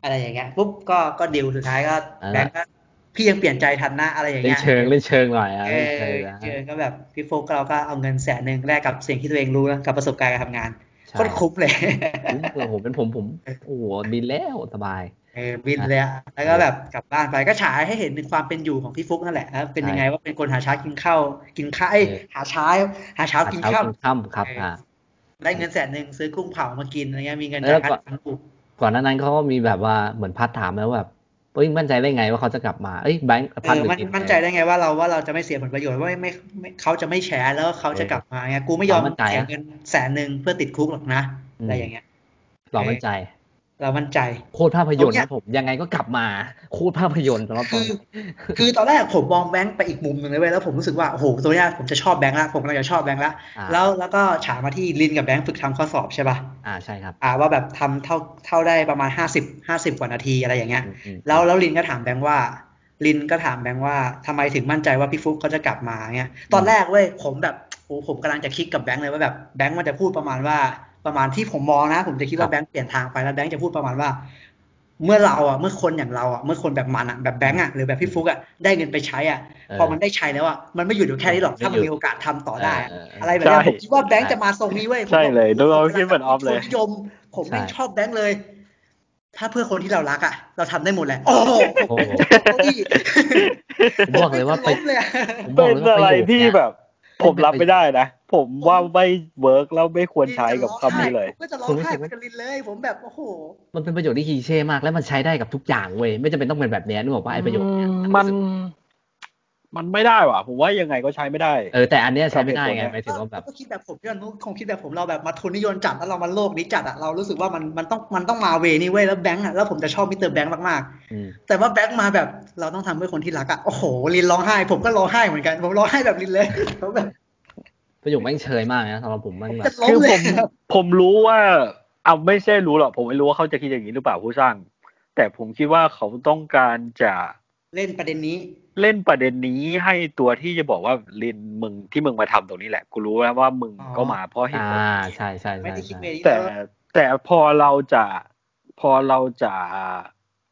S2: อะไรอย่างเงี้ยปุ๊บก็ก็ดิวสุดท้ายก็
S1: อ่า
S2: แบงก์ก็พี่ยังเปลี่ยนใจทันนะอะไรอย่าง
S1: เล่
S2: เงี้
S1: น
S2: ย
S1: เชิงเล่นเชิงหน่อยอะ
S2: เอ
S1: เล่น
S2: อ
S1: เชิงนะ
S2: เจอก็แบบพี่โฟกเราก็เอาเงินแสนหนึ่งแลกกับสิ่งที่ตัวเองรู้นะกับประสบการณ์การทำงาน
S1: ใช่
S2: โคตรคุ้มเลย
S1: ผมเผื่อผมเป็นผมผมโอ้โหบินแล้วสบาย
S2: เออบินเลยอะแล้วก็แบบกลับบ้านไปก็ฉายให้เห็นถึงความเป็นอยู่ของพี่ฟุกนั่นแหละนะเป็นยังไงว่าเป็นคนหาเช้ากินข้าวกินข้าวเอ้ย
S1: เออ
S2: หาเช้าหาเช้ากิน
S1: เช้า
S2: ข้าว
S1: กินค่ำครับ
S2: เอออ่
S1: อ่า
S2: ได้เงินแสนหนึ่งซื้อกุ้งเผามากินอะไรเงี้ยมีเงิน
S1: เออ
S2: จาก
S1: ก่
S2: กา
S1: อน
S2: รทำบุญ
S1: ก่อนหน้านั้นเขาก็มีแบบว่าเหมือนพัดถามแล้วแบบเฮ้ยมั่นใจได้ไงว่าเขาจะกลับมาเอ้ยแบงค์
S2: เอ
S1: พัด
S2: อ
S1: หรือ
S2: มัน
S1: กิน
S2: มั่นใจได้ไงว่าเราว่าเราจะไม่เสียผลประโยชน์ว่าไม่ไม่ไม่เขาจะไม่แชร์แล้วเขาจะกลับมาเงี้ยกูไม่ยอมเสียเงินแสนหนึ่งเพื่อติดคุกหรอกนะอะไรอย่างเงี้ย
S1: เรามั่นใจ
S2: เรามั่นใจ
S1: โคตรภาพยนตร์
S2: เอาเนี่ย
S1: นะผมยังไงก็กลับมาโคตรภาพยนตร์สำหรับผ
S2: คื
S1: ม
S2: อ คือตอนแรกผมมองแบงค์ไปอีกมุมหนึ่งเลยเว้ยแล้วผมรู้สึกว่าโอ้โหตัวเนี้ยผมจะชอบแบงค์ละผมกำลังจะชอบแบงค์ละ
S1: อ่า
S2: แล้วแล้วก็ฉายมาที่ลินกับแบงค์ฝึกทำข้อสอบใช่ป่ะ
S1: อ่าใช่ครับ
S2: อ่าว่าแบบทำเท่าเท่าได้ประมาณห้าสิบห้าสิบกว่านาทีอะไรอย่างเงี้ย
S1: อืมอืม
S2: แล้วแล้วลินก็ถามแบงค์ว่าลินก็ถามแบงค์ว่าทำไมถึงมั่นใจว่าพี่ฟุกเขาจะกลับมาเงี้ยตอนแรกเว้ยผมแบบโอ้โหผมกำลังจะคิดกับแบงค์เลยว่าแบบแบงค์มันจะพูดประมาณว่าประมาณที่ผมมองนะ ผมจะคิดว่าแบงค์เปลี่ยนทางไปแล้วแบงค์จะพูดประมาณว่า เมื่อเราอ่ะเมื่อคนอย่างเราอ่ะเมื่อคนแบบมันอ่ะแบบแบงค์อ่ะหรือแบบพี่ฟุกอ่ะได้เงินไปใช้อ่ะ
S1: เพ
S2: อมันได้ใช้แล้วอ่ะมันไม่หยุดอยู่แค่นี้หรอกถ้ามันมีโอกาสทำต่อได้อะ
S1: เเ
S2: อะไรแบบเนี้ย
S3: ใช่
S2: ผมคิดว่าแบงค์จะมาทรงนี้เว้ย
S3: ใช่เลย
S2: ผมบอก
S3: เราคิดเหมือนออฟเลย
S2: ผมป็นคนนิยม ผมแม่ง
S1: ใช่
S2: ชอบแบงค์เลย ถ้าเพื่อคนที่เรารักอ่ะ เราทำได้หมดแหละ โอ้โห
S1: โอ้โห
S2: เก้าอี้
S1: ผมบอกเลยว่าไป
S2: ผมล้มเลยอะ
S1: ผมบ
S3: เป็
S1: อก
S3: น
S1: เลยว่า
S3: อะไร
S1: โยค
S3: ที่
S1: เนี้ย
S3: แบบ ผมรับไม่ได้นะ ผมว่าไม่เวิร์กแล้วไม่ควรใช้กับคำนี้เลย
S2: ผมก็จะร้อ
S1: ผ
S2: ง
S1: มรู้
S2: ไห้
S1: สึก
S2: ไป
S1: ว่า
S2: กับลินเลย ผมแบบโอ้โห
S1: มันเป็นประโยชน์ที่คลีเช่มาก และมันใช้ได้กับทุกอย่างเว้ยไม่จำเป็นต้องเป็นแบบเนี้ยนึกออกปะไอ้ประโยชน์เนี้ย
S3: มัน มันไม่ได้ว่ะ ผมว่ายังไงก็ใช้ไม่ได้
S1: เออแต่อันเนี้ยใช้ไม่ได้ไงหมายถึงว่าแบบ
S2: ก็คิดแบบผมพี่อนุคงคิดแบบผมเราแบบมาทุนนิยมจัดแล้วเรามาโลกนี้จัดอะเรารู้สึกว่ามันมันต้องมันต้องมาเวนี่เว้ยแล้วแบงค์อะแล้วผมจะชอบมิสเตอร์แบงค์มาก
S1: อืม
S2: ๆแต่ว่าแบงค์มาแบบเราต้องทำเพื่อคนที่รักอะโอ้โหลินร้องไห้ ผมก็ร้องไห้เหมือนกัน ผมร้องไห้แบบลินเลย ผมแบบ
S1: ประโยคแม่งเชยมากนะสำหรับผมแม่งแบ
S2: จะ
S1: บ
S2: ล้
S3: คื
S2: ม
S3: อ
S2: เล
S3: ผ
S2: ย
S3: มผมรู้ว่าเอาไม่ใช่รู้หรอกผมไม่รู้ว่าเขาจะคิดอย่างนี้หรือเปล่าผู้สร้าง แต่ผมคิดว่าเขาต้องการจะ
S2: เล่นประเด็นนี้
S3: เล่นประเด็นนี้ให้ตัวที่จะบอกว่าลินมึงที่มึงมาทำตรงนี้แหละ กูรู้แล้วว่ามึง
S2: อ๋อ
S3: ก็มาเพราะเหตุ
S1: อ่า
S3: ผล
S1: ใช่ใช่
S2: ไม่
S1: ใช่
S2: ได้คิด
S1: ใช่
S2: เวนี้
S3: แต่
S2: เลยว่า
S3: แต่พอเราจะพอเราจะ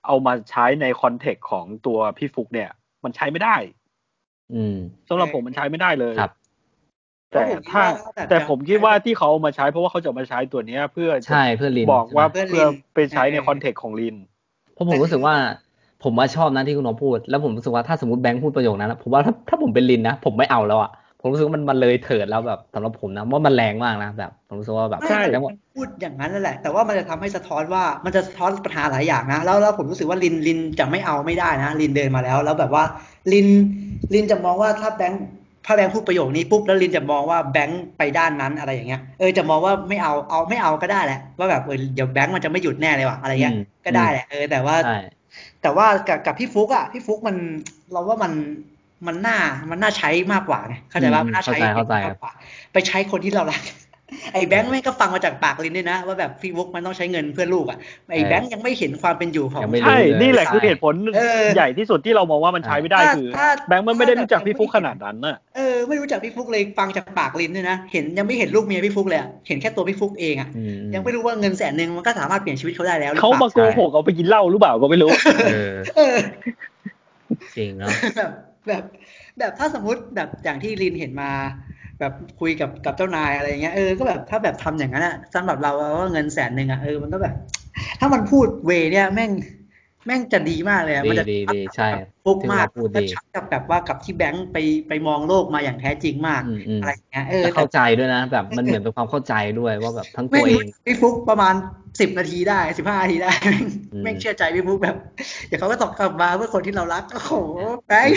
S3: เอามาใช้ในคอนเทกต์ของตัวพี่ฟุกเนี่ย มันใช้ไม่ได้
S1: อืม
S3: สำหรับผมมันใช้ไม่ได้เลย
S1: ครับ
S3: แต่ถ้า
S2: บบ
S3: แต่ผมคิดว่าที่เขาเอามาใช้เพราะว่าเขาจะเอามาใช้ตัวเนี้ยเพื่อจะ
S1: ใช่เพื่อนลิน
S3: บอกว่า
S1: ใช่ไหม
S3: เพื่อไปใช้ในคอนเทกต์ของลิน
S1: เพราะผมรู้สึกว่า ผมว่าชอบนะที่คุณน้องพูด แล้วผมรู้สึกว่าถ้าสมมติแบงค์พูดประโยคนั้นนะผมว่าถ้าถ้าผมเป็นลินนะ ผมไม่เอาแล้วอ่ะผมรู้สึกว่ามันมันเลยเถิดแล้วแบบสำหรับผมนะว่ามันแรงมากนะแบบผมรู้สึกว่าแบบ
S2: ไม่
S3: ใช่
S1: แบ
S2: มั
S1: ง
S2: น
S1: ค์บอก
S2: พูดอย่างนั้นนั่นแหละ แต่ว่ามันจะทำให้สะท้อนว่ามันจะสะท้อนปัญหาหลายอย่างนะแล้วแล้วผมรู้สึกว่าลินลินจะไม่เอาไม่ได้นะลินเดินมาแล้ว แล้วแบบว่าลินลินจะมองว่าถ้าแบงค์ถ้าแบงค์พูดประโยคนี้ปุ๊บแล้วลินจะมองว่าแบงค์ไปด้านนั้นอะไรอย่างเงี้ยเออจะมองว่าไม่เอาเอาไม่เอาก็ได้แหละว่าแบบเออเดี๋ยวแบงค์มันจะไม่หยุดแน่เลยว่ะอะไรเงี้ย
S1: อืม
S2: ก็ได้แหละเออแต่ว่า
S1: ใช่
S2: แต่ว่ากับกับพี่ฟุกอะพี่ฟุกมันเราว่ามันมันน่ามันน่าใช้มากกว่าไงเข้าใจว่า
S1: อื
S2: มัน
S1: ม
S2: น่า
S1: เข้า
S2: ใช้
S1: ใจเข้าใจค
S2: มา
S1: รับ
S2: กกว่าไปใช้คนที่เรารัก ไอ้แบงค์แม่งก็ฟังมาจากปากลินด้วยนะ ว่าแบบพี่ฟุกมันต้องใช้เงินเพื่อลูกอะไอ้
S1: เออ
S2: แบงค์ยังไม่เห็นความเป็นอยู่ของ
S1: ยังไม่
S3: ใช่
S1: เลย
S3: นี่แหละ
S1: ใช่
S3: คือเหตุผล
S2: เออ
S3: ใหญ่ที่สุดที่เรามองว่ามันใช้ไม่ได้
S2: ถ้า
S3: คือ
S2: ถ้า
S3: แบงค์มันไม่ได้รู้จักพี่ฟุกขนาดนั้นน่ะ
S2: เออไม่รู้จักพี่ฟุกเลยฟังจากปากลินด้วยนะเห็นยังไม่เห็นลูกเมียพี่ฟุกเลยอะเห็นแค่ตัวพี่ฟุกเองอะ
S1: อืม
S2: ยังไม่รู้ว่าเงินแสนหนึ่งมันก็สามารถเปลี่ยนชีวิตเขาได้แล้วหรือ
S3: เขา
S2: เป
S3: มา
S2: ล่า
S3: โกหกเอาไปกินเหล้าหรือเปล่าก็ไม่รู้
S1: เออ
S2: เออ
S1: จริงเนาะ
S2: แบบแบบแบบถ้าสมมติแบบอย่างที่ลินเห็นมา แบบคุยกับกับเจ้านายอะไรอย่างเงี้ยเออก็แบบถ้าแบบทำอย่างนั้นอะสำหรับเราเราว่าเงินแสนหนึ่งอะเออมันก็แบบ ถ้ามันพูดเวเนี่ยแม่งแม่งจะดีมากเลยอะ
S1: ดี
S2: มัจะ
S1: ดีดีใช่
S2: ฟุกมาก
S1: ที่เราพูดดี
S2: ก็ชัดกับแบบว่ากับที่แบงค์ไปไปมองโลกมาอย่างแท้จริงมาก
S1: อืมอืม
S2: อะไรอย่างเงี้ยเออ
S1: แล้ว
S2: แต่
S1: เข้าใจด้วยนะ แบบมันเหมือนเป็นความเข้าใจด้วยว่าแบบทั้งตั
S2: แม่
S1: ว
S2: ง
S1: เอง
S2: พี่ฟุกประมาณสิบนาทีได้สิบห้านาทีได้แม่ง
S1: อืม
S2: แม่งเชื่อใจพี่ฟุกแบบ เดี๋ยวเขาก็ตอบกลับมาเพื่อคนที่เรารักโอ้โหแบงค์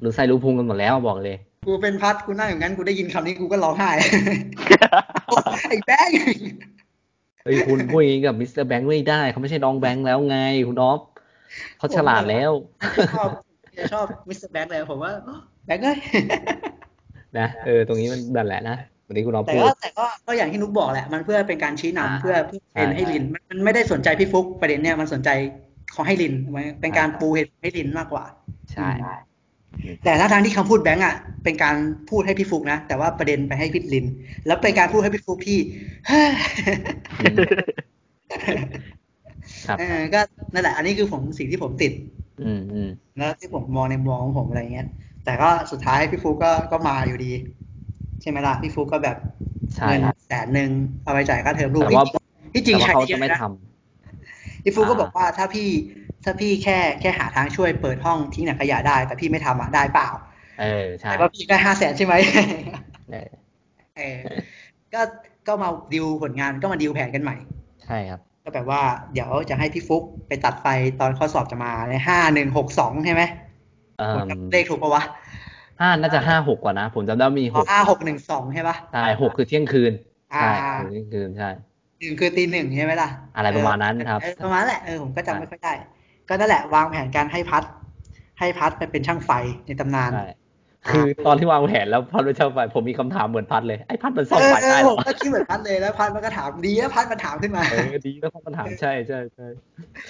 S1: หรือใส่รู้พุงกันหมดแล้วบอกเลย
S2: กูเป็นพัดกูนั่งอย่างนั้นกูได้ยินคำนี้กูก็ร้อง ไห้ ไอ้แบงค์
S1: เฮ้ยคุณพูดอย่างนี้กับมิสเตอร์แบงค์ไม่ได้ เขาไม่ใช่น้องแบงค์แล้วไง คุณอ๊อฟเขาฉลาดแล้ว
S2: ชอบชอบมิสเตอร์แบงค์เลย ผมว่าโอ้แบงค์เอ้ย
S1: นะเออตรงนี้มันดันแหละนะวันนี้คุณอ๊อฟ
S2: แต่
S1: พูด
S2: ก็แต่ก็ก็อย่างที่นุกบอกแหละ มันเพื่อเป็นการชี้นำ
S1: อ่า
S2: เพื่อเพื่อเป็น
S1: ใช่
S2: ให้ลินมันมันไม่ได้สนใจพี่ฟุกประเด็นเนี่ยมันสนใจของให้ลินมันเป็นการ
S1: อ่า
S2: ปูเหตุให้ลินมากกว่า
S1: ใช่
S2: แต่ถ้าทางที่คำพูดแบงค์อ่ะเป็นการพูดให้พี่ฟุกนะแต่ว่าประเด็นไปให้พี่ลิน แล้วเป็นการพูดให้พี่ฟุกที่
S1: ครับ
S2: เออก็นั่นแหละ อันนี้คือผมสิ่งที่ผมติด
S1: อืมอืม
S2: แล้วที่ผมมองในมุมมองของผมอะไรเงี้ย แต่ก็สุดท้ายพี่ฟุกก็ก็มาอยู่ดี ใช่ไหมล่ะพี่ฟุกก็แบบ
S1: ใช่
S2: เงิน
S1: ครับ
S2: แสนหนึ่งเอาไปจ่ายค่าเทอมลูก
S1: แต่ว่า
S2: ที่จริ
S1: แต่
S2: ง
S1: ว่าเขา
S2: ใช้เย
S1: จะ
S2: อะ
S1: ไม่
S2: นะ
S1: ทำ
S2: พี่ฟุกก็
S1: อ่า
S2: บอกว่าถ้าพี่ถ้าพี่แค่แค่หาทางช่วยเปิดห้องทิ้งหนังขยะได้ แต่พี่ไม่ทำอ่ะได้เปล่า
S1: เออใช่
S2: แต่ว่าพี่ได้ห้าแสนใช่ไหม
S1: เออ
S2: เออก็ก็มาดิวผลงานก็มาดิวแผนกันใหม่
S1: ใช่ครับ
S2: ก็แบบว่าเดี๋ยวจะให้พี่ฟุกไปตัดไฟตอนข้อสอบจะมาในห้าหนึ่งหกสองใช่ไหม
S1: เอ
S2: ผม
S1: ม
S2: จำเลขถูกปะวะ
S1: ห้าน่าจะห้าหกกว่านะ ผมจำได้ว่ามีหก
S2: ห้าหกหนึ่งสองใช่ปะ
S1: ใช่หกคือเที่ยงคืน
S2: อ่า
S1: ใช่หกเที่ยงคืนใช่
S2: หนึ่งคือตีหนึ่งใช่ไหมล่ะ
S1: อะไรประมาณนั้นครับ
S2: เออประมาณแหละเออผมก็จำไม่ค่อยได้ ก็นั่นแหละวางแผนการให้พัด ให้พัดไปเป็นช่างไฟในตำนาน
S1: ใช่คือตอนที่วางแผนแล้วพัดไปเช่าไฟผมมีคำถามเหมือนพัดเลยไอ้พัดมันส่องไฟได้
S2: เออ
S1: เหร
S2: ผ
S1: อ
S2: มก็คิดเหมือนพัดเลยแล้วพัดมันก็ถามดีแล้วพัดมันถามขึ้นมา
S1: เออดีแล้วเขามันถามใช่ใช่ใช่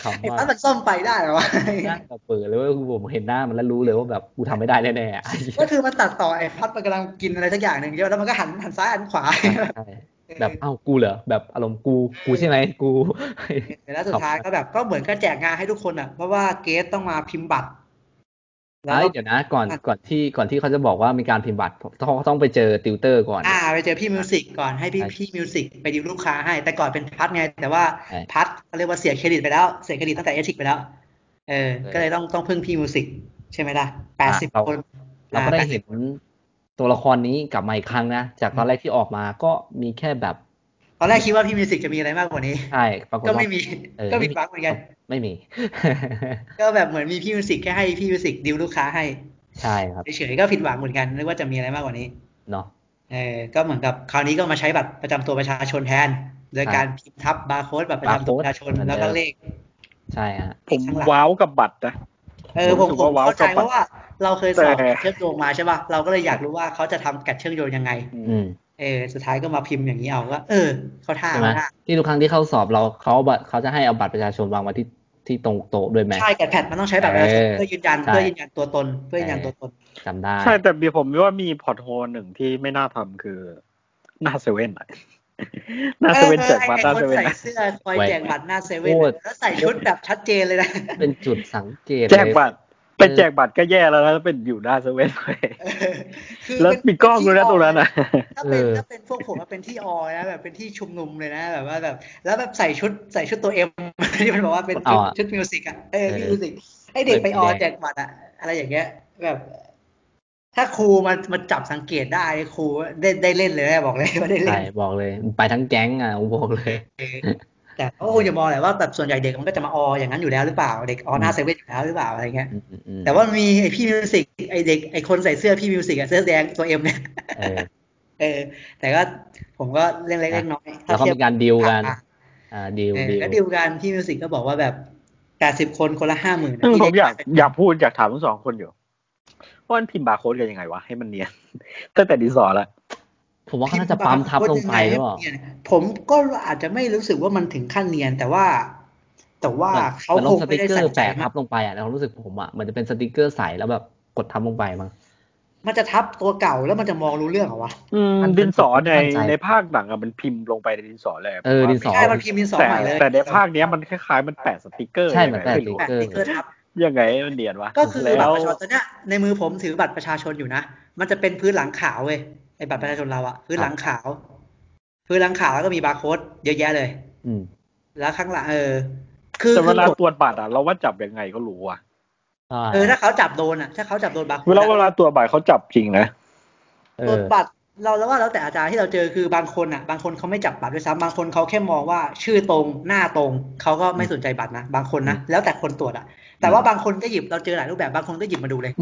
S1: ขำ
S2: ไอ้
S1: มา
S2: พั
S1: ก
S2: ดมันซ่อมไฟได้เหรอวะ
S1: หน้ากับเปิดเลยเว่าผมเห็นหน้ามันแล้วรู้เลยว่าแบบกูทำไม่ได้แน่ๆอ่ะไอ้เหี้
S2: ก็
S1: ย
S2: คือมันตัดต่อไอ้พัดมันกำลังกินอะไรสักอย่างหนึ่งใช่ไหมแล้วมันก็หันหันซ้ายหันขวา
S1: ใช่แบบเอ้ากูเหรอแบบอารมณ์กูกูใช่ไหมกู
S2: เออแล้วสุดท้ายก็แบบก็เหมือนก็แจกงานให้ทุกคนอ่ะเพราะว่าเกสต้องมาพิมพ์บัตร แล้ว
S1: เอ้ยเดี๋ยวนะก่อนก่อนที่ก่อนที่เขาจะบอกว่ามีการพิมพ์บัตรต้องต้องไปเจอติวเตอร์ก่อน
S2: อ่าไปเจอพี่มิวสิกก่อนให้พี่
S1: ใช่
S2: พี่มิวสิกไปดิวลูกค้าให้ แต่ก่อนเป็นพัดไง แต่ว่า
S1: ใช่
S2: พัดเขาเรียกว่าเสียเครดิตไปแล้ว เสียเครดิตตั้งแต่เอชิกไปแล้ว เออ ก็เลยต้องต้องพึ่งพี่มิวสิกใช่ไหมล่ะแปดสิบ
S1: เรา
S2: คน
S1: เราก็ได้
S2: อ่80
S1: เห็นตัวละครนี้กลับมาอีกครั้งนะ จากตอนแรกที่ออกมาก็มีแค่แบบ
S2: ตอนแรกคิดว่าพี่มิวสิกจะมีอะไรมากกว่านี้
S1: ใช่ปรากฏ
S2: ก็
S1: ว่า
S2: ไม่มี
S1: เออ
S2: ก็ผิดหวังเหมือนกัน
S1: ไม่มี
S2: ก็แบบเหมือนมีพี่มิวสิกแค่ให้พี่มิวสิกดิวลูกค้าให้
S1: ใช่ครับ
S2: เฉยๆก็ผิดหวังเหมือนกันนึกว่าจะมีอะไรมากกว่านี้
S1: เนาะ
S2: เออก็เหมือนกับคราวนี้ก็มาใช้บัตรประจำตัวประชาชนแทน โดยการพิมพ์ทับบาร์โค้ดบัตรประจำตัวประชาชน
S1: บาร์โค้ด
S2: แล้วก็เลข
S1: ใช่ฮะ
S3: ผม
S2: ข้างหลัง
S3: ว้าวกับบัตรนะ
S2: เออผม
S3: ผมรู้สึก
S2: ผเข้าใจ
S3: ว่าม ว้าว
S2: เพ
S3: กับบัตร
S2: ราะว่า เราเคยสอบ
S3: แต่
S2: เชื่อมโยงมาใช่ป่ะเราก็เลยอยากรู้ว่าเขาจะทำแกะเชื่อมโยงยังไง
S1: อืม
S2: เออสุดท้ายก็มาพิมพ์อย่างนี้เอาก็เออ เขาท่า
S1: ใช่ไหม
S2: เขาท่า
S1: ที่ทุกครั้งที่เข้าสอบเราเขาเอาบัตรเขาจะให้เอาบัตรประชาชนวางไว้ที่ที่ตรงโต๊ะด้วยไหม
S2: ใช่แกะแพดมันต้องใช้บัตรประชาชน
S1: เออ
S2: เพื่อยืนยัน
S1: ใช่
S2: เพื่อยืนยันตัวตน เพื่อยืนยันตัวตน
S1: จำได้
S3: ใช่แต่เบียร์ผมว่ามีพอร์ตโฮลหนึ่งที่ไม่น่าทำคือหน้าเซเว่นอะหน้าเซเว่นแจกบัตรหน้าเซเว่น
S2: ไอ้คน
S3: อะ
S2: ใส่เสื้อคอยแจกบัตรหน้าเซเว่นน่ะแล้วใส่ชุดแบบชัดเจนเลยนะ
S1: เป็นจุดสังเกต
S3: แจก
S1: เลย
S3: บัตรเป็นแจกบัตรก็แย่แล้วนะแล้วเป็นอยู่หน้าเซเว่นเลย
S2: คือ
S3: แล้วปิดกล้องด้วยนะตรงนั้นอะ
S2: ถ้าเป็น
S1: เออ
S2: ถ้าเป็นพวกผมอะเป็นที่ออนะแบบเป็นที่ชุมนุมเลยนะแบบว่าแบบ แล้วแบบใส่ชุดใส่ชุดตัวเอ็ม ที่มันบอกว่าเป็นชุด
S1: เอาอะ
S2: ชุดมิวสิกอะเออ
S1: เออ
S2: มิวสิกไอเด็กไปออ
S1: เด็ก
S2: แจกบัตรอะอะไรอย่างเงี้ย แบบ ถ้าครูมามาจับสังเกตได้ครูได้ได้เล่นเลยนะบอกเลย ว่าได้เล่
S1: ใช่
S2: น
S1: บอกเลย ไปทั้งแก๊งอ่ะผมบอกเลย
S2: เออแต่เขาก็คงจะมองแหละว่าแบบส่วนใหญ่เด็กมันก็จะมาอออย่างนั้นอยู่แล้วหรือเปล่าเด็กออหน้าเซเว่นอยู่แล้วหรือเปล่าอะไรเงี้ย
S1: อืมอืมอืม
S2: แต่ว่ามีไอพี่มิวสิกไอเด็กไอคนใส่เสื้อพี่มิวสิกอะเสื้อแดงตัวเอ็มเนี่ย
S1: เออ
S2: เออแต่ก็ผมก็เล่นเล็ก
S1: อ่ะ
S2: เล่นน้อย
S1: แล้วเขา
S2: เทียบ
S1: มีการดีลกัน
S2: อ่ะ
S1: อ่าดีล
S2: เออ
S1: ดีล
S2: ก็ดิวกันพี่มิวสิกก็บอกว่าแบบแปดสิบ80 คนคนละห้าหมื่น
S3: ซึ่ง
S2: พี่
S3: ผม
S2: เล็
S3: อยากอยากพูดอยากถามทั้งสองคนอยู่ว่ามันพิมพ์บาร์โค้ดกันยังไงวะให้มันเนียน ตั้งแต่ดีสอร์แล้ว
S1: ผมว่าเขาน่าจะปั๊มทับลงไปหรือเปล่า
S2: ผมก็อาจจะไม่รู้สึกว่ามันถึงขั้นเนียน แต่ว่า แต่ว่าเขา
S1: หมือนล
S2: ค
S1: ง
S2: ง
S1: สติ
S2: ไม่
S1: ก
S2: ได้
S1: เกอ
S2: ใส่
S1: ร์
S2: ใจ
S1: แปะทั
S2: มา
S1: บ
S2: ก
S1: ลงไปอ่ะแล้วรู้สึกผมอ่ะมันจะเป็นสติกเกอร์ใสแล้วแบบกดทับลงไปมั้ง
S2: มันจะทับตัวเก่าแล้วมันจะมองรู้เรื่องเหรอวะ
S1: มันเป็
S3: ดิ
S1: น
S3: นสอใน
S1: ความตั้งใจ
S3: ในภาคหลังอะมันพิมพ์ลงไปในดินสอเลย
S1: เออ
S3: ผมว่า
S1: ดินสอ
S2: ใช่มันพิมพ์ดินสอ
S3: แต่
S2: ใหม่เลย
S3: แต่ในภาคเนี้ยมันคล้ายๆมันแปะสติกเกอร์
S1: ใช่เหมือนแปะสติก
S2: แปะ
S1: เกอร์
S2: สติ๊กเกอร์ทับ
S3: ยังไงให้มันเนียนวะ
S2: ก็คือบั
S3: แล้
S2: ตรประ
S3: ว
S2: ชาชนตอนเนี้ยในมือผมถือบัตรประชาชนอยู่นะ มันจะเป็นพื้นหลังขาวเว้ยไอ้บัตรประชาชนเราอะพื้นหลังขาว พื้นหลังขาวแล้วก็มีบาร์โค้ดเยอะแยะเลย
S1: อืม
S2: แล้วข้างหลังเออ คือ
S3: แต่เวลา
S2: คือ
S3: ตรวจบัตรอะเราว่าจับยังไงก็รู้อะ
S1: ใช่
S2: เออถ้าเขาจับโดนอะถ้าเขาจับโดนบาร์โค้
S3: เว
S2: ด
S3: ลา
S2: อะ
S3: เวลาตรวจบัตรเขาจับจริงนะ
S1: เอ
S2: ตรวจ
S1: อ
S2: บัตรเราแล้วว่าแล้วแต่อาจารย์ที่เราเจอคือบางคนอะบางคนเขาไม่จับบัตรด้วยซ้ำบางคนเขาแค่มองว่าชื่อตรงหน้าตรงเขาก็ไม่สนใจบัตรนะบางคนนะแล้วแต่คนตรวจอะแต่ว่าบางคนก็หยิบเราเจอหลายรูปแบบบางคนก็หยิบมาดูเลย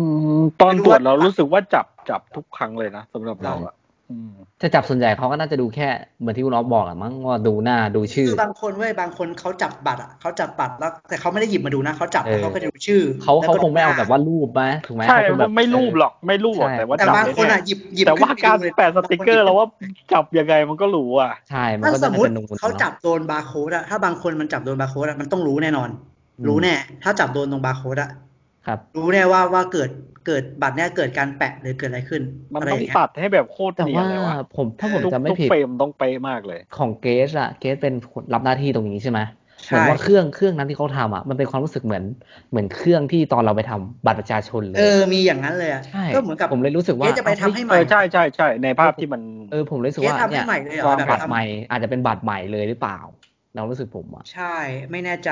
S3: ตอนตรวจเรารู้สึกว่าจับจับทุกครั้งเลยนะสำหรับเราอะอืม
S1: ถ้าจับส่วนใหญ่เขาก็น่าจะดูแค่เหมือนที่คุณน้องบอกอะมั้งว่าดูหน้าดูชื่อ
S2: คือบางคนเว้ยบางคนเขาจับบัตรอ่ะเขาจับบัตรแล้วแต่เขาไม่ได้หยิบมาดูนะเขาจับ
S1: เออ
S2: แล้วเขาก็ดูชื่อ
S1: เขา
S2: แล้ว
S1: เขา
S2: ก็
S1: คงไม่เอา
S2: ดูหน้
S1: แบบว่ารูปไหมถูกไหม
S3: ใช่
S1: เขาคงแบบ
S3: ไม่รูปหรอกไม่รูปหรอก
S1: ใช่
S3: แต่ว่าจับบ
S2: แต่างคน
S3: แน่
S2: อ่ะหยิบหยิบ
S3: แต่ว่า
S2: ขึ้นไป
S3: การ
S2: ดูเลย
S3: แปะสติกเกอร์เราว่าจับยังไงมันก็รู้อ่ะ
S1: ใช่มัน
S2: ถ้า
S1: ก็
S2: ส
S1: น่าม จะ
S2: มติ
S1: เป็นนุ่มๆ
S2: เขาจั
S1: เนาะ
S2: บโดนบาร์โค้ดอ่ะถ้าบางคนมันจับโดนบาร์โค้ดอ่ะมันต้องรู้แน่นอน
S1: อืม
S2: รู้แน่ ถ้าจับโดนตรงบาร์โค้ดอ่ะ
S1: ครับ
S2: รู้แน่ว่าว่าเกิดเกิดบัตรเนี่ยเกิดการแปะหรือเกิดอะไรขึ้น
S3: มัน
S2: อะไรอ
S3: ต้อ
S2: ง
S3: ย่าง
S2: เงี้ย
S3: ตัดให้แบบโคตร
S1: แต่
S3: เนียน
S1: ว่า
S3: เลยว่ะ
S1: ผมถ้าผม
S3: ทุก
S1: จำไม่
S3: ทุก
S1: ผิด
S3: เฟรมต้องเป๊ะมากเลย
S1: ของเกสอะเกสเป็นคนรับหน้าที่ตรงนี้ใช่ไหม เหมือ
S2: ใช่
S1: นว่าเครื่องเครื่องนั้นที่เขาทำอ่ะมันเป็นความรู้สึกเหมือนเหมือนเครื่องที่ตอนเราไปทำบัตรประชาชนเลย
S2: เออมีอย่างนั้นเลยอ่ะ
S1: ใช่
S2: ก็เหมือนกับ
S1: ผมเลยรู้สึกว่า
S2: เกสจะไปทำให้ให
S3: เอ
S2: ม่
S3: อใช่ใช่ใช่ในภาพที่มัน
S1: เออผมเลยรู้สึก
S2: เกส
S1: ว่า
S2: ทำให้
S1: เนี่ย
S2: ใหม่เลยเหร
S3: วา
S2: อง แบบ
S1: บัตร
S2: ทำ
S1: ใหม่อาจจะเป็นบัตรใหม่เลยหรือเปล่าเรารู้สึกผมอ่ะ
S2: ใช่ไม่แน่ใจ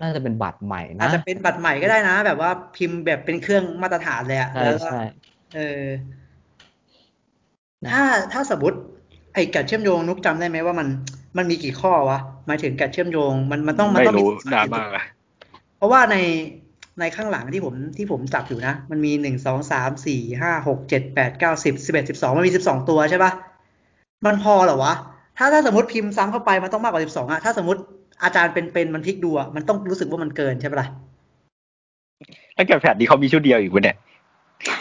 S1: น่าจะเป็นบัตรใหม่
S2: อาจ
S1: นะ
S2: จะเป็นบัตรใหม่ก็ได้นะ แบบว่าพิมพ์แบบเป็นเครื่องมาตรฐานเลยอะ
S1: ใช่
S2: แล้วก็
S1: ใช่
S2: เออ
S1: นะ
S2: ถ้าถ้าสมมติไอ้แกะเชื่อมโยงนุกจำได้ไหมว่ามันมันมีกี่ข้อวะหมายถึงแกะเชื่อมโยงมันมันต้องมัน
S3: ไม่
S2: ต้องมี
S3: รู้
S2: สงสัย
S3: นานมากอะ
S2: เพราะว่าในในข้างหลังที่ผมที่ผมจับอยู่นะ มันมีหนึ่งสองสามสี่ห้าหกเจ็ดแปดเก้าสิบสิบเอ็ดสิบสองมันมีสิบสองตัวใช่ปะมันพอเหรอวะ ถ้าถ้าสมมติพิมพ์ซ้ำเข้าไปมันต้องมากกว่าสิบสองอะถ้าสมมติอาจารย์เป็นเป็นมันพลิกดูอะมันต้องรู้สึกว่ามันเกินใช่ปะล่ะ
S3: แล้วแกะแผดนี้เขามีชุดเดียวอีกวะเนี่ย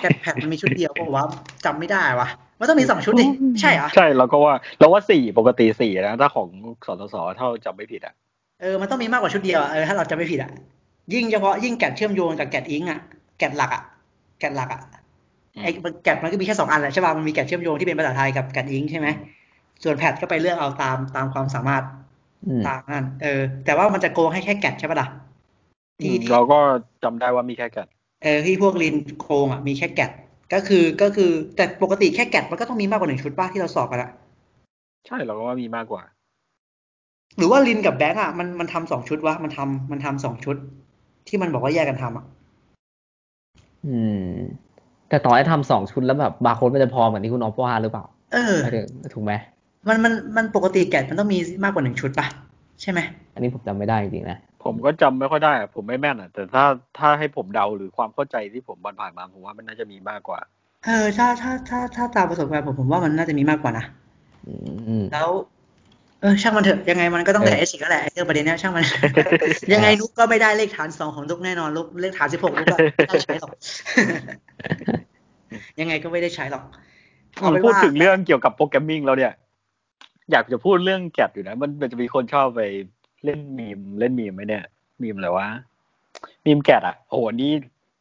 S2: แกะแผ่นมันมีชุดเดียวบอกว่าวะจำไม่ได้วะมันต้องมีสองชุดดิใช่เหรอ
S3: ใช่เราก็ว่าเราว่าสี่ปกติสี่นะถ้าของสสสเท่าจำไม่ผิดอ่ะ
S2: เออมันต้องมีมากกว่าชุดเดียวอะเออถ้าเราจำไม่ผิดอ่ะยิ่งเฉพาะยิ่งแกะเชื่อมโยงกับแกะอิงก์อ่ะแกะหลักอ่ะแกะหลักอ่ะไอ้มันแกะมันก็มีแค่สองอันแหละใช่ป่ะมันมีแกะเชื่อมโยงที่เป็นภาษาไทยกับแกะอิงก์ใช่ไหมส่วนแพทก็ไปเลือกเอาตามตามความสามารถ
S1: อืม
S2: ตามนั่นเออ แต่ว่ามันจะโกงให้แค่แกะใช่ป่ะล่ะที่ที่
S3: เราก็จำได้ว่ามีแค่แกะ
S2: เออที่พวกลินโกงอ่ะมีแค่แกะก็คือก็คือแต่ปกติแค่แกะมันก็ต้องมีมากกว่าหนึ่งชุดป่ะที่เราสอบกันอะ
S3: ใช่เราก็ว่ามีมากกว่า
S2: หรือว่าลินกับแบงค์อ่ะมันมันทำสองชุดวะมันทำมันทำสองชุด ที่มันบอกว่าแยกกันทำอ่ะ
S1: อืม แต่ต่อให้ทำสองชุดแล้วแบบบาร์โค้ดมันจะพอเหมือนที่คุณออฟว่าหรือเปล่า
S2: เออ
S1: หมายถึงถูกไหม
S2: มันมันมันปกติแกะมันต้องมีมากกว่าหนึ่งชุดป่ะ ใช่ไหม
S1: อันนี้ผมจำไม่ได้จริงๆนะ
S3: ผ ผมก็จำไม่ค่อยได้อะผมไม่แม่นอ่ะ แต่ถ้าถ้าให้ผมเดาหรือความเข้าใจที่ผมผ่านๆมาผมว่ามันน่าจะมีมากกว่า
S2: เออถ้าถ้าถ้าถ้าตามประสบการณ์ผมผมว่ามันน่าจะมีมากกว่านะ
S1: อืม
S2: แล้ว เออช่างมันเถอะยังไงมันก็ต้องแต่
S1: เอ
S2: เอ
S1: อ
S2: สิกแล้วแหละไอ้เรื่องประเด็นเนี้ยช่างมัน ยังไงนุกก็ไม่ได้เลขฐานสองของนุกแน่นอนลบเลขฐานสิบหกนุกก็ไม่ได้ใช้หรอก ยังไงก็ไม่ได้ใช้หรอกเอาเป็น
S3: พูด
S2: ว่า
S3: ถึงเรื่องเกี่ยวกับโปรแกรมมิ่งแล้วเนี่ย อยากจะพูดเรื่องแกดอยู่นะ มันมันจะมีคนชอบไปเล่นมีมเล่นมีมไหมเนี่ย มีมอะไรวะมีมแกดอ่ะโอ้โหนี่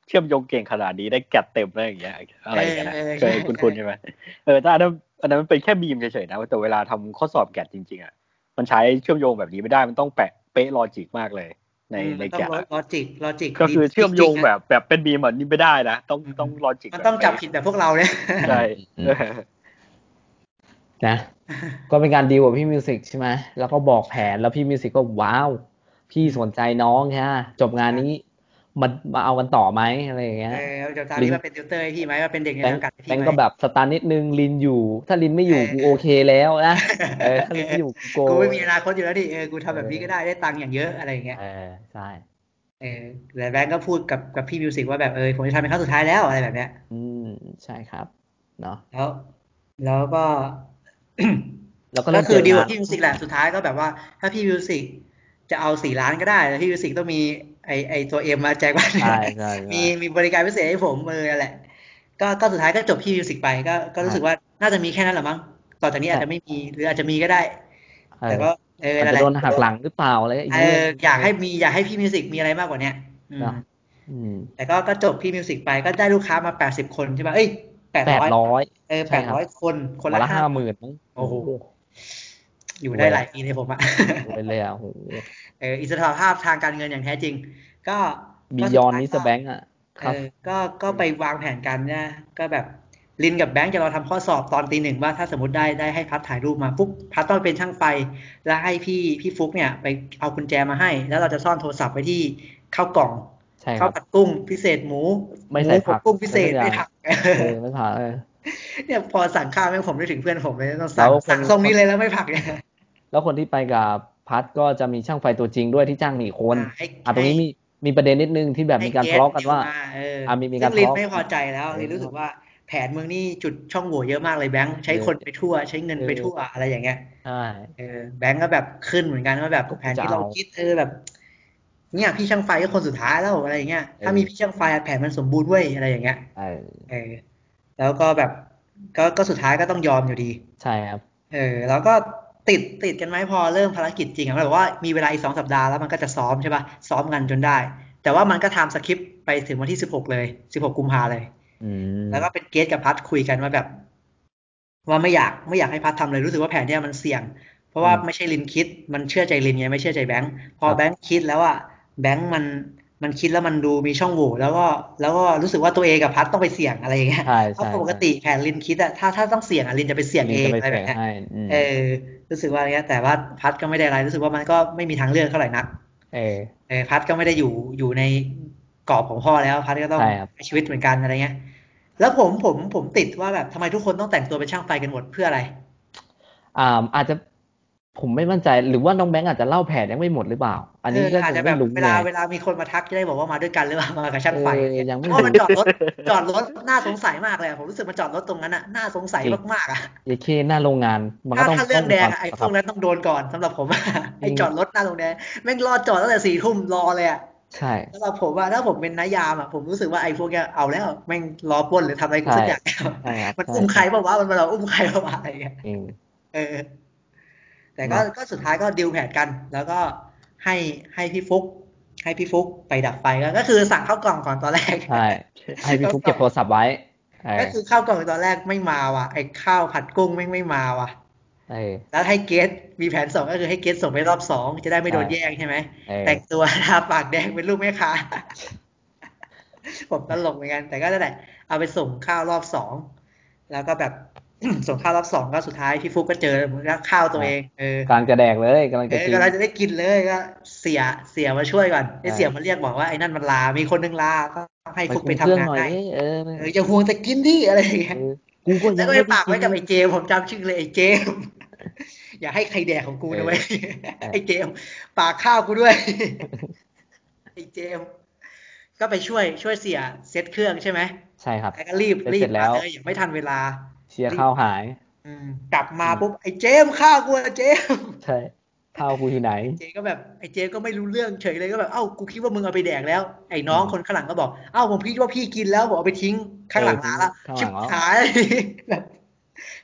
S3: เชื่อมโยงเก่งขนาดนี้ได้แกดเต็มเลยอย่างเงี้ยอะไรอย่างเงี้ยนะเคยคุ้นๆใช่ไหมเออแต่อันนั้นอันนั้นมันเป็นแค่มีมเฉยๆนะแต่เวลาทำข้อสอบแกดจริงๆอ่ะมันใช้เชื่อมโยงแบบนี้ไม่ได้มันต้องแปะเป๊ะลอจิกมากเลย ในใน
S2: มันต้อ
S3: แก
S2: ง
S3: ดอะ
S2: ลอจิกลอจิก
S3: ก็คือเชื่อมโยงแบบแบบเป็นมีมแบบนี้ไม่ได้นะต้องต้องลอจิก
S2: มันต้องจับผิดแบบพวกเราเนี่ย
S3: ใช่เออ
S1: นะ ก็เป็นการดีลกับพี่มิวสิกใช่ไหมแล้วก็บอกแผนแล้วพี่มิวสิกก็ว้าว พี่สนใจน้องฮะจบงานนี้มันมาเอากันต่อไหมอะไรอย่างเงี้ย
S2: เออเดี๋ยวตามนี้มาเป็นติวเตอร์ให้พี่ไหมมาเป็นเด็กใน
S1: แบง
S2: สั
S1: ค์
S2: งกัดให้
S1: แบ
S2: พี่
S1: ง
S2: ไหม
S1: ค์ก็แบบสตาร์นิดนึงลินอยู่ ถ้าลินไม่อยู่
S2: เออ
S1: กูโอเคแล้วนะเออถ้าลินไม่อยู่กูโก
S2: กูไม่มีอนาคตอยู่แล้วดิเออกูทำแบบนี้ก็ได้ได้ตังค์อย่างเยอะอะไรอย่างเงี้ย
S1: เออใช่
S2: เออแต่แบงก์ก็พูดกับกับพี่มิวสิกว่าแบบเออผมจะทำเป็นครั้งสุดท้ายแล้วอะไรแบบเนี้ย
S1: อืมใช่ครับเนาะ
S2: แล้ว แล้วก็
S1: แล้วก็
S2: ก็
S1: เริ่ม
S2: คือดีลกับ
S1: เจ
S2: พี่มิวสิกแหละสุดท้ายก็แบบว่าถ้าพี่มิวสิกจะเอาสี่ล้านก็ได้แต่พี่มิวสิกต้องมีไอไอตัวเอ็มมาแจกว่า
S1: ใช่ใช่
S2: มี
S1: ใช่
S2: มีบริการพิเศษให้ผมเออนั่นแหละ ก็ก็สุดท้ายก็จบพี่มิวสิกไปก็ก็รู้สึกว่าน่าจะมีแค่นั้นแหละมั้งต่อจากนี้อาจจะไม่มีหรืออาจจะมีก็ได้
S1: เอ
S2: แต่
S1: อ
S2: ก็เออ
S1: อาจจะ
S2: นั่นแหละ
S1: โดนหักหลังหรือเปล่าอะไรอีก
S2: เอ
S1: เรื่
S2: อ
S1: อง
S2: อยากให้มีอยากให้พี่มิวสิกมีอะไรมากกว่าเนี้ยอืม
S1: นะ อืม
S2: แต่ก็ก็จบพี่มิวสิกไปก็ได้ลูกค้ามาแปดสิบคนใช่ป่ะเอ้ยแปด
S1: แปด
S2: ร้อย
S1: ร้อย
S2: เออ
S1: ใช่
S2: แปด
S1: ครับ
S2: ร้อยคนคน
S1: วัน
S2: ละ
S1: ละ
S2: ห้า
S1: ห้าหมื่นมั้ง
S2: โอ้โห อยู่ได้หลายปีเลยผมอะ
S1: ไปเลยอ่ะโอ้โห
S2: เอออิสระภาพทางการเงินอย่างแท้จริง ก็
S1: บี
S2: ก็
S1: ยอน
S2: สุดท้า
S1: นิส
S2: ก็
S1: แบงก์อ่ะครับ
S2: เออก็ก็ไปวางแผนกันนะก็แบบลินกับแบงค์จะรอทำข้อสอบตอนตีหนึ่งว่าถ้าสมมติได้ได้ให้พัดถ่ายรูปมาปุ๊บพัดต้องเป็นช่างไฟ แล้วให้พี่พี่ฟุกเนี่ย ไปเอากุญแจมาให้ แล้วเราจะซ่อนโทรศัพท์ไว้ที่ข้าวกล่อง
S1: ใช่ค
S2: ข้า
S1: รั
S2: ว
S1: บ
S2: ผัดกุ้งพิเศษหมู
S1: ไม่
S2: ห
S1: ใส่ผัก
S2: บกุ้งพิเศษ
S1: ไม่
S2: ไม่
S1: ใส่ผั
S2: ผัก
S1: ก เออไม่ผ่านเออ
S2: เนี่ยพอสั่งข้าวแม่งผมนึกถึงเพื่อนผมเลยต้องสั่ง
S1: แล้วคน
S2: สั่งทรงนี้เลยแล้วไม่ผักเนี่ย
S1: แล้วคนที่ไปกับพัทก็จะมีช่างไฟตัวจริงด้วยที่จ้างหนึ่งคน
S2: อ่าให้
S1: อ่ะตรงนี้
S2: ให้
S1: มีมีประเด็นนิดนึงที่แบบมีการทะเลาะกันว่า
S2: ให้เส
S1: อ่ะมี
S2: มี
S1: มีการ
S2: ลิ
S1: ทะ
S2: น
S1: เลาะ
S2: ไม่พอใจแล้ว
S1: เออ
S2: ลินรู้สึกว่าแผนเมืองนี่จุดช่องโหว่เยอะมากเลยแบงค์ใช้
S1: เออ
S2: คนไปทั่ว ใช้เงิน
S1: เออ
S2: ไปทั่วอะไรอย่างเงี้ย
S1: ใช่
S2: เออแบงค์ก็แบบขึ้นเหมือนกันว่าแบบแผนที่เราคิดเออแบบ เนี่ยพี่ช่างไฟก็คนสุดท้ายแล้วอะไรอย่างเงี้ยถ้ามีพี่ช่างไฟอะแผนมันสมบูรณ์เว้ยอะไรอย่างเงี้ย
S1: เออ
S2: เออแล้วก็แบบก็ก็สุดท้ายก็ต้องยอมอยู่ดี
S1: ใช่ครับ
S2: เออแล้วก็ติดติดกันไหมพอเริ่มภารกิจจริงอะมันบอกว่ามีเวลาอีกสองสัปดาห์แล้วมันก็จะซ้อมใช่ป่ะซ้อมกันจนได้ แต่ว่ามันก็ทำสคริปต์ไปถึงวันที่สิบหกเลยสิบหกกุมภาเลย
S1: อืม
S2: แล้วก็เป็นเกสกับพัดคุยกันว่าแบบ ว่าไม่อยากไม่อยากให้พัดทำเลยรู้สึกว่าแผนเนี้ยมันเสี่ยง เพราะว่าไม่ใช่ลินคิด มันเชื่อใจลินไงไม่เชื่อใจแบงค์พอแบงค์คิดแล้วอะแบงค์มันมันคิดแล้วมันดูมีช่องโหว่แล้วก็แล้วก็รู้สึกว่าตัวเองกับพัดต้องไปเสี่ยงอะไรอย่างเงี้ย
S1: ใช่
S2: เพราะ
S1: ใช่
S2: ปกติแผนลินคิดอะถ้าถ้าต้องเสี่ยงอะลินจะไปเสี่ยง
S1: ลิ
S2: เอง
S1: จะไป
S2: อะไร
S1: แฝ
S2: แบบ
S1: ง
S2: เนี้ย
S1: ให้อืม
S2: เออรู้สึกว่าอะไรเงี้ยแต่ว่าพัดก็ไม่ได้อะไรรู้สึกว่ามันก็ไม่มีทางเลือกเท่าไหร่นัก
S1: เออ
S2: เออพัดก็ไม่ได้อยู่อยู่ในกรอบของพ่อแล้วพัดก็ต้อง
S1: ใช่ครับ
S2: ใช้ชีวิตเหมือนกันอะไรเงี้ย แล้วผมผมผมติดว่าแบบทำไมทุกคนต้องแต่งตัวเป็นช่างไฟกันหมดเพื่ออะไร
S1: อ่าอาจจะผมไม่มั่นใจ หรือว่าน้องแบงค์อาจจะเล่าแผนยังไม่หมดหรือเปล่า อันนี้
S2: เออ
S1: ก็
S2: อาจ
S1: ยัง
S2: จะแบ
S1: ไม่
S2: บ
S1: รู้
S2: เว
S1: ไง
S2: ลาเวลามีคนมาทักจะได้บอกว่ามาด้วยกันหรือเปล่ามากับช่างไฟ
S1: เออยังไม่
S2: เพราะมัน
S1: รู้
S2: จอดรถจอดรถน่าสงสัยมากเลยอะผมรู้สึกมันจอดรถตรงนั้นอะน่าสงสัย
S1: จริง
S2: มากๆอะ
S1: เอเคหน้าโรงงานมันก็
S2: ถ้า
S1: ต้อง
S2: ถ้าเรื่อง
S1: ต้
S2: แดง
S1: มี
S2: อะไอ้
S1: ความ
S2: พว
S1: ประทับ
S2: กนั้นต้องโดนก่อนสำหรับผมอะไอ้
S1: จริง
S2: จอดรถหน้าโรงแดงแม่งรอจอดตั้งแต่สี่ทุ่มรอเลยอะ
S1: ใช่
S2: สำหรับผมอะถ้าผมเป็นนายามอะผมรู้สึกว่าไอ้พวกเนี้ยเอาแล้วแม่งรอปล้นหรือทำอะไรกู
S1: ใช่
S2: สักอย่าง
S1: ใช่ครับ
S2: มัน
S1: ใช่
S2: อุ้มใครเปล่าวะมันมาเราอุ้มใครเปล่าวะอะไรเงี้ย
S1: จริง
S2: เออ แต่ก็
S1: นะ
S2: ก็สุดท้ายก็ดิวแผนกัน แล้วก็ให้ให้พี่ฟุก ให้พี่ฟุกไปดับไฟก็ก็คือสั่งเข้ากล่องก่อนตอนแรก
S1: ใช่ให้พี่ฟุกเก็บโทรศัพท์ไว้เออ
S2: ก็คือเข้ากล่องตอนแรกไม่มาว่ะไอ้ข้าวผัดกุ้งแม่งไม่มาว่ะ
S1: เออ
S2: แล้วให้เกสมีแผนสองก็คือให้เกสส่งไปรอบสองจะได้ไม่โดน
S1: ใช่
S2: แย่งใช่ไหม
S1: เออ
S2: แต่งตัว ทาปากแดงเป็นลูกแม่ค้า ผมตลกเหมือนกัน แต่ก็นั่นแหละเอาไปส่งข้าวรอบสอง แล้วก็แบบ ส่งข้าวรอบสองก็สุดท้ายพี่ฟุกก็เจอแล้วข้าวตัวเอง เออ
S1: กำลังจะแดกเลยกำลัง
S2: เอ
S1: จะ
S2: อ
S1: กิน
S2: ก็เราจะได้กินเลยก็เสียเสียมาช่วยก่อนไอ้
S1: ใช่
S2: เสียมาเรียกบอกว่าไอ้นั่นมันลา มีคนนึงลา ก็ต้องให้ฟุกไป
S1: คุมเครื่
S2: ทำงาน
S1: หอย
S2: ให้
S1: ดิเออ
S2: เอออย่าห่วงแต่กินดิอะไรอย่างเงี้ย
S1: เออกูก็
S2: แล้
S1: ยังไม่
S2: วก็ไป
S1: ด้
S2: ฝากไว้กับ
S1: น
S2: ไอ้เจมส์ผมจำชื่อเลยไอ้เจมส์ อ อย่าให้ใครแดกของกู
S1: เออ
S2: นะเว้ย
S1: เออ
S2: ไอ้เจมส์ปากข้าวกูด้วย ไอ้เจมส์ก็ไปช่วยช่วยเสียเซ็ตเครื่องใช่ไหม
S1: ใช่ครับ
S2: แล้วก็รีบ
S1: เสร็จ
S2: รีบ
S1: แล้ว
S2: มาเลยยังไม่ทันเวลา
S1: เชียร์ข้าวหาย
S2: อืมกลับมา
S1: อืม
S2: ปุ๊บไอ้เจมส์ฆ่ากูอะเจมส์
S1: ใช่ข้าวกูที่ไหน
S2: เจก็แบบไอ้เจก็ไม่รู้เรื่องเฉยเลยก็แบบเอ้ากูคิดว่ามึงเอาไปแดกแล้วไอ้น้อง
S1: อืม
S2: คนข้างหลังก็บอกเอ้าผมคิดว่าพี่กินแล้วบอกเอาไปทิ้งข้างหลัง
S1: เออ
S2: ร้านละ
S1: ข้างหลัง
S2: ชิบ
S1: แล้ว
S2: หาย แบบ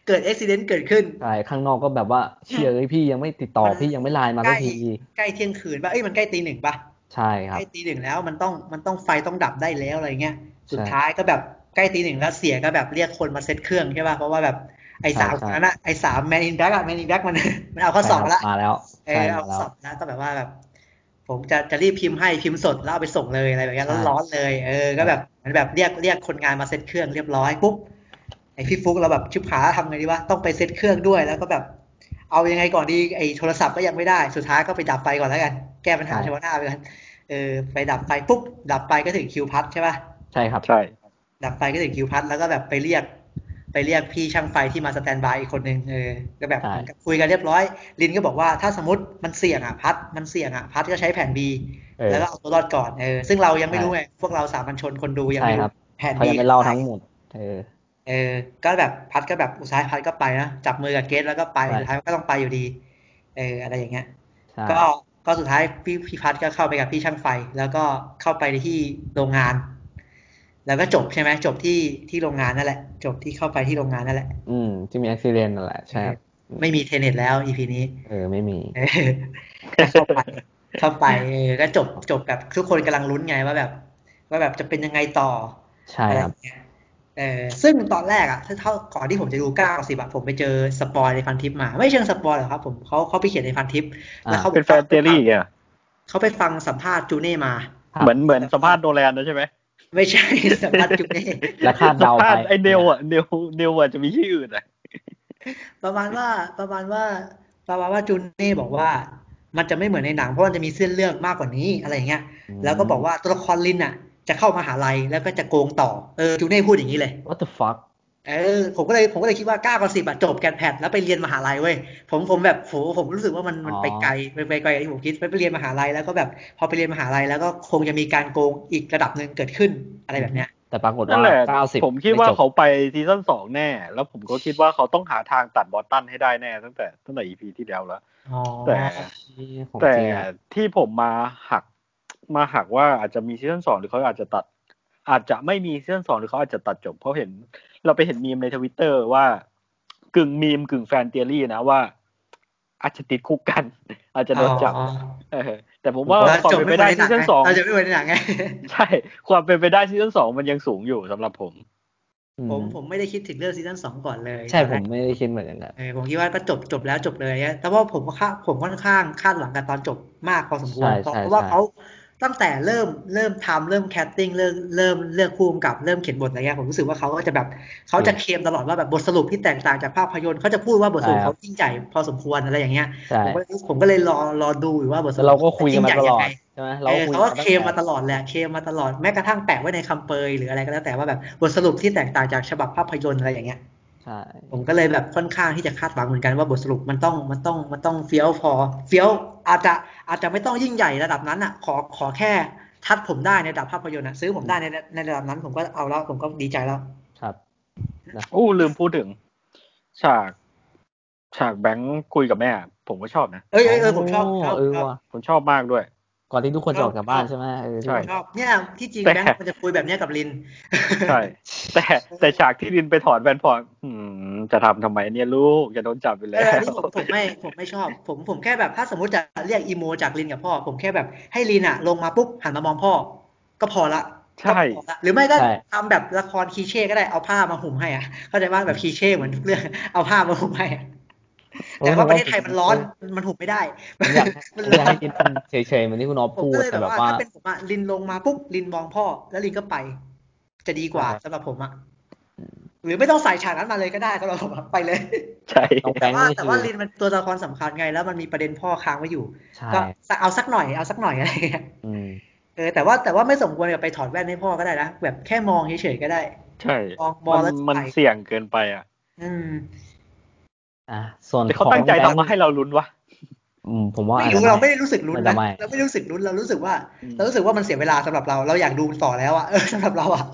S2: เกิดอุบิเหตุเกิดขึ้น
S1: ใช่ข้างนอกก็แบบว่าเชียร์เอ้ยพี่ยังไม่ติดต่อ
S2: มัน
S1: พี่ยังไม่ไลน์มา
S2: ใกล้
S1: สักที
S2: ใกล้เที่ยงคืนป่ะเอ้ยมันใกล้ตีหนึ่งป่ะ
S1: ใช่ค
S2: ใก
S1: รับ
S2: ล้ตีหนึ่งแล้วมันต้องมันต้องไฟต้องดับได้แล้วอะไรเงี้ย สุด
S1: ใช่
S2: ท้ายก็แบบใกล้ตีหนึ่งแล้วเสียก็แบบเรียกคนมาเซตเครื่องใช่ป่ะเพราะว่าแบบไอ้
S1: ใช่ใช่
S2: สามคนนั้นอะไอ้สามแมนอินแบ็กอะแมนอินแบ็กมัน มันเอาข้อสอบ
S1: ใช่
S2: มา
S1: ครั
S2: ละ
S1: มาแล้ว
S2: เอ
S1: ใช่
S2: อ
S1: มา
S2: เอา
S1: แล้ว
S2: สอบนะก็แบบว่าแบบ ผมจะจะรีบพิมพ์ให้พิมพ์สดแล้วเอาไปส่งเลยอะไรแบบเนี้ย
S1: ใช่
S2: ร้อนๆเลยเออก็แบบเหมันแบบเรียกเรียกคนงานมาเซตเครื่องเรียบร้อยปุ๊บไอพี่ฟุกเราแบบชิบหายแล้วทำไงดีวะต้องไปเซตเครื่องด้วยแล้วก็แบบ เอายังไงก่อนดีไอโทรศัพท์ก็ยังไม่ได้สุดท้ายก็ไปดับไฟก่อนแล้วกัน แก้ปัญหาเฉพาะหน้าไปกันเออไปดับไฟปุ๊บดับไฟก็ถึงคิวพัทใช่ป่ะ
S1: ใช่ครับ
S3: ใช่
S2: ดับไฟก็ถึงคิวพัทแล้วก็แบบไปเรียก ไปเรียกพี่ช่างไฟที่มาสแตนบายอีกคนนึงเออก็แบบ
S1: ใช่
S2: คุยกันเรียบร้อย ลินก็บอกว่าถ้าสมมติมันเสี่ยงอ่ะพัดมันเสี่ยงอ่ะพัดก็ใช้แผน B
S1: เออ
S2: แล้วก็เอาตัวรอดก่อนเออซึ่งเรายังไม่
S1: ใช่
S2: รู้ไงพวกเราสามัญชนคนดูยัง
S1: ใช่
S2: ไม่
S1: ครั
S2: รู้
S1: บ
S2: แผน
S1: เขา
S2: B
S1: ยังไม่เล่าทั้งหมด เออ
S2: เออก็แบบพัดก็แบบอุตสาหพัดก็ไปนะจับมือกับเกสแล้วก็ไป
S1: ใช่
S2: สุดท้ายมันก็ต้องไปอยู่ดีเอออะไรอย่างเงี้ย
S1: ใช่
S2: ก็ก็สุดท้ายพี่พี่พัดก็เข้าไปกับพี่ช่างไฟ แล้วก็เข้าไปที่โรงงาน แล้วก็จบใช่ไหมจบที่ที่โรงงานนั่นแหละ จบที่เข้าไปที่โรงงานนั่นแหละ
S1: อืม ที่มีอุบิเหตุนั่นแหละใช่ครับ
S2: ไม่มีเทเน็ตแล้ว EP นี้
S1: เออไม่มี
S2: เออก็เข้าไปเข้าไปเออก็จบจบแบบทุกคนกำลังลุ้นไงว่าแบบ ว่าแบบจะเป็นยังไงต่อ
S1: ใช่
S2: อะไร
S1: ครับ
S2: เงี้ยเออซึ่งตอนแรกอะถ้าเท่าก่อนที่ผมจะดูเก้าสิบอะผมไปเจอสปอยในพันทิปมา ไม่เชิงสปอยหรอกครับ ผมเขาเขาไปเขียนในพันทิปแล้วเขา
S3: เป็นแฟนเจอรี่อ่ะ
S2: เขาไปฟังสัมภาษณ์จูเน่มา
S1: ครับ
S3: เหมือนเหมือนสัมภาษณ์โนแลนนะใช่ไหม
S2: ไม่ใช่ สัมภาษณ์จูเน่
S1: และคาด
S3: สัม
S1: เดา
S3: ภา
S1: ไป
S3: ษณ์ไอเนลอ่ะเนลเนลอ่ะจะมีชื่ออื่นอ่ะ
S2: ประมาณว่าประมาณว่าประมาณว่าจูเน่บอกว่า มันจะไม่เหมือนในหนังเพราะมันจะมีเส้นเรื่องมากกว่านี้อะไรอย่างเงี้ย
S1: อืม
S2: แล้วก็บอกว่าตัวละครลินน่ะ จะเข้ามาหาลัยแล้วก็จะโกงต่อเออจูเน่พูดอย่างนี้เลย
S1: what the fuck
S2: เออผมก็เลยผมก็เลยคิดว่าเก้ากับสิบอะจบแกนแพทแล้วไปเรียนมหาลัยเว้ยผมผมแบบโหผมรู้สึกว่ามันมัน
S1: อ๋อ
S2: ไปไกลไปไปไกลกว่าที่ผมคิดไปไปเรียนมหาลัยแล้วก็แบบพอไปเรียนมหาลัยแล้วก็คงจะมีการโกงอีกระดับหนึ่งเกิดขึ้นอะไรแบบเนี้ย
S1: แต่ปรากฏ
S3: นั่
S1: ว่าน
S3: แหละ
S1: เก้าสิบ
S3: ผมคิดว่าเขาไปซีซั่นสองแน่ แล้วผมก็คิดว่าเขาต้องหาทางตัดบอสตันให้ได้แน่ ตั้งแต่ตั้งแต่ EP ที่แล้วแล้ว
S2: อ๋อ
S3: แต่
S1: แต่
S3: แต่ที่ผมมาหักมาหักว่าอาจจะมีซีซั่นสองหรือเขาอาจจะตัด อาจจะไม่มีซีซั่นสองหรือเขาอาจจะตัดจบเพราะเห็น เราไปเห็นมีมในทวิตเตอร์ว่ากึ่งมีมกึ่งแฟนเตียรี่นะว่า อาจจะติดคุกกัน อาจจะโดนจับ
S2: อ๋อ
S3: เออแต่ผมว่า
S2: เรา
S3: ความ
S2: จบ
S3: เป็น
S2: ไม่เหมื
S3: ไปได้
S2: อนในห
S3: ซี
S2: นัง
S3: ซั่น
S2: ไง
S3: สอง
S2: เราจะไม่เหมือนในหนังไง
S3: ใช่ ความเป็นไปได้ซีซั่นสองมันยังสูงอยู่สำหรับผม
S1: อื
S2: ผมผมไม่ได้คิดถึงเรื่องซีซั่นสองก่อนเลย
S1: ใช่
S2: ตอน
S1: ผ
S2: แร
S1: ม
S2: ก
S1: ไม่ได้คิดเหมือนกันนะ
S2: เออผมคิดว่าก็จบจบแล้วจบเลยอะแต่ว่าผมก็คาดผมค่อนข้างคาดหวังกับตอนจบมากพอสมควร
S1: ใช่
S2: เพราะ
S1: ใช่
S2: เพราะว่า
S1: ใช่
S2: เขาตั้งแต่เริ่มเริ่มทำเริ่มแคสติ้งเริ่มเริ่มเลือกคู่กำกับเริ่มเขียนบทอะไรเงี้ยผมรู้สึกว่าเขาก็จะแบบเขาจะเคลมตลอดว่าแบบบทสรุปที่แตกต่างจากภาพยนตร์เขาจะพูดว่าบทสรุปเขายิ่งใหญ่พอสมควรอะไรอย่างเงี้ย
S1: ใช่
S2: ผมก็ผมก็เลยรอรอดูอยู่ว่าบทส
S1: แล้ว
S2: รุป
S1: เราก็คุยกันมา
S2: จะ
S1: ต
S2: ง
S1: ลอด
S2: ใหญ่งไง
S1: ใช่ไหม
S2: เอ
S1: เราก็
S2: อ
S1: คุย
S2: เขาก็
S1: นตั้ง
S2: เคลมมาตลอดแหละเคลมมาตลอดแม้กระทั่งแปะไว้ในคำเปยหรืออะไรก็แล้วแต่ว่าแบบบทสรุปที่แตกต่างจากฉบับภาพยนตร์อะไรอย่างเงี้ย
S1: ใช่
S2: ผมก็เลยแบบค่อนข้างที่จะคาดหวังเหมือนกันว่าบทสรุปมันต้องมันต้องมันต้องเฟี้ยวพอ เฟี้ยวอาจจะอาจจะไม่ต้องยิ่งใหญ่ระดับนั้นอ่ะ ขอขอแค่ทัดผมได้ในระดับภาพยนตร์นะซื้อผมได้ในในระดับนั้น ผมก็เอาแล้วผมก็ดีใจแล้ว
S1: ครับ
S3: อู้ลืมพูดถึง ฉาก ฉากแบงค์คุยกับแม่ ผมก็ชอบนะ
S2: เอ้ยเอ้ยเอ้ยผมชอบชอบ
S1: เออ
S2: ชอบ
S1: ว่ะ
S3: ผมชอบมากด้วย
S1: ก่อนที่ทุกคน
S2: ช
S1: จะ
S2: อบ
S1: ออกจากบ้านใช่ไหมเออ
S3: ใช่
S2: ชอบเนี่ยที่จริง
S3: แต่
S2: แบงค์มันจะคุยแบบเนี้ยกับลิน
S3: ใช่ แต่แต่ฉากที่ลินไปถอนแวนพรอืมจะทำทำไมเนี่ยลูกจะโดนจับไป
S2: เอ
S3: แล้ว
S2: ออันนี้ผมผมไม่ผมไม่ชอบ ผมผมแค่แบบถ้าสมมติจะเรียกอีโมจากลินกับพ่อ ผมแค่แบบให้ลินอะลงมาปุ๊บหันมามองพ่อ ก็พอละ
S3: ใช่
S2: ก็พอละหรือไม่ก็ทำแบบละครคลีเช่ก็ได้เอาผ้ามาห่มให้อะเข้าใจว่าแบบคลีเช่เหมือนทุกเรื่อง เอาผ้ามาห่มให้อะแต่ว่าประเทศไทยมันร้อนมันห่มไม่ได้
S1: ผมอยาก
S2: มัน
S1: ผมอ
S2: ร้
S1: ยาก
S2: อน
S1: ให้กินเฉยๆเหมือนที่คุณอ๊อฟ
S2: ผม
S1: พูด
S2: ก็เลย
S1: แต่
S2: แบบ
S1: แบบ
S2: ว่า
S1: ว่า
S2: ถ้าเป็นผมอะลินลงมาปุ๊บลินมองพ่อ แล้วลินก็ไป จะดีกว่าสำหรับผมอะหรือไม่ต้องใส่ฉากนั้นมาเลยก็ได้สำหรับผมอะไปเลย
S3: ใช่
S1: ต้องแบ
S2: แต่
S1: งค์
S2: ว่า
S1: นี่
S2: แต่
S1: คื
S2: ว่า
S1: อ
S2: ลินมันตัวละครสำคัญไงแล้วมันมีประเด็นพ่อค้างไว้อยู่
S1: ใช่
S2: ก็เอาสักหน่อยเอาสักหน่อยอะไรอย่างเงี้ย
S1: อืม
S2: เออแต่ว่าแต่ว่าไม่สมควรกับไปถอดแว่นให้พ่อก็ได้นะแบบแค่มองเฉยๆก็ได้
S3: ใช่
S2: มองมอง
S3: มัน
S2: แล้ว
S3: มัน
S2: ถ่าย
S3: เสี่ยงเกินไปอ่ะ
S2: อืม
S1: อ่ะส่วน
S3: แต่เขาตั้งใจทำมาให้เราลุ้นวะ
S1: อืมผมว่า
S2: ไม่
S1: อาจ
S2: รู้
S1: จะ
S2: เราไม่ได้รู้สึกลุ้น
S1: ไม่
S2: นะ
S1: ไม่
S2: เราไม่ได้รู้สึกลุ้นเรารู้สึกว่า
S3: อืม
S2: เรารู้สึกว่ามันเสียเวลาสำหรับเราเราอยากดูต่อแล้วอะเออสำหรับเราอะ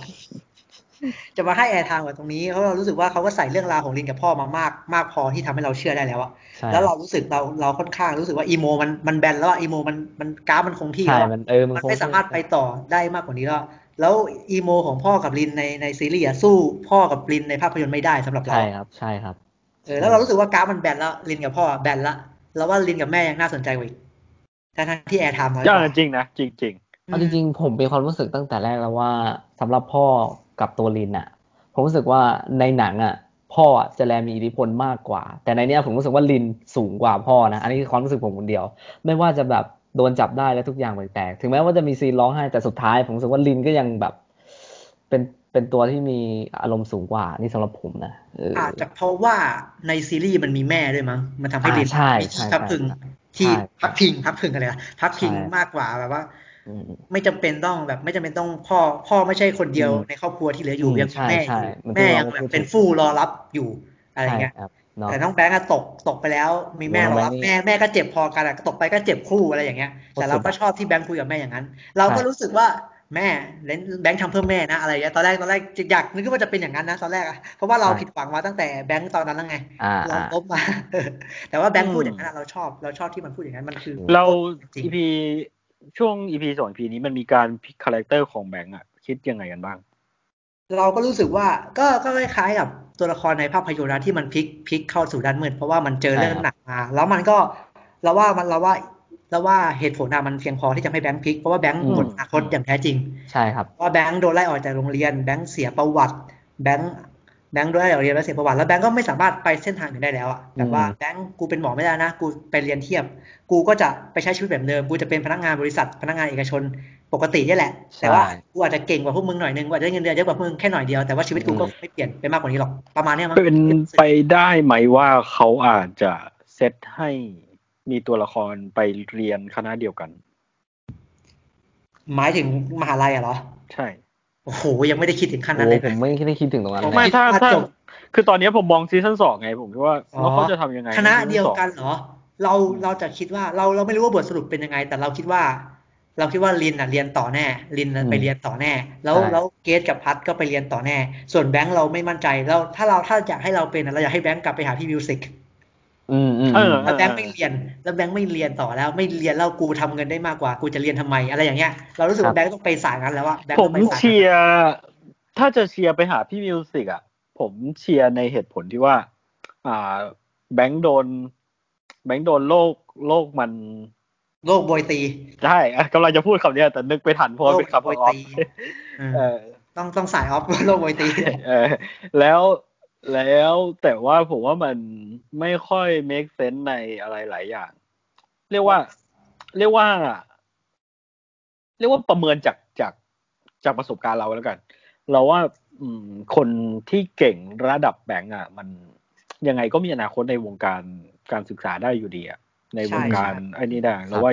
S2: จะมาให้แอร์ทางกับตรงนี้เพราะเรารู้สึกว่าเขาก็ใส่เรื่องราวของลินกับพ่อมามากมากพอที่ทำให้เราเชื่อได้แล้วอะ
S1: ใช่
S2: แล้วเรารู้สึกเราเราค่อนข้างรู้สึกว่าอีโมมันมันแบนแล้วอะอีโมมันมันกราฟมันคงที่
S1: ใช่
S2: แล้วอะ
S1: มันเออมัน
S2: มัน
S1: คง
S2: ไม่สามารถไปต่อได้มากกว่านี้แล้ว แล้วอีโมของพ่อกับลินในในซีรีส์อะสู้พ่อกับลินในภาพยนตร์ไม่ได้สำหรับเรา
S1: ใช่ครับ ใช่ครับ
S2: เออแล้วเรารู้สึกว่ากราฟมันแบนแล้วลินกับพ่ออะแบนละเราว่าลินกับแม่ยังน่าสนใจกว่าอีกทั้งๆที่แอร์ไทม์น้อยก
S3: จ้า
S2: ว่า
S3: จริงนะจริงจริง
S1: เอาจริงๆผมมีความรู้สึกตั้งแต่แรกแล้วว่าสำหรับพ่อกับตัวลินอะผมรู้สึกว่าในหนังอะพ่ออะจะแลมีอิทธิพลมากกว่า แต่ในเนี้ยผมรู้สึกว่าลินสูงกว่าพ่อนะ อันนี้คือความรู้สึกผมคนเดียว ไม่ว่าจะแบบโดนจับได้แล้วทุกอย่างแตกๆถึงแม้ว่าจะมีซีนร้องไห้แต่สุดท้าย ผมรู้สึกว่าลินก็ยังแบบ เป็นเป็นตัวที่มีอารมณ์สูงกว่านี่สำหรับผมนะเอออ
S2: อาจจะเพราะว่าในซีรีส์มันมีแม่ด้วยมั้งมันทำให้ลิน
S1: อ่าใช่
S2: มี
S1: ใช่
S2: ที่พักพิง
S1: ใช่ใช่
S2: ที่พักพิงพักพิงอะไรนะพักพิง
S1: ใช่
S2: มากกว่าแบบว่า
S1: อืม
S2: ไม่จำเป็นต้องแบบ ไม่จำเป็นต้องพ่อ พ่อไม่ใช่คนเดียว
S1: อืม
S2: ในครอบครัวที่เหลืออยู่
S1: อืม
S2: ยังมี
S1: ใช่
S2: แม่
S1: ใช่
S2: อยู่
S1: มันที่
S2: แม่
S1: เรา
S2: ยัง
S1: ก็พูด
S2: แบบเป็น
S1: ถึง
S2: ฟู่รอรับอยู่อะไรเงี้ย
S1: ใช่ครับเนาะ
S2: แต่น้องแบงก์อะตกตกไปแล้ว มีแม่
S1: โอ้
S2: ร
S1: น้
S2: อ
S1: องแบ
S2: รั
S1: ง
S2: บ
S1: ค์นี่
S2: แม่แม่ก็เจ็บพอกันอะตกไปก็เจ็บคู่อะไรอย่างเงี้ย แต่เราก็ชอบที่แบงก์คุยกับแม่อย่างนั้น เราก็
S1: ใช่
S2: รู้สึกว่าแม่เล่นแบงก์ทำเพื่อแม่นะอะไรอย่างเงี้ยตอนแรกตอนแรกอยากนึกว่าจะเป็นอย่างนั้นนะตอนแรกอะเพราะว่าเราผิดหวังมาตั้งแต่แบงก์ตอนนั้นแล้วไง
S1: อ่า
S2: เรา
S1: อ่า
S2: ลบมา แต่ว่าแบงก์พูด
S3: อืม
S2: อย่างนั้นอะเราชอบเราชอบที่มันพูดอย่างนั้นมันคือ
S1: อืม
S3: เรา
S2: จริง
S3: EP ช่วง EP สอง EP นี้มันมีการพลิกคาแรคเตอร์ของแบงค์อะคิดยังไงกันบ้าง
S2: เราก็รู้สึกว่าก็ก็คล้ายๆกับตัวละครในภาพยนตร์นะที่มันพลิกพลิกเข้าสู่ด้านมืดเพราะว่ามันเจอเรื่องหนักมา แล้วมันก็เราว่ามันเราว่าเราว่าเหตุผลอะมันเพียงพอที่จะให้แบงค์พลิกเพราะว่าแบงค์
S1: อืม
S2: หมดอนาคตอย่างแท้จริง
S1: ใช่ครับ
S2: ว่าแบงค์โดนไล่ออกจากโรงเรียนแบงค์เสียประวัติแบงค์แบงค์โดนไล่ออกจากโรงเรียนแล้วเสียประวัติแล้วแบงค์ก็ไม่สามารถไปเส้นทางอื่นได้แล้วอะแบบว่า
S1: อืม
S2: แบงค์กูเป็นหมอไม่ได้นะกูไปเรียนเทียบ กูก็จะไปใช้ชีวิตแบบเดิมกูจะเป็นพนักงานบริษัทพนักงานเอกชน ปกติเนี่ยแหละ
S1: ใช่
S2: แต่ว่ากูอาจจะเก่งกว่าพวกมึงหน่อยนึงกูอาจจะได้เงินเดือนเยอะกว่าพวกมึงแค่หน่อยเดียว แต่ว่าชีวิตกูก็
S1: อืม
S2: ไม่เปลี่ยนไปมากกว่านี้หรอก ประมาณเนี้ยมั้ง
S3: เป็นไปได้ไหมว่าเขาอาจจะเซตให้มีตัวละครไปเรียนคณะเดียวกัน
S2: หมายถึงมหาลัยอะเหรอ
S3: ใช่
S2: โอ้โห ยังไม่ได้คิดถึงขั้นนั้น
S1: โอ้
S2: เลย
S1: ผม
S2: นะ
S1: ไม่ได้คิดถึงตรงนั้นเลย
S3: ไม่ถ้า
S2: คิดว่า
S3: ถ้า
S2: จบ
S3: คือตอนนี้ผมมองซีซั่นสองไงผมคิดว่า
S2: อ๋อ
S3: แล้วเขาจะทำยังไง
S2: คณะเดียว
S3: ซีซั่สอง
S2: กันเหรอ เรา
S3: อืม
S2: เราจะคิดว่าเราเราไม่รู้ว่าบทสรุปเป็นยังไง แต่เราคิดว่า เราคิดว่าลินอ่ะเรียนต่อแน่ลินน่ะ
S1: อืม
S2: ไปเรียนต่อแน่ แล้ว
S1: ใช่
S2: แล้วเกตกับพัทก็ไปเรียนต่อแน่ ส่วนแบงค์เราไม่มั่นใจแล้วถ้าเราถ้าอยากให้เราเป็นอะเราอยากให้แบงค์กลับไปหาพี่มิวสิก
S1: อืมอืม
S3: เออ
S2: แล้วแบงค์ไม่เรียน แล้วแบงค์ไม่เรียนต่อแล้ว ไม่เรียนแล้วกูทำเงินได้มากกว่า กูจะเรียนทำไมอะไรอย่างเงี้ย เรารู้สึกว่าแบงค์ต้องไปสายนั้นแล้วว่าแบงค์
S3: ผ
S2: ต้อ
S3: ม
S2: งไปสาย
S3: เชียร์ถ้าจะเชียร์ไปหาพี่มิวสิกอ่ะ ผมเชียร์ในเหตุผลที่ว่า อ่า แบงค์โดน แบงค์โดนโลกโลกมัน
S2: โลกโบยตี
S3: ใช่อ่ะกำลังจะพูดคำเนี้ยแต่นึกไปทันเพราะว่าเป็นคำข
S2: โล
S3: อก ง
S2: โบ
S3: ออย ฟ
S2: ตีอืม
S3: เออ
S2: ต้องต้องสายออฟ โลกโบยตี
S3: เออแล้วแล้วแต่ว่าผมว่ามันไม่ค่อย make sense ในอะไรหลายอย่าง เรียกว่า เรียกว่า เรียกว่าประเมินจากจากจากประสบการณ์เราแล้วกัน เราว่า อืม คนที่เก่งระดับแบงก์อ่ะ มันยังไงก็มีอนาคตในวงการการศึกษาได้อยู่ดีอ่ะในวงการ
S2: ใช่
S3: ไอ้นี่ได้เราว่า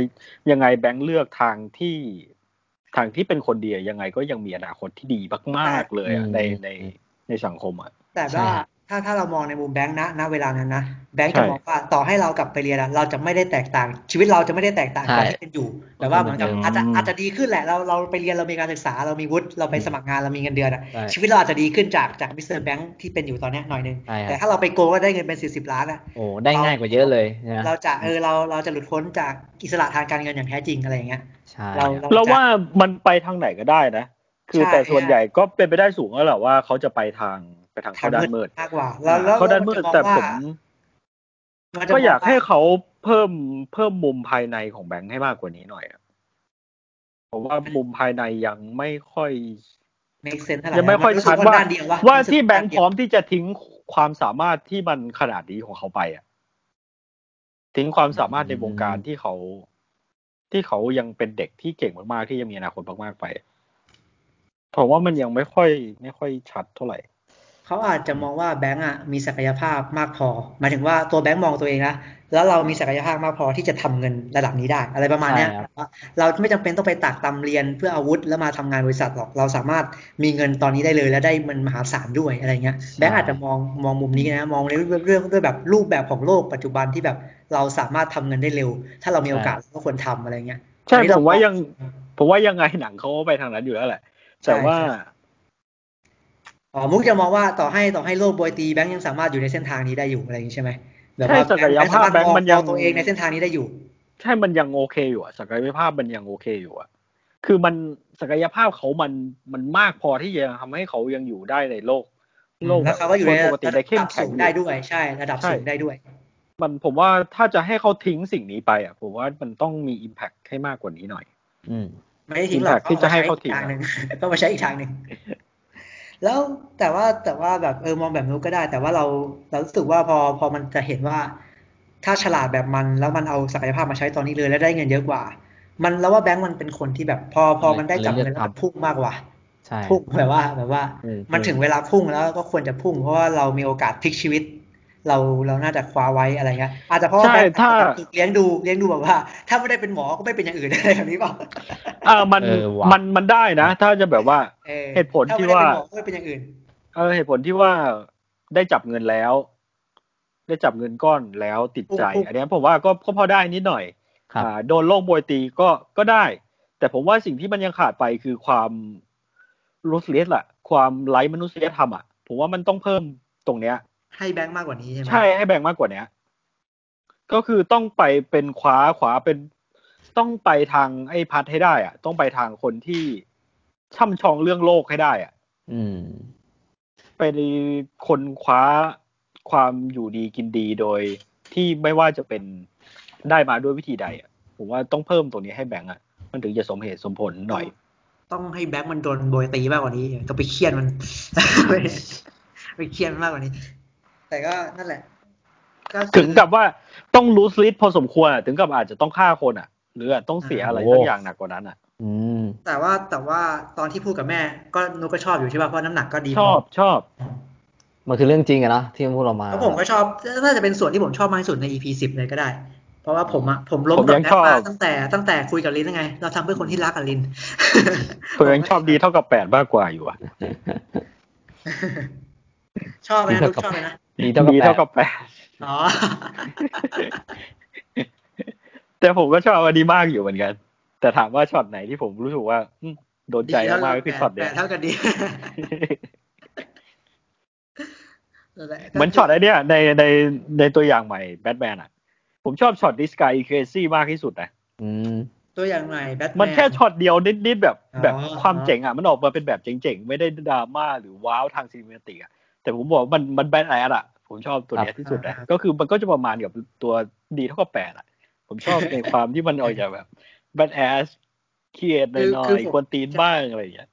S3: ยังไงแบงก์เลือกทางที่ทางที่เป็นคนเดียวยังไงก็ยังมีอนาคตที่ดีมากๆเลยอ่ะในใน ในสังคมอ่ะ
S2: แต่
S1: ใช่
S2: ว่า
S1: ครับ
S2: ถ้าถ้าเรามองในมุมแบงค์นะณเวลานั้นนะแบงค์
S3: ใช่
S2: จะบอกว่าต่อให้เรากลับไปเรียนอะเราจะไม่ได้แตกต่าง ชีวิตเราจะไม่ได้แตกต่าง
S1: ใช่
S2: จากที่เป็นอยู่แบบว่าเหมือนกับ
S1: อืม
S2: อาจจะอาจจะดีขึ้นแหละเราเราไปเรียนเรามีการศึกษาเรามีวุฒิเราไป
S1: อืม
S2: สมัครงานเรามีเงินเดือนอะ
S1: ใช่
S2: ชีวิตเราอาจจะดีขึ้นจากจากมิสเตอร์แบงค์ที่เป็นอยู่ตอนเนี้ยหน่อยนึง
S1: ใช่ครับ
S2: แต่ถ้าเราไปโกงก็ได้เงินเป็นสี่สิบล้านอะ
S1: โอ้ได้ง่ายกว่าเยอะเลยนะ
S2: เราจะเออเราเราจะหลุดพ้นจากอิสระทางการเงินอย่างแท้จริงอะไรอย่างเงี้ย
S1: ใช่
S2: เรา
S1: ครับ
S2: จะ
S3: เราว่ามันไปทางไหนก็ได้นะ คือ
S2: ใช่
S3: แต่ส่วนใหญ่ก็เป็นไปได้สูงแล้วแหละว่าเขาจะไปทางไปทาง
S2: ทา
S3: เข้าง ด้า
S2: มื
S3: น
S2: ด
S3: มืด
S2: มากกว่า แล้วแล้ว
S3: เข้าด้านมืดแต่ผม
S2: มันจะ
S3: ก็
S2: มงว่
S3: อยากให้เขาเพิ่มเพิ่มมุมภายในของแบงค์ให้มากกว่านี้หน่อยอะผมว่ามุมภายในยังไม่ค่อย
S2: make sense เท่าไหร่
S3: ยังไม่ค่อย
S2: นรู้สึ
S3: ชัด
S2: ก
S3: ว่า
S2: ด้านเดียววะ
S3: ว่า
S2: รู้สึก
S3: ที่แบงค์
S2: ด้าน
S3: พ
S2: เดียว
S3: ร้อมที่จะทิ้งความสามารถที่มันขนาดนี้ของเขาไปอ่ะ ทิ้งความสามารถในวงการ
S1: อืม
S3: ที่เขา ที่เขายังเป็นเด็กที่เก่งมากๆที่ยังมีอนาคตมากๆไปผมว่ามันยังไม่ค่อย ไม่ค่อยชัดเท่าไหร่
S2: เขาอาจจะมองว่าแบงค์อ่ะมีศักยภาพมากพอหมายถึงว่าตัวแบงค์มองตัวเองนะแล้วเรามีศักยภาพมากพอที่จะทำเงินระดับนี้ได้ อะไรประมาณเนี้ย
S1: ใช่ครับ
S2: ว่าเราไม่จำเป็นต้องไปตากตำเรียนเพื่ออาวุธแล้วมาทำงานบริษัทหรอกเราสามารถมีเงินตอนนี้ได้เลย และได้มันมหาศาลด้วยอะไรเงี้ยแบงค์อาจจะมองมองมุมนี้นะมองในเรื่องด้วยแบบรูปแบบของโลกปัจจุบันที่แบบเราสามารถทำเงินได้เร็ว ถ้าเรามีโอกาสเราก็ควรทำอะไรเงี้ย
S3: ใช่
S2: อันนี้เรา
S3: ผมว่า
S2: ก็
S3: ยัง ผมว่ายังไงหนังเขาก็ไปทางนั้นอยู่แล้วแหละ
S2: ใช่
S3: แต่ว่า
S2: อ๋อมุกจะมองว่าต่อให้ต่อให้โลกโบยตีแบงค์ยังสามารถอยู่ในเส้นทางนี้ได้อยู่อะไรอย่างนี้ใช่ไหมแบบ
S3: ใช่
S2: ว่า
S3: ศักยภาพแบงค์มันยัง
S2: เอาตัวเองในเส้นทางนี้ได้อยู่
S3: ใช่มันยังโอเคอยู่อะศักยภาพมันยังโอเคอยู่อะคือมันศักยภาพเขามันมันมากพอที่จะทำให้เขายังอยู่ได้ในโลก โลก
S2: แล้วเขาก็อยู่ใน
S3: คนปกติได้เข้
S2: ระ
S3: ม
S2: ดับ
S3: แข็
S2: สู
S3: ง
S2: ง
S3: อยู่
S2: ได้ด้วยใช่ระดับ
S3: ใช่
S2: สูงได้ด้วย
S3: มันผมว่าถ้าจะให้เขาทิ้งสิ่งนี้ไปอ่ะผมว่ามันต้องมี impact ให้มากกว่านี้หน่อย
S1: อืม
S2: ไม่ได้ทิ้งหรอก
S3: ที่จะให้เขาทิ้ง
S2: อ
S3: อะ
S2: ทางหนึ่ง ก็มาใช้อีก ทางหนึ่งแล้วแต่ว่าแต่ว่าแบบเออมองแบบนู้นก็ได้ แต่ว่าเราเรารู้สึกว่าพอพอมันจะเห็นว่า ถ้าฉลาดแบบมันแล้วมันเอาศักยภาพมาใช้ตอนนี้เลยแล้วได้เงินเยอะกว่า มันแล้วว่าแบงค์มันเป็นคนที่แบบพอพอมันได้จับเงินแล้วมันพุ่งมากกว่า
S1: ใช่
S2: พุ่งแบบว่าแบบว่า
S1: อืม
S2: มันถึงเวลาพุ่งแล้วก็ควรจะพุ่ง เพราะว่าเรามีโอกาสพลิกชีวิต เราเราน่าจะคว้าไว้อะไรเงี้ยอาจจะเพราะว่า
S3: ใช่
S2: แบบ
S3: ถ้า
S2: ถูกเลี้ยงดูเลี้ยงดูแบบว่า ถ้าไม่ได้เป็นหมอก็ไม่เป็นอย่างอื่นอะไรแบบนี้เปล่า
S3: เออมัน
S1: เออว่ะ
S3: มันมันได้นะ ถ้าจะแบบว่า
S2: ออ
S3: เหตุผลที่ว่า
S2: ถ้ไม่ได้เป็นหมอก็ไม่เป็นอย่างอื่น
S3: เออเหตุผลที่ว่าได้จับเงินแล้ว ได้จับเงินก้อนแล้วติดใจ
S2: ปุ๊บปุ๊บ
S3: อันเนี้ยผมว่าก็ก็พอได้นิดหน่อย
S1: ครับ
S3: อ่าโดนโลกโบยตีก็ก็ได้ แต่ผมว่าสิ่งที่มันยังขาดไปคือความรูสเลสล่ะ ความไร้มนุษยธรรมอ่ะผมว่ามันต้องเพิ่มตรงเนี้ย
S2: ให้แบงค์มากกว่านี้ใช่ไหม
S3: ใช่ให้แบ่งมากกว่าเนี้ย ก็คือต้องไปเป็นขวาขวาเป็น ต้องไปทางไอ้พัดให้ได้อ่ะ ต้องไปทางคนที่ช่ำชองเรื่องโลกให้ได้อ่ะ
S1: อืม
S3: ไปคนคว้าความอยู่ดีกินดีโดยที่ไม่ว่าจะเป็นได้มาด้วยวิธีใดอะผมว่าต้องเพิ่มตรงนี้ให้แบงค์อ่ะ มันถึงจะสมเหตุสมผลหน่อย
S2: ต้องให้แบงค์มันโดนโบยตีมากกว่านี้ต้องไปเครียดมัน ไปเครียดมันมากกว่านี้ แต่ก็นั่นแหละก็คือ
S3: ถึงกับว่าต้องรู้สลิดพอสมควรอะถึงกับอาจจะต้องฆ่าคนอ่ะ หรืออาจต้องเสียอะไรสักอย่างหนักกว่านั้นอ่ะ
S1: อืม
S2: แต่ว่าแต่ว่าตอนที่พูดกับแม่ก็นุกก็ชอบอยู่ใช่ป่ะเพราะน้ำหนักก็ดี
S3: ชอบชอบ
S1: มันคือเรื่องจริงอะเนาะที่มันพูดออกมา
S2: แล้วผมก็ชอบน่าจะเป็นส่วนที่ผมชอบมากที่สุดใน EP สิบเลยก็ได้ เพราะว่าผมอะผมล้ม
S3: ผม
S2: กับ
S3: ยัง
S2: แอ
S3: ช
S2: ป
S3: อบ
S2: มาตั้งแต่ตั้งแต่คุยกับลินยังไง เราทำเพื่อคนที่รักกับลิน
S3: ผมยังชอบดีเท่ากับแปดมากกว่าอยู่อ่ะ
S2: ชอบไหมนะนุกชอบไหมนะ
S1: ดีเท่ากับ
S3: ดี
S1: แป
S3: เท่า
S1: ด
S3: กับแปด
S2: อ๋อ
S3: แต่ผมก็ชอบอันนี้มากอยู่เหมือนกัน แต่ถามว่าช็อตไหนที่ผมรู้สึกว่าอืมโดน ใจมากๆก็คือช็อตเดีย
S2: แต่
S3: ว
S2: เท่ากันดี
S3: เหมือนช็อตไอเนี้ยในในในตัวอย่างใหม่แบทแมนอ่ะ ผมชอบช็อตดิสกายเคซี่มากที่สุดนะ
S1: อืม
S2: ตัวอย่างใหม่แบทแมน
S3: มันแค่ช็อตเดียวนิดๆแบบ
S2: อ๋อ
S3: แบบความเจ๋งอ่ะ มันออกมาเป็นแบบเจ๋งๆ ไม่ได้ดราม่าหรือว้าวทางซีเมติกอ่ะ แต่ผมบอกว่ามันมันแบทแอนอ่ะ ผมชอบตัวเนี้ยที่สุดนะก็คือมันก็จะประมาณกับตัวดีเท่ากับแปดอ่ะ ผมชอบ ในความที่มันออกจากแบบแบทแอสเครียดหน่อยๆกวนตีนบ้างอะไรอย่างเงี้ย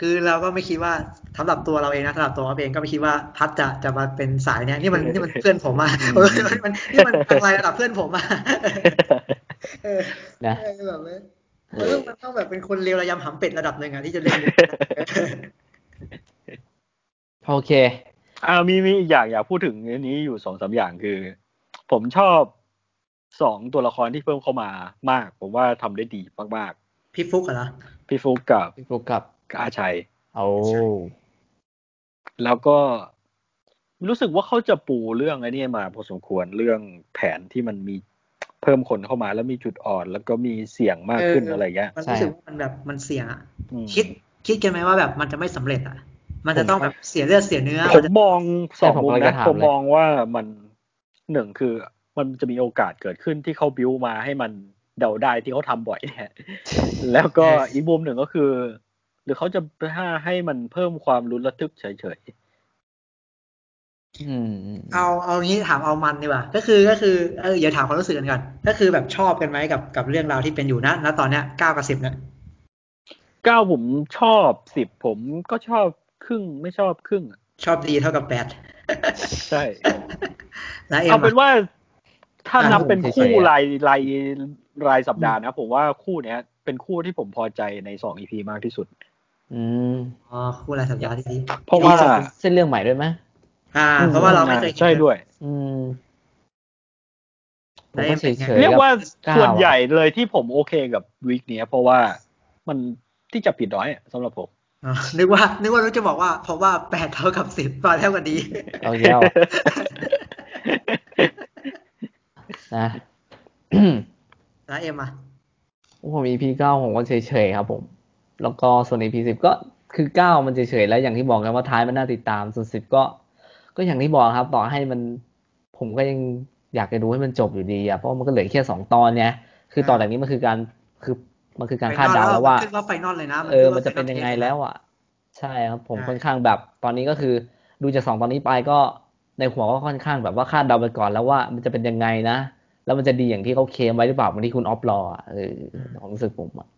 S2: คือเราก็ไม่คิดว่าสำหรับตัวเราเองนะสำหรับตัวเราเองก็ไม่คิดว่าพัดจะจะมาเป็นสายเนี้ยนี่มันนี่มันเพื่อนผมอะเออ มันมันนี่มันทำลายระดับเพื่อนผมอะ เออ
S1: นะ
S2: เออแบบว่ามันต้องมันต้องแบบเป็นคนเลวระยำหำเป็ดระดับหนึ่งอะที่จะเล่นมุก
S1: โอเค
S3: อ่ามีมีอีกอย่างอยากพูดถึงอันนี้อยู่สองสามอย่างคือ ผมชอบสองตัวละครที่เพิ่มเข้ามามาก ผมว่าทำได้ดีมาก
S2: พี่ฟุกอะเหรอ
S3: ๆ พี่ฟุกกับ
S1: พี่ฟุกกับ
S3: กับอาชัย
S1: โอ้
S3: แล้วก็รู้สึกว่าเขาจะปูเรื่องไอ้นี่มาพอสมควรเรื่องแผนที่มันมีเพิ่มคนเข้ามาแล้วมีจุดอ่อน แล้วก็มีเสี่ยงมากขึ้นอะไรเงี้ย
S2: มันรู้สึกว่ามันแบบมันเสี่ยงอะ
S3: อืม
S2: คิดคิดกันไหมว่าแบบมันจะไม่สำเร็จอะมันจะต้องแบบเสียเลือดเสียเนื้อ
S3: ผ
S2: มัน
S3: ม
S2: จะ
S3: มองสองมุมนะผมมองว่ามันหนึ่งคือมันจะมีโอกาสเกิดขึ้นที่เขาบิวมาให้มันเดาได้ที่เขาทำบ่อย เนี่ย แล้วก็อีกมุมหนึ่งก็คือ หรือเขาจะห้าให้มันเพิ่มความรุนระทึกเฉย
S1: อืม
S2: เอาเอางี้ถามเอามันดีกว่าก็คือก็คือเอออย่าถามความรู้สึกกันก่อนก็คือแบบชอบกันไหมกับกับเรื่องราวที่เป็นอยู่นะณตอนเนี้ยเก้ากับสิบเนี่ย
S3: ๆเก้าผมชอบสิบผมก็ชอบครึ่งไม่ชอบครึ่งอะ
S2: ชอบดีเท่ากับแปด
S3: ใช่
S2: แล้วเอ็
S3: เอา
S2: ม
S3: เป็น
S2: อะ
S3: ว่าถ้า
S2: อ่ะ
S3: นับเป็นคู่
S1: ผมเฉยๆอะ
S3: รายรายรายสัปดาห์นะ ผมว่าคู่เนี้ย เป็นคู่ที่ผมพอใจในสองอีพีมากที่สุด
S1: อืม
S2: อ๋อคู่รายสัปดาห์ที่ดี
S3: เพราะว่า
S1: เส้นเรื่องใหม่ด้วยไหม
S2: อ่า เพราะว่าเราไม่เคยเห็น
S3: ใช่ด้วย
S1: อืมผ
S2: ได้
S1: มก็เฉยๆ
S2: เป็นไง
S1: คบ
S3: เรียกว่า
S1: ก้
S3: ส่วนใหญ่
S1: อะ
S3: เลยที่ผมโอเคกับวีคเนี้ย เพราะว่ามันที่จะผิดน้อยอะสำหรับผม
S2: อ๋อนึกว่า นึกว่ารู้จะบอกว่า เพราะว่าแปดเท่ากับสิบตอนเท่ากันดี
S1: เอาเย อะนะ
S2: แล้วเอ็มอ่ะ
S1: ผม EP เก้าผมก็เฉยๆครับผม แล้วก็ส่วน EP สิบก็คือเก้ามันเฉยๆแล้วอย่างที่บอกกันว่าท้ายมันน่าติดตาม ส่วนสิบก็ ก็อย่างที่บอกครับ ต่อให้มัน ผมก็ยังอยากจะดูให้มันจบอยู่ดีอะเพราะมันก็เหลือแค่สองตอนไงคือตอนแบบนี้มันคือการคือมันคือการคาดเดาแล้วว่า
S2: ขึ้นว่าไฟนอลเลยนะ
S1: เออ
S2: ขึ้ว่า
S1: มันจะเป็นยังไง
S2: final
S1: แล้วอ่ะ ใช่ครับผม
S2: อ่า
S1: ค่อนข้างแบบ ตอนนี้ก็คือ ดูจากสองตอนนี้ไปก็ในหัวก็ค่อนข้างแบบว่าคาดเดาไปก่อนแล้วว่ามันจะเป็นยังไงนะ แล้วมันจะดีอย่างที่เขาเคลมไว้หรือเปล่าเหมันที่คุณออฟรออ่ะเออความรู้สึกผมอ่ะ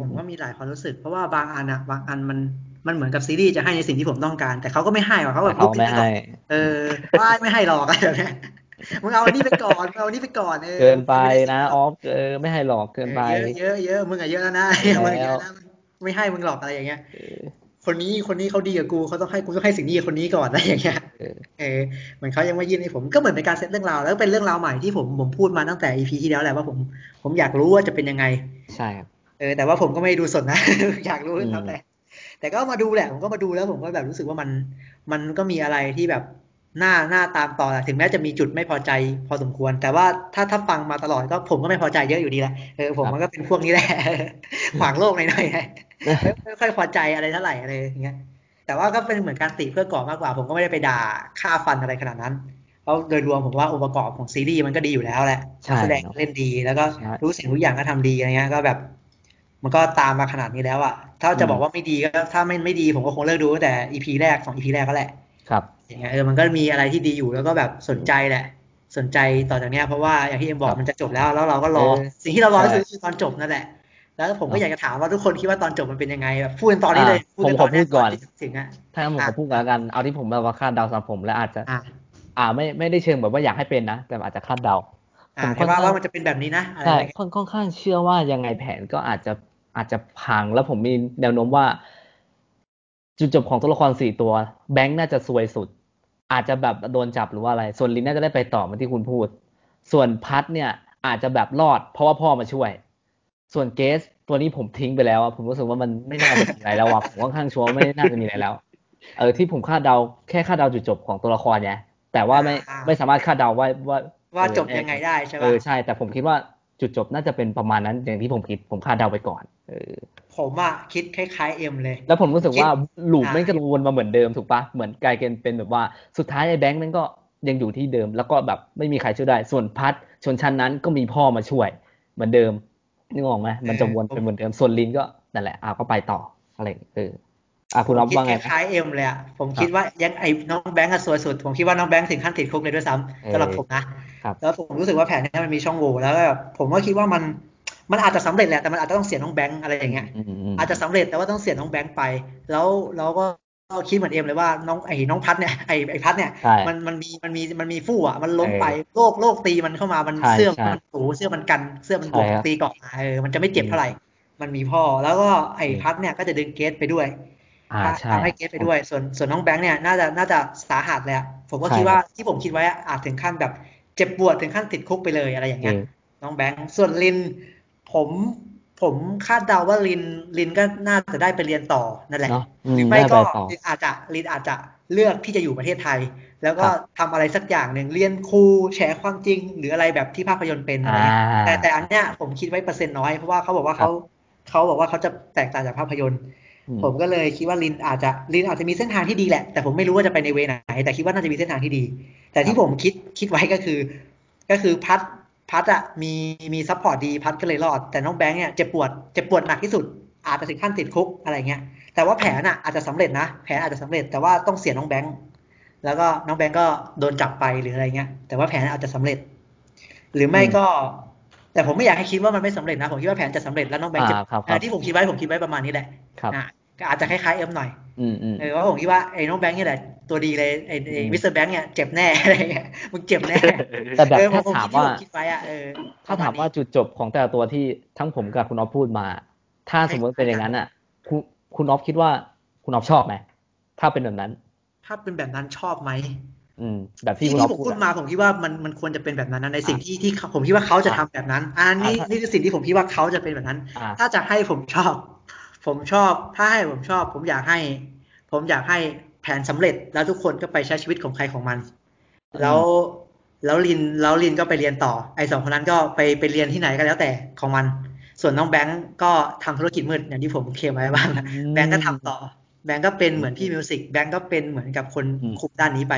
S2: ผมว่ามีหลายความรู้สึก เพราะว่าบางอันอะบางอันมันมันเหมือนกับซีรีส์จะให้ในสิ่งที่ผมต้องการ แต่เขาก็ไม่ให้หรอกเขาแบบ
S1: เขาไม่
S2: ลุกขึ้น
S1: ให้
S2: เออว่าไม่ให้หรอกอะไรแบบเนี้ยมึงเอาอันนี้ไปก่อนมึงเอาอันนี้ไปก่อนเออ
S1: เกินไปนะออฟเออไม่ให้หลอกเกินไป
S2: เยอะเยอะเยอะมึงอะเยอะแล้วนะ
S1: เยอะแล้ว
S2: มึงอะเยอะนะมึงไม่ให้มึงหรอกอะไรอย่างเงี้ย คนนี้คนนี้เขาดีกับกูเขาต้องให้กูต้องให้สิ่งนี้กับคนนี้ก่อนอะไรอย่างเงี้ย
S1: เออ
S2: เออเหมือนเขายังไม่ยื่นให้ผมก็เหมือนเป็นการเซตเรื่องราวแล้วก็เป็นเรื่องราวใหม่ที่ผมผมพูดมาตั้งแต่ EP ที่แล้วแหละว่าผมผมอยากรู้ว่าจะเป็นยังไง
S1: ใช่ครับ
S2: เออแต่ว่าผมก็ไม่ได้ดูสดนะ อยากรู้
S1: อืม
S2: แล้วแต่ แต่ก็มาดูแหละผมก็มาดูแล้วผมก็แบบรู้สึกว่ามันมันก็มีอะไรที่แบบหน้าหน้าตามต่อแหละถึงแม้จะมีจุดไม่พอใจพอสมควร แต่ว่าถ้าถ้าฟังมาตลอดก็ผมก็ไม่พอใจเยอะอยู่ดีแหละเออผมมันก็เป็นพวกนี้แหละ ขวางโลกหน่อยๆนะไม่ไม่ค่อยพอใจอะไรเท่าไหร่อะไรอย่างเงี้ยแต่ว่าก็เป็นเหมือนการติเพื่อก่อมากกว่า ผมก็ไม่ได้ไปด่าฆ่าฟันอะไรขนาดนั้นเพราะโดยรวมผมว่าองค์ประกอบของซีรีส์มันก็ดีอยู่แล้วแหละ
S1: ใช่
S2: นักแสดง
S1: เนอะ
S2: เล่นดีแล้วก็
S1: ใช่
S2: รู้สิ่งทุกอย่างก็ทำดีอะไรเงี้ยก็แบบ มันก็ตามมาขนาดนี้แล้วอะถ้าจะบอกว่าไม่ดีก็ถ้าไม่ไม่ดีผมก็คงเลิกดูตั้งแต่ EP แรกสอง EP แรกก็แหละ
S1: ครับ
S2: อย่างเงี้ยเออมันก็มีอะไรที่ดีอยู่แล้วก็แบบสนใจแหละ สนใจต่อจากเนี้ยเพราะว่าอย่างที่เอ็มบอกมันจะจบแล้ว แล้วเราก็รอ สิ่งที่เรารอที่สุดคือตอนจบนั่นแหละ แล้วผมก็อยากจะถามว่าทุกคนคิดว่าตอนจบมันเป็นยังไงแบบพูดกันตอนนี้เลย
S1: อ่ะผมขอพูดก่อน
S2: ที่ถึงอะ
S1: ถ้างั้นผมขอพูดก่อนละกันเอาที่ผมแบบว่าคาดเดาสำหรับผมและอาจจะ
S2: อ่ะ
S1: อ่าไม่ไม่ได้เชิงแบบว่าอยากให้เป็นนะแต่อาจจะคาดเดา
S2: อ่ะ
S1: ผมค่
S2: เห็
S1: อน น
S2: ว่า
S1: ข้าง
S2: ว่ามันจะเป็นแบบนี้นะอะไรอ
S1: ใช่
S2: ย่างเงี้ย
S1: ค่อนค่อนข้างเชื่อว่ายังไงแผนก็อาจจะอาจจะพังแล้วผมมีแนวโน้มว่า จุดจบของตัวละครสี่ตัว แบงค์น่าจะซวยสุด อาจจะแบบโดนจับหรือว่าอะไร ส่วนลินน่าจะได้ไปต่อเหมาที่คุณพูด ส่วนพัทเนี่ยอาจจะแบบรอด เพราะว่าพ่อมาช่วย ส่วนเกสตัวนี้ผมทิ้งไปแล้วอะผมรู้สึกว่ามันไม่น่าจะมีอะไรแล้วอะ ผมค่อนข้างชัวร์ว่าไม่น่าจะมีอะไรแล้ว เออที่ผมคาดเดาแค่คาดเดาจุดจบของตัวละครไงแต่ว่าไม่ไม่สามารถคาดเดาว่าว่า
S2: ว่าจบยังไงได้ใช่
S1: เอ
S2: ปะ
S1: อใช่ แต่ผมคิดว่าจุดจบน่าจะเป็นประมาณนั้น อย่างที่ผมคิดผมคาดเดาไปก่อนเออ
S2: ผมอะคิดคล้ายๆเอ็มเลย
S1: แล้วผมรู้สึกว่า
S2: คิด
S1: ลูป
S2: อ่า
S1: มันก็วนมาเหมือนเดิมถูกปะเหมือนกลายเป็นเป็นแบบว่าสุดท้ายไอ้แบงค์นั่นก็ยังอยู่ที่เดิม แล้วก็แบบไม่มีใครช่วยได้ ส่วนพัดชนชั้นนั้นก็มีพ่อมาช่วย เหมือนเดิมนึกออกไหมมันจะวนเป็นเหมือนเดิมส่วนลินก็นั่นแหละอาก็ไปต่ออะไรอย่างเงี้ยเอออ่ะคุณ
S2: ผ
S1: อ๊อ
S2: ม
S1: ฟ
S2: คิด
S1: ว่าไง
S2: คล้ายๆเอ็มเลยอะผมคิดว่ายังไอ้น้องแบงค์อะสวยสุด ผมคิดว่าน้องแบงค์ถึงขั้นติดคุกเลยด้วยซ้ำสำหรับผมนะ
S1: ครับ
S2: แล้วผมรู้สึกว่าแผนเนี้ยมันมีช่องโหว่แล้วก็แบบผมก็คิดว่ามันมันอาจจะสำเร็จแหละแต่มันอาจจะต้องเสียน้องแบงค์อะไรอย่างเงี้ย
S1: อืมอืม
S2: อาจจะสำเร็จแต่ว่าต้องเสียน้องแบงค์ไป แล้วเราก็ก็คิดเหมือนเอ็มเลยว่าน้องไอ้น้องพัดเนี่ย ไอ้ไอ้พัดเนี่ย
S1: ใช่
S2: มันมันมีมันมีมันมีฟู่อ่ะมันล้ม
S1: เออ
S2: ไปโลกโลกตีมันเข้ามามัน
S1: ใช่
S2: เสื้อ
S1: ใช่
S2: มันถูเสื้อมันกันเสื้อมันบวก
S1: ใช่ครับ
S2: ตีเกาะมาเออมันจะไม่เจ็บเท่าไหร่ มันมีพ่อแล้วก็ไอ้
S1: อืม
S2: พัดเนี่ยก็จะดึงเกสไปด้วย
S1: อ่าใช่
S2: ทำให้เกสไปด้วย ส่วนส่วนน้องแบงค์เนี่ยน่าจะน่าจะสาหัสเลยอะผมก็
S1: ใช่
S2: คิดว่าที่ผมคิดไว้อะอาจถึงขั้นแบบเจ็บปวดถึงขั้นติดคุกไปเลยอะไรอย่าง
S1: เอ
S2: เงี้ย
S1: อ
S2: น้องแบงค์ส่วนลิน ผมผมคาดเดาว่าลินลินก็น่าจะได้ไปเรียนต่อนั่นแหละ
S1: เนาะอืม
S2: หรือไม่
S1: ได้ไป
S2: ก็
S1: ต่อ
S2: ลินอาจจะลินอาจจะเลือกที่จะอยู่ประเทศไทย แล้วก็
S1: ครับ
S2: ทำอะไรสักอย่างหนึ่งเรียนครูแฉความจริง หรืออะไรแบบที่ภาพยนตร์เป็นอะไร
S1: อ่า
S2: เงี้ย แต่แต่อันเนี้ยผมคิดไว้เปอร์เซ็นต์น้อยเพราะว่าเขาบอกว่าเขาเขาบอกว่าเขาจะแตกต่างจากภาพยนตร์
S1: อืม
S2: ผมก็เลยคิดว่าลินอาจจะลินอาจจะมีเส้นทางที่ดีแหละ แต่ผมไม่รู้ว่าจะไปในเวไหน แต่คิดว่าน่าจะมีเส้นทางที่ดี แต่ที่
S1: ครับ
S2: ผมคิดคิดไว้ก็คือ ก็คือพัดพัดอะมีมีซัพพอร์ตดีพัดก็เลยรอด แต่น้องแบงค์เนี่ยเจ็บปวดเจ็บปวดหนักที่สุด อาจจะถึงขั้นติดคุกอะไรเงี้ยแต่ว่าแผนอะอาจจะสำเร็จนะแผนอาจจะสำเร็จแต่ว่าต้องเสียน้องแบงค์แล้วก็น้องแบงค์ก็โดนจับไปหรืออะไรเงี้ยแต่ว่าแผนอาจจะสำเร็จ หรือไม่ก็ แต่ผมไม่อยากให้คิดว่ามันไม่สำเร็จนะผมคิดว่าแผนจะสำเร็จแล้วน้องแบงค์จะ
S1: อ่าครับครับ
S2: อ่าที่ผมคิดไว้ผมคิดไว้ประมาณนี้แหละ
S1: ครับ
S2: อ่ะก็อาจจะคล้ายๆเอ็มหน่อย
S1: อืมอืม
S2: เออเพราะผมคิดว่าไอ้น้องแบงค์เนี่ยแหละตัวดีเลยไอ้ไอ้
S1: อืม
S2: มิสเตอร์แบงค์เนี่ยเจ็บแน่ อะไรเงี้ยมึงเจ็บแน่
S1: แต่แบบ
S2: เออผ
S1: ถ้า
S2: ผม
S1: ถาม
S2: คิดที่
S1: ว่า
S2: ผมคิดไว้อะเออ
S1: ถ้าถาม
S2: ประณนี้
S1: ว่าจุดจบของแต่ละตัวที่ทั้งผมกับคุณอ๊อฟพูดมา ถ้าสมมติเป็นอย่างนั้นอ่ะคุณ คุณออฟคิดว่าคุณออฟชอบไหมถ้าเป็นแบบนั้น
S2: ถ้าเป็นแบบนั้นชอบไหม
S1: อืม แบบที่คุ
S2: ที่
S1: ณออ
S2: ที่
S1: ฟ
S2: ผม
S1: พูด
S2: พูด
S1: อะ
S2: มาผมคิดว่ามันมันควรจะเป็นแบบนั้นนะในสิ่งที่ที่เขาผมคิดว่าเขาจะทำแบบนั้น อันนี้
S1: อ่ะ
S2: นี่คือสิ่งที่ผมคิดว่าเขาจะเป็นแบบนั้น
S1: อ่า
S2: ถ้าจะให้ผมชอบ ผมชอบ ถ้าให้ผมชอบ ผมอยากให้ ผมอยากให้แผนสำเร็จแล้วทุกคนก็ไปใช้ชีวิตของใครของมัน แล้ว แล้วลินแล้วลินก็ไปเรียนต่อ ไอ้สองคนนั้นก็ไปไปเรียนที่ไหนก็แล้วแต่ของมัน ส่วนน้องแบงก์ก็ทำธุรกิจมืดอย่างที่ผมเคลมไว้บ้างนะ แบงก์ก็ทำต่อ แบงก์ก็เป็นเหมือนพี่มิวสิกแบงก์ก็เป็นเหมือนกับคน
S3: อืม
S2: คุมด้านนี้ไป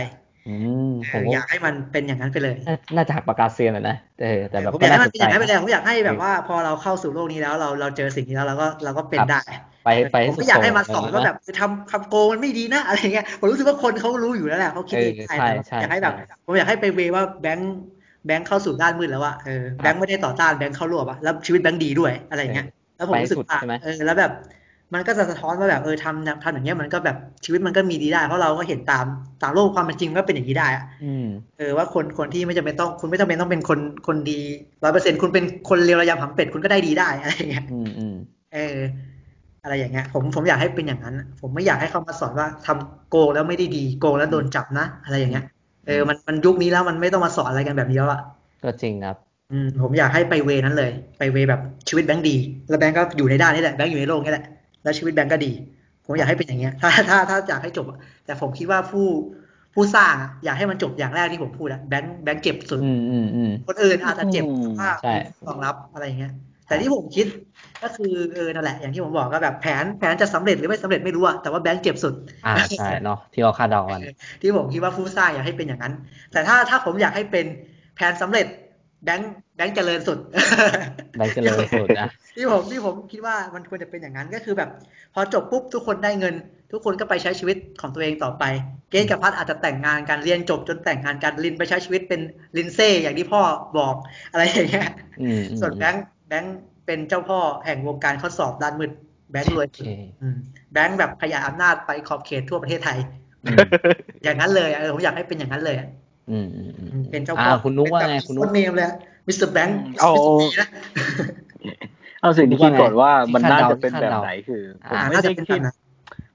S1: อืมผ
S2: เอ
S1: ม
S2: อ
S1: ว่า
S2: อยากให้มันเป็นอย่างนั้นไปเลย
S1: น่าน่าจะหักปากกาเซียนอะนะเออแต่แบบ
S2: ผมอยากให้มันเป็นอย่างนั้น
S1: ก็
S2: ไปเลยผมอยากให้แบ
S1: เอบ อ
S2: ว่า พอเราเข้าสู่โลกนี้แล้วเราเราเจอสิ่งนี้แล้วเราก็เราก็เป็น
S1: ครับ
S2: ได้
S1: ไปไป
S2: ผ
S1: ให้สุด
S2: มก็อยากให้มาส
S1: โต่
S2: องน
S1: เลย
S2: ว่า
S1: นะ
S2: แบบจะทำคำโกงมันไม่ดีนะอะไรเงี้ยผมรู้สึกว่าคนเขารู้อยู่แล้วแหละเขาคิดเอง
S1: เออ
S2: ได้
S1: ใช่ใช่
S2: แต่ว่าอยากให้แบบ
S1: ใช่
S2: ผมอยากให้ไปเวว่าแบงค์แบงค์เข้าสู่ด้านมืดแล้วอะเออ
S1: ครับ
S2: แบงค์ไม่ได้ต่อต้านแบงค์เข้าร่วมอะแล้วชีวิตแบงค์ดีด้วยอะไรเงี้ยแล้วผมรู้สึกว่า
S1: ไปสุดใช่ไหม
S2: เออแล้วแบบ มันก็จะสะท้อนว่าแบบเออทำนะทำอย่างเงี้ยมันก็แบบชีวิตมันก็มีดีได้เพราะเราก็เห็นตามตามโลกความเป็นจริงก็เป็นอย่างนี้ได้อะ
S1: อืม
S2: เออว่าคนคนที่ไม่จำเป็นต้องคุณไม่จำเป็นต้องเป็นคนคนดีร้อยเปอร์เซ็นต์คุณเป็นคนเลวระยำหำเป็ดคุณก็ได้ดีได้อะไรเงี้ย
S1: อืมอืม
S2: เอออะไรอย่างเงี้ย ผมผมอยากให้เป็นอย่างนั้นอะผมไม่อยากให้เขามาสอนว่าทำโกงแล้วไม่ได้ดีโกงแล้วโดนจับนะ อะไรอย่างเงี้ยเออมันมันยุคนี้แล้วมันไม่ต้องมาสอนอะไรกันแบบนี้แล้วอ่ะ
S1: ก็จริงครับ
S2: อืมผมอยากให้ไปเวนั้นเลย ไปเวแบบชีวิตแบงค์ดี แล้วแบงค์ก็อยู่ในด้านนี้แหละแบงค์อยู่ในโลกนี้แหละแล้วชีวิตแบงค์ก็ดี ผมอยากให้เป็นอย่างเงี้ย ถ้าถ้าถ้าอยากให้จบอะแต่ผมคิดว่าผู้ผู้สร้างอะอยากให้มันจบอย่างแรกที่ผมพูดอะแบงค์แบงค์เจ็บสุด
S1: อืมอืมอืม
S2: คนอื่นอาจจะเจ็บ
S3: อืม
S2: แต่ว่า
S1: ใช่
S2: รองรับอะไรอย่างเงี้ย แต่ที่ผมคิดก็คือเออนั่นแหละ อย่างที่ผมบอกก็แบบแผนแผนจะสำเร็จหรือไม่สำเร็จไม่รู้อะแต่ว่าแบงค์เจ็บสุด
S1: อ่าใช่เนาะที่เราคาดเดากัน
S2: ที่ผมคิดว่าฟูซ่าอยากให้เป็นอย่างนั้น แต่ถ้าถ้าผมอยากให้เป็นแผนสำเร็จแบงค์แบงค์เจริญสุด
S1: แบงค์เจริญสุดนะ
S2: ที่ผมที่ผมคิดว่ามันควรจะเป็นอย่างนั้นก็คือแบบ พอจบปุ๊บทุกคนได้เงิน ทุกคนก็ไปใช้ชีวิตของตัวเองต่อไป เกณฑ์กับพัดอาจจะแต่งงานกันเรียนจบจนแต่งงานกันลินไปใช้ชีวิตเป็นลินเซ่อย่างที่พ่อบอกอะไรอย่างเงี้ย
S1: อืมอืม
S2: ส่วนแบงค์แบงค์เป็นเจ้าพ่อแห่งวงการข้อสอบด้านมืดแบงค์รวย
S1: โอ
S2: สุ
S1: เค
S2: ดอืมแบงค์แบบขยายอำนาจไปขอบเขตทั่วประเทศไทย
S1: อืม
S2: อย่างนั้นเลยอะเออผมอยากให้เป็นอย่างนั้นเลยอะ
S1: อืมอืมอืม
S2: อืมเป็นเจ้า
S1: อ่า
S2: พ่อ
S1: คุณนุ๊กว่าไงคุณนุ๊ก
S2: เนมเลยมิสเตอร์แบงค์
S3: เอา
S2: นะ
S3: เอาสิ่งที่คิดก่อนว่า
S1: ที่
S3: มัน
S1: คาด
S3: น่า
S1: เดา
S3: จะเป็น
S1: ที่คาด
S3: แบบ
S1: เดา
S3: ไหนคือ ผ
S2: อ่าม
S3: ไม่
S2: น่าจะ
S3: ได้
S2: เป็น
S3: คิ
S2: แบ
S3: ด
S2: บนั้น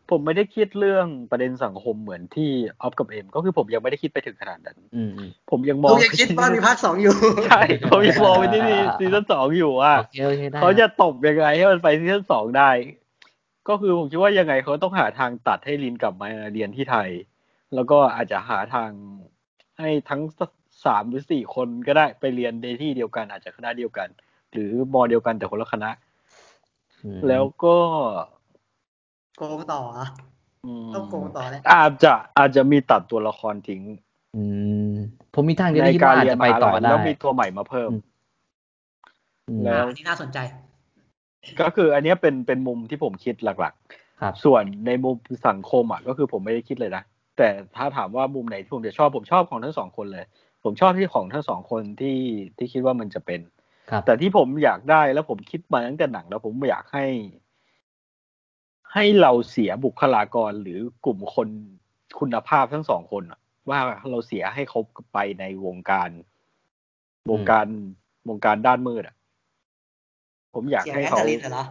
S3: ผมไม่ได้คิดเรื่องประเด็นสังคมเหมือนที่ออฟกับเอ็มก็คือผมยังไม่ได้คิดไปถึงขนาดนั้น
S1: อืมอืม
S3: ผมยังม
S2: ม
S3: อ
S2: อง งยังคิดว่ามีภาคสองอยู่
S3: ใช่ผมยังมองไปที่
S1: อ่า
S3: ซีซั่นสองอยู่ว่า
S1: โอเคโอเคได้
S3: เขาจะตบยังไงให้มันไปซีซั่นสองได้ ก็คือผมคิดว่ายังไงเขาต้องหาทางตัดให้ลินกลับมาเรียนที่ไทย แล้วก็อาจจะหาทางให้ทั้งสามหรือสี่คนก็ได้ไปเรียนในที่เดียวกัน อาจจะคณะเดียวกัน หรือมอเดียวกันแต่คนละคณะ
S1: อืม
S3: แล้วก็
S2: โกงต่อเหรอ
S3: อืม
S2: ต้องโกงต่อแหล้ว
S3: อาจจะอาจจะมีตัดตัวละครทิ้ง
S1: อืมผมมีทางเดียว
S3: ใน
S1: ที่คิด
S3: การ
S1: ว่าอาจ
S3: เรียน
S1: จะ
S3: ม
S1: ไป
S3: หา
S1: ต่อ
S3: ลัย
S1: ได้
S3: แล้วมีตัวใหม่มาเพิ่ม
S1: อืม อืม
S3: แล้ว
S2: อันนี้น่าสนใจ
S3: ก็คืออันเนี้ยเป็นเป็นมุมที่ผมคิดหลัก ๆ
S1: ครับ
S3: ส่วนในมุมสังคมอ่ะก็คือผมไม่ได้คิดเลยนะ แต่ถ้าถามว่ามุมไหนที่ผมจะชอบผมชอบของทั้งสองคนเลย ผมชอบที่ของทั้งสองคนที่ที่คิดว่ามันจะเป็น
S1: ครับ
S3: แต่ที่ผมอยากได้แล้วผมคิดมาตั้งแต่หนังแล้วผมอยากให้ ให้เราเสียบุคลากรหรือกลุ่มคนคุณภาพทั้งสองคนอะว่าเราเสียให้เขาไปในวงการ วงการวงการด้านมืดอ่ะ ผมอยาก
S2: เสีย
S3: ให้
S2: แอต
S3: เขา
S2: ตาลินเหรอ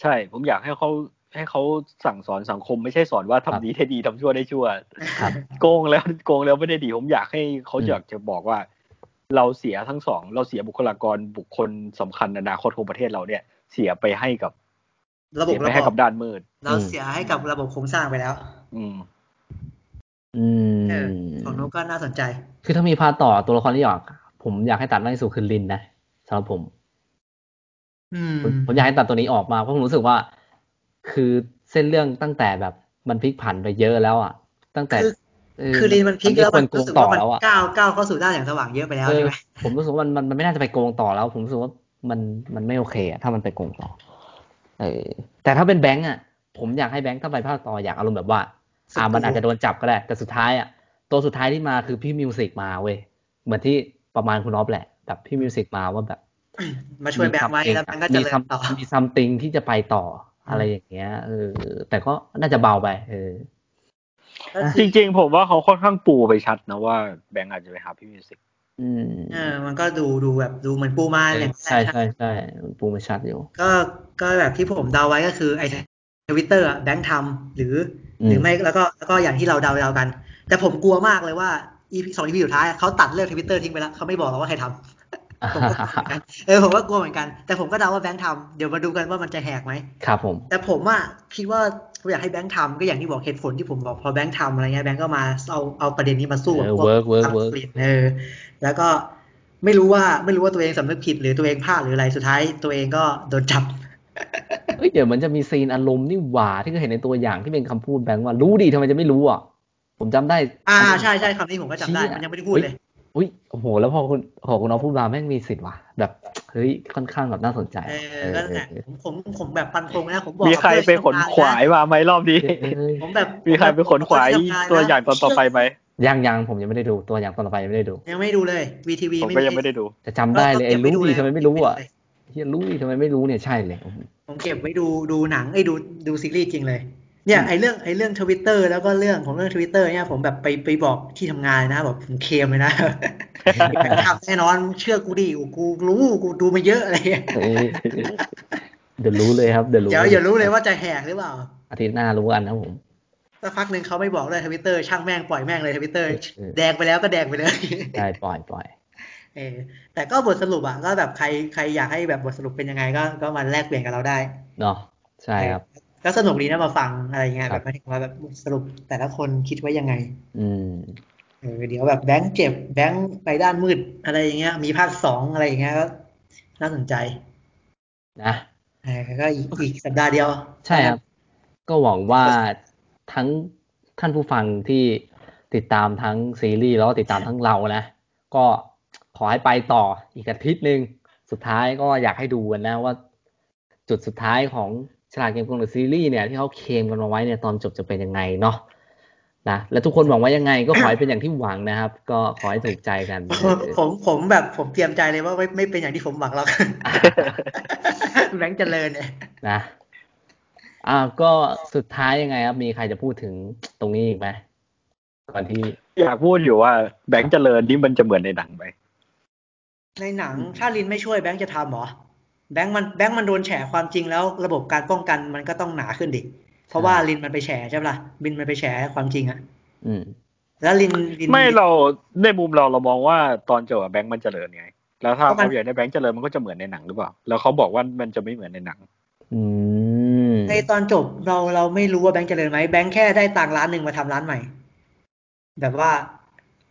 S3: ใช่ ผมอยากให้เขาให้เขาสั่งสอนสังคมไม่ใช่สอนว่า
S1: ครั
S3: ทำ
S1: บ
S3: ดีได้ดีทำชั่วได้ชั่ว
S1: ครับ
S3: โกงแล้วโกงแล้วไม่ได้ดี ผมอยากให้เขา
S1: อืม
S3: อยากจะบอกว่า เราเสียทั้งสอง เราเสียบุคลากรบุคคลสำคัญในอนาคตของประเทศเราเนี่ย เสียไปให้กับ
S2: ระบ
S3: เสี
S2: บ
S3: ยไประ ให้
S2: บ
S3: กั
S2: บบ
S3: ด้านมืด
S2: เราเสียให้กับระบบโครงสร้างไปแล้ว
S3: อืม
S1: อืม
S2: เออ ของนุกก็น่าสนใจ
S1: คือถ้ามีพาร์ทต่อตัวละครที่ออก ผมอยากให้ตัดมากที่สุดคือลินนะสำหรับผม
S2: อืม
S1: ผมผมอยากให้ตัดตัวนี้ออกมาเพราะผมรู้สึกว่า คือเส้นเรื่องตั้งแต่แบบมันพลิกผันไปเยอะแล้วอ่ะ ตั้งแต่
S2: คือ
S1: เออ
S2: คือลินมันพลิกแล้วมัน
S1: ไควรโก
S2: รู้
S1: ง
S2: สึก
S1: ต่อ
S2: ว่ามัน
S1: แล้วอ่ะ
S2: ก้าวก้าวเข้าสู่ด้านอย่างสว่างเยอะไปแล้ว
S1: เอ
S2: ใช่
S1: อ
S2: ไหม
S1: ผมรู้สึกว่ามันมันมันไม่น่าจะไปโกงต่อแล้ว ผมรู้สึกว่ามันมันไม่โอเคอะถ้ามันไปโกงต่อ เออ แต่ถ้าเป็นแบงก์อ่ะ ผมอยากให้แบงก์ถ้าไปภาคต่ออยากอารมณ์แบบว่า อ่ามันอาจจะโดนจับก็ได้ แต่สุดท้ายอ่ะตัวสุดท้ายที่มาคือพี่มิวสิกมาเว้ยเหมือนที่ประมาณคุณอ๊อฟแหละแบบพี่มิวสิกมาว่าแบบ
S2: มาช่วยแบงค์ไว้แล้วแบงค์ก็เจะเริญต่อ
S1: มีซัมติงที่จะไปต่ออะไรอย่างเงี้ยเออแต่ก็น่าจะเบาไป เออ
S3: จริง ๆ ผมว่าเขาค่อนข้างปูไปชัดนะว่าแบงค์อาจจะไปหาพี่มิวสิก
S1: อืม
S2: เออ มันก็ดูดูแบบดูเหมือนปูมาอย่างนั้นแหละ
S1: ใช่ใช่ใช่ปูมาชัดอยู่
S2: ก็ก็แบบที่ผมเดาไว้ก็คือไอ้ ทวิตเตอร์แบงค์ทำหรือ
S1: อืม
S2: หรือไม่แล้วก็แล้วก็อย่างที่เราเดาเดาๆกัน แต่ผมกลัวมากเลยว่า EP สอง EP สุดท้ายเขาตัดเลิกทวิตเตอร์ทิ้งไปแล้วเขาไม่บอกเราว่าใครทำผมก็กลัวเหมือนกันเออผมก็กลัวเหมือนกันแต่ผมก็เดาว่าแบงค์ทำเดี๋ยวมาดูกันว่ามันจะแหกไหม
S1: ครับผม
S2: แต่ผมอะคิดว่าผมอยากให้แบงค์ทำก็อย่างที่บอกเหตุผลที่ผมบอกพอแบงค์ทำอะไรเงี้ยแบงค์ก็มาเอาเอาประเด็นนี้มาสู้กับ
S1: เออ
S2: พวก
S1: work work work
S2: อังกฤษเออแล้วก็ไม่รู้ว่าไม่รู้ว่าตัวเองสำนึกผิดหรือตัวเองพลาดหรืออะไรสุดท้ายตัวเองก็โดนจับ
S1: เอ้ยเดี๋ยวมันจะมีซีนอารมณ์นี่หว่าที่เคยเห็นในตัวอย่างที่เป็นคำพูดแบงค์ว่ารู้ดีทำไมจะไม่รู้อ่ะผมจำได้
S2: อ่าใช่ใช่คำนี้ผมก็จำได้
S1: เชี่ย
S2: มันยังไม่ได้พูดเลย
S1: อุ้ยโอ้โห แล้วพอคุณพอคุณน้องพูดมาแม่งมีสิทธิ์ว่ะแบบเฮ้ยค่อนข้างแบบน่าสนใจ
S2: เอ
S1: ว่ะ
S2: อก็นั่นแหละ
S1: เออ
S2: ผมผมผมแบบปันธงนะผมบอก
S3: มี
S2: กับ
S3: ใคร
S2: เพื่อ
S3: ไปขนขวายมาไหมรอบนี้
S1: เออเออเออ
S2: ผมแบบ
S3: มีใครไปขนขวายตัวอย่างตอนต่อไปไหม
S1: ยังยังผมยังไม่ได้ดูตัวอย่างตอนต่อไปยังไม่ได้ดู
S2: ยังไม่ดูเลย VTV
S3: ผมก็ยังไม่ได้ดู
S1: จะจำได้เลยไอ้
S2: ก็ก็บว้
S1: รู้ดีทำไมไม่รู้อ่ะ
S2: เก็บว้ดูเลย
S1: เฮียรู้ดีทำไมไม่รู้เนี่ยใช่เลย
S2: ผมเก็บไว้ดูดูหนังไอ้ยดูดูซีรีส์จริงเลย เนี่ยไอ้เรื่องไอ้เรื่องทวิตเตอร์แล้วก็เรื่องของเรื่องทวิตเตอร์เนี่ยผมแบบไปไปบอกที่ทำงานนะบอกผมเคลมเลยนะ ทำแน่นอนเชื่อกูดิกูรู้กูดูมาเยอะอะไรเงี้ย
S1: เออเดี๋ยวรู้เลยครับเดี๋ยวรู้
S2: เดี๋ยวอย่ารู้เลยว่าจะแหกหรือเปล่า
S1: อาทิตย์หน้ารู้กันนะครับผม
S2: สักพักหนึ่งเขาไม่บอกเลยทวิตเตอร์ช่างแม่งปล่อยแม่งเลยทวิตเตอร์
S1: เออเออ
S2: แดงไปแล้วก็แดงไปเลย
S1: ได้ปล่อยปล่อย
S2: เออแต่ก็บทสรุปอ่ะก็แบบใครใครอยากให้แบบบทสรุปเป็นยังไงก็ก็มาแลกเปลี่ยนกับเราได้
S1: เนาะใช่ครับ
S2: ก็สนุกดีนะมาฟังอะไรเงี้
S1: ค
S2: ย
S1: รั
S2: แบบ บหมายถึงว่าแบบบทสรุปแต่ละคนคิดไว้ยังไง
S1: อืม
S2: เออเดี๋ยวแบบแบงค์เจ็บแบงค์ไปด้านมืดอะไรอย่างเงี้ยมีภาคสองอะไรอย่างเงี้ยก็น่าสนใจ
S1: นะ
S2: เออก็อีกอีกสัปดาห์เดียว
S1: ใช่ครับ ก็หวังว่าทั้งท่านผู้ฟังที่ติดตามทั้งซีรีส์แล้วก็ติดตามทั้งเรานะ ก็ขอให้ไปต่ออีกอาทิตย์หนึ่งสุดท้ายก็อยากให้ดูกันนะว่า จุดสุดท้ายของฉลากเกมโกงหรือซีรีส์เนี่ยที่เขาเคลมกันมาไว้เนี่ยตอนจบจะเป็นยังไงเนาะนะและทุกคนหวังว่ายังไง ก็ขอให้เป็นอย่างที่หวังนะครับ ก็ขอให้ถูกใจกัน
S2: ผมผมผมแบบผมเตรียมใจเลยว่าไม่ไม่เป็นอย่างที่ผมหวังหรอก แบงค์เจริญเนี่ย
S1: นะอ่าก็สุดท้ายยังไงครับ มีใครจะพูดถึงตรงนี้อีกไหมก่อนที่
S3: อยากพูดอยู่ว่าแบงค์เจริญนี่มันจะเหมือนในหนังไหม
S2: ในหนังถ้าลินไม่ช่วยแบงค์จะทำเหรอแบงค์มันแบงค์มันโดนแฉความจริงแล้วระบบการป้องกันมันก็ต้องหนาขึ้นดิ เพราะว่าลินมันไปแฉใช่ปะล่ะลินมันไปแฉความจริงอะ
S1: อืม
S2: แล้วลินลิน
S3: ไม่เราในมุมเราเรามองว่าตอนจบอะแบงค์มันเจริญไง แล้วถ้า
S2: เพราะมัน
S3: เขาอยากได้แบงค์เจริญมันก็จะเหมือนในหนังหรือเปล่า แล้วเขาบอกว่ามันจะไม่เหมือนในหนัง
S1: อืม
S2: ในตอนจบเราเราไม่รู้ว่าแบงค์เจริญไหมแบงค์แค่ได้ตังค์ล้านหนึ่งมาทำร้านใหม่ แบบว่า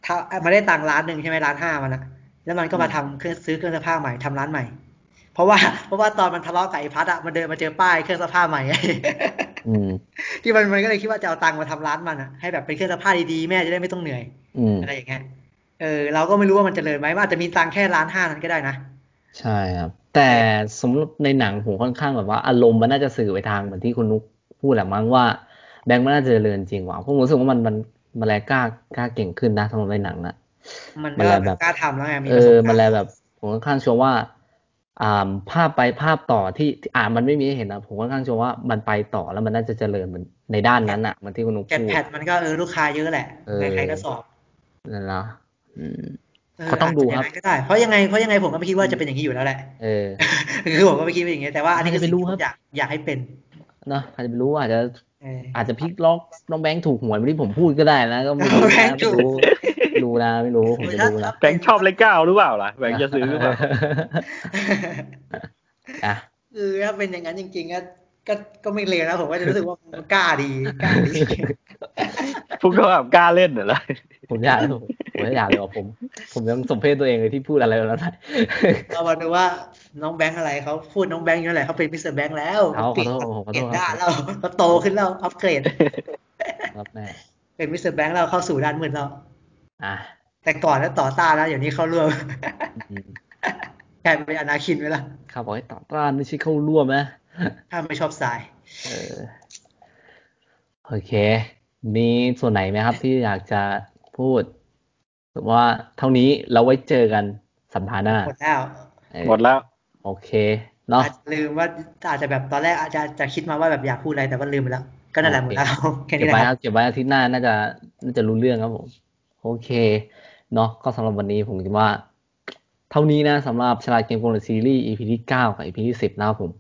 S2: ถ้ามาได้ตังค์ล้านหนึ่งใช่ไหมล้านห้ามันอะแล้วมันก็มาทำเครื่องซื้อเครื่องเสื้อผ้าใหม่ทำร้านใหม่ เพราะว่าเพราะว่าตอนมันทะเลาะกับไอ้พัดอะมันเดินมาเจอป้ายเครื่องเสื้อผ้าใหม่
S1: อืม
S2: ที่มันมันก็เลยคิดว่าจะเอาตังค์มาทำร้านมันอะให้แบบเป็นเครื่องเสื้อผ้าดีๆแม่จะได้ไม่ต้องเหนื่อย
S1: อืม
S2: อะไรอย่างเงี้ยเออเราก็ไม่รู้ว่ามันเจริญไหมมันอาจจะมีตังค์แค่ล้านห้านั้นก็ได้นะ
S1: ใช่ครับ แต่สำหรับในหนังผมค่อนข้างแบบว่า อารมณ์มันน่าจะสื่อไปทางเหมือนที่คุณนุกพูดแหละมั้งว่าแบงค์มันน่าจะเจริญจริงว่ะเพราะผมรู้สึกว่ามันมันมันแลกล้ากล้าเก่งขึ้นนะสำหรับในหนังนะ
S2: มัน
S1: มัน
S2: ก็
S1: แหละแบบ
S2: กล้าทำแล้วไงมี
S1: เอ
S2: ประสบ
S1: อ
S2: การณ์
S1: มันแลแบบผมค่อนข้างเชัวร์ว่าอ่าภาพไปภาพต่อที่ที่อ่ามันไม่มีให้เห็นนะผมค่อนข้างเชัวร์ว่ามันไปต่อแล้วมันน่าจะเจริญเหมือนในด้านนั้นอ่ะเหมันที่คุณนุก
S2: แกน
S1: พูด
S2: แพดมันก็เออลูกค้าเยอะแหละ
S1: เออ
S2: ใครๆก็สอบ
S1: นั่นนะอืม
S2: เออ
S1: ก็ต้องดูครับ
S2: าจจะย่านั้นก็ได้เพราะยังไงเพราะยังไงผมก็ไม่คิดว่าจะเป็นอย่างนี้อยู่แล้วแหละ
S1: เออ
S2: คือผมก็ไม่คิดว่าอย่างนี้แต่ว่าอันนี้คือ
S1: ไม่
S2: สิ่ง
S1: รู้ค
S2: ที่ผ
S1: รับ
S2: มอยากอยากให้เป็น
S1: เนอะใครจะไปรู้อาจจะ
S2: เออ
S1: อาจจะพลิกล็อกน้องแบงค์ถูกหวยไม่ที่ผมพูดก็ได้นะ ก็ไม่รู้
S2: แบ
S1: นะ
S2: งค์ถู
S1: ไม่
S2: ก
S1: รู้ไม่รู้นะไม่รู้ผมจะรู้นะ
S3: แบงค์ชอบเลขเก้าหรือเปล่าล่ะแบงค์จะซื้อหรือเปล่า
S1: อ่ะ
S2: คือถ้าเป็นอย่างนั้นจริงๆก็ก็ก็ไม่เลวนะผมก็จะรู้สึกว่ามันกล้าดีกล้า ดี
S3: พวกเขาแบบกล้าเล่นเหรอล่ะ
S1: ผมอยากผมอยากเลยว่าผม ผมยังสมเพศตัวเองเลยที่พูดอะไรแล้วนะ
S2: เรามาดูว่าน้องแบงค์อะไรเขาพูดน้องแบงค์อยู่นั่นแหละเขาเป็นมิสเตอร์แบงค์แล้ว
S1: เขาขอ
S2: เปลี่ยน
S1: โทษผมขอ
S2: เป
S1: โท
S2: ลี่ย
S1: ษ
S2: น
S1: ค
S2: ด้า
S1: รับ
S2: นแล้วเขาโตขึ้นแล้วอัปเกรด
S1: ครับแม่
S2: เป็นมิสเตอร์แบงค์เราเข้าสู่ด้านมืดแล้ว
S1: อ่ะ
S2: แต่ก่อนแล้วต่อต้านแล้วอย่างนี้เข้าร่วม
S1: อืม
S2: กลายเป็นอนาคินไปแล้ว
S1: ข้าบอกให้ต่อต้านไม่ใช่เข้าร่วมนะ
S2: ถ้าไม่ชอบทราย
S1: เออโอเค มีส่วนไหนไหมครับ ที่อยากจะพูดหรือว่าเท่านี้เราไว้เจอกันสัปดาห์หน้า
S2: หมดแล้ว
S1: เออ
S3: หมดแล้ว
S1: โอเค เนาะ
S2: อาจจะลืมว่าอาจจะแบบตอนแรกอาจจะจะคิดมาว่าแบบอยากพูดอะไรแต่ว่าลืมไปแล้ว ก็นั่นแหละหม
S1: โอ
S2: ด
S1: เค
S2: แล้ว แค่
S1: เก็
S2: นี้
S1: บ
S2: แห
S1: ไว้
S2: ละค
S1: ค
S2: รั
S1: รั
S2: บบ
S1: เก็บไว้อาทิตย์หน้าน่าจะน่าจะรู้เรื่องครับผม โอเค เนาะก็สำหรับวันนี้ผมคิดว่า เท่านี้นะสำหรับฉลาดเกมโกงหรือซีรีส์ EP ที่ 9 กับ EP ที่ 10 นะครับผม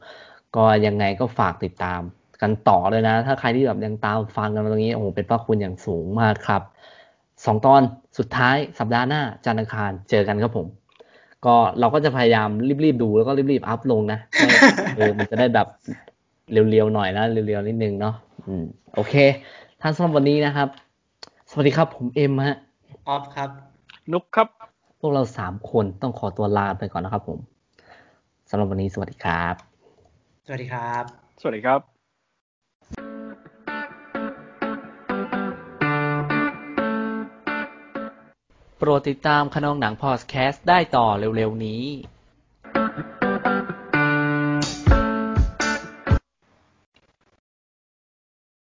S1: ก็ยังไงก็ฝากติดตาม กันต่อเลยนะ ถ้าใครที่แบบยังตามฟังกันมาตรงนี้โอ้โหเป็นพระคุณอย่างสูงมากครับสองตอนสุดท้ายสัปดาห์หน้าจันทร์อังคารเจอกันครับผม ก็เราก็จะพยายามรีบๆดูแล้วก็รีบๆอัพลงนะให้เออมันจะได้แบบเร็วๆหน่อยนะเร็วๆนิดนึงเนาะอืมโอเคท่านสำหรับวันนี้นะครับ สวัสดีครับผมเอ็มฮะ
S2: ออฟครับ
S3: นุกครับ
S1: พวกเราสามคนต้องขอตัวลาไปก่อนนะครับผมสำหรับวันนี้สวัสดีครับ
S2: สวัสดีครับ
S3: สวัสดีครับ
S1: โปรดติดตามขนองหนังพอดแคสต์ได้ต่อเร็วๆนี้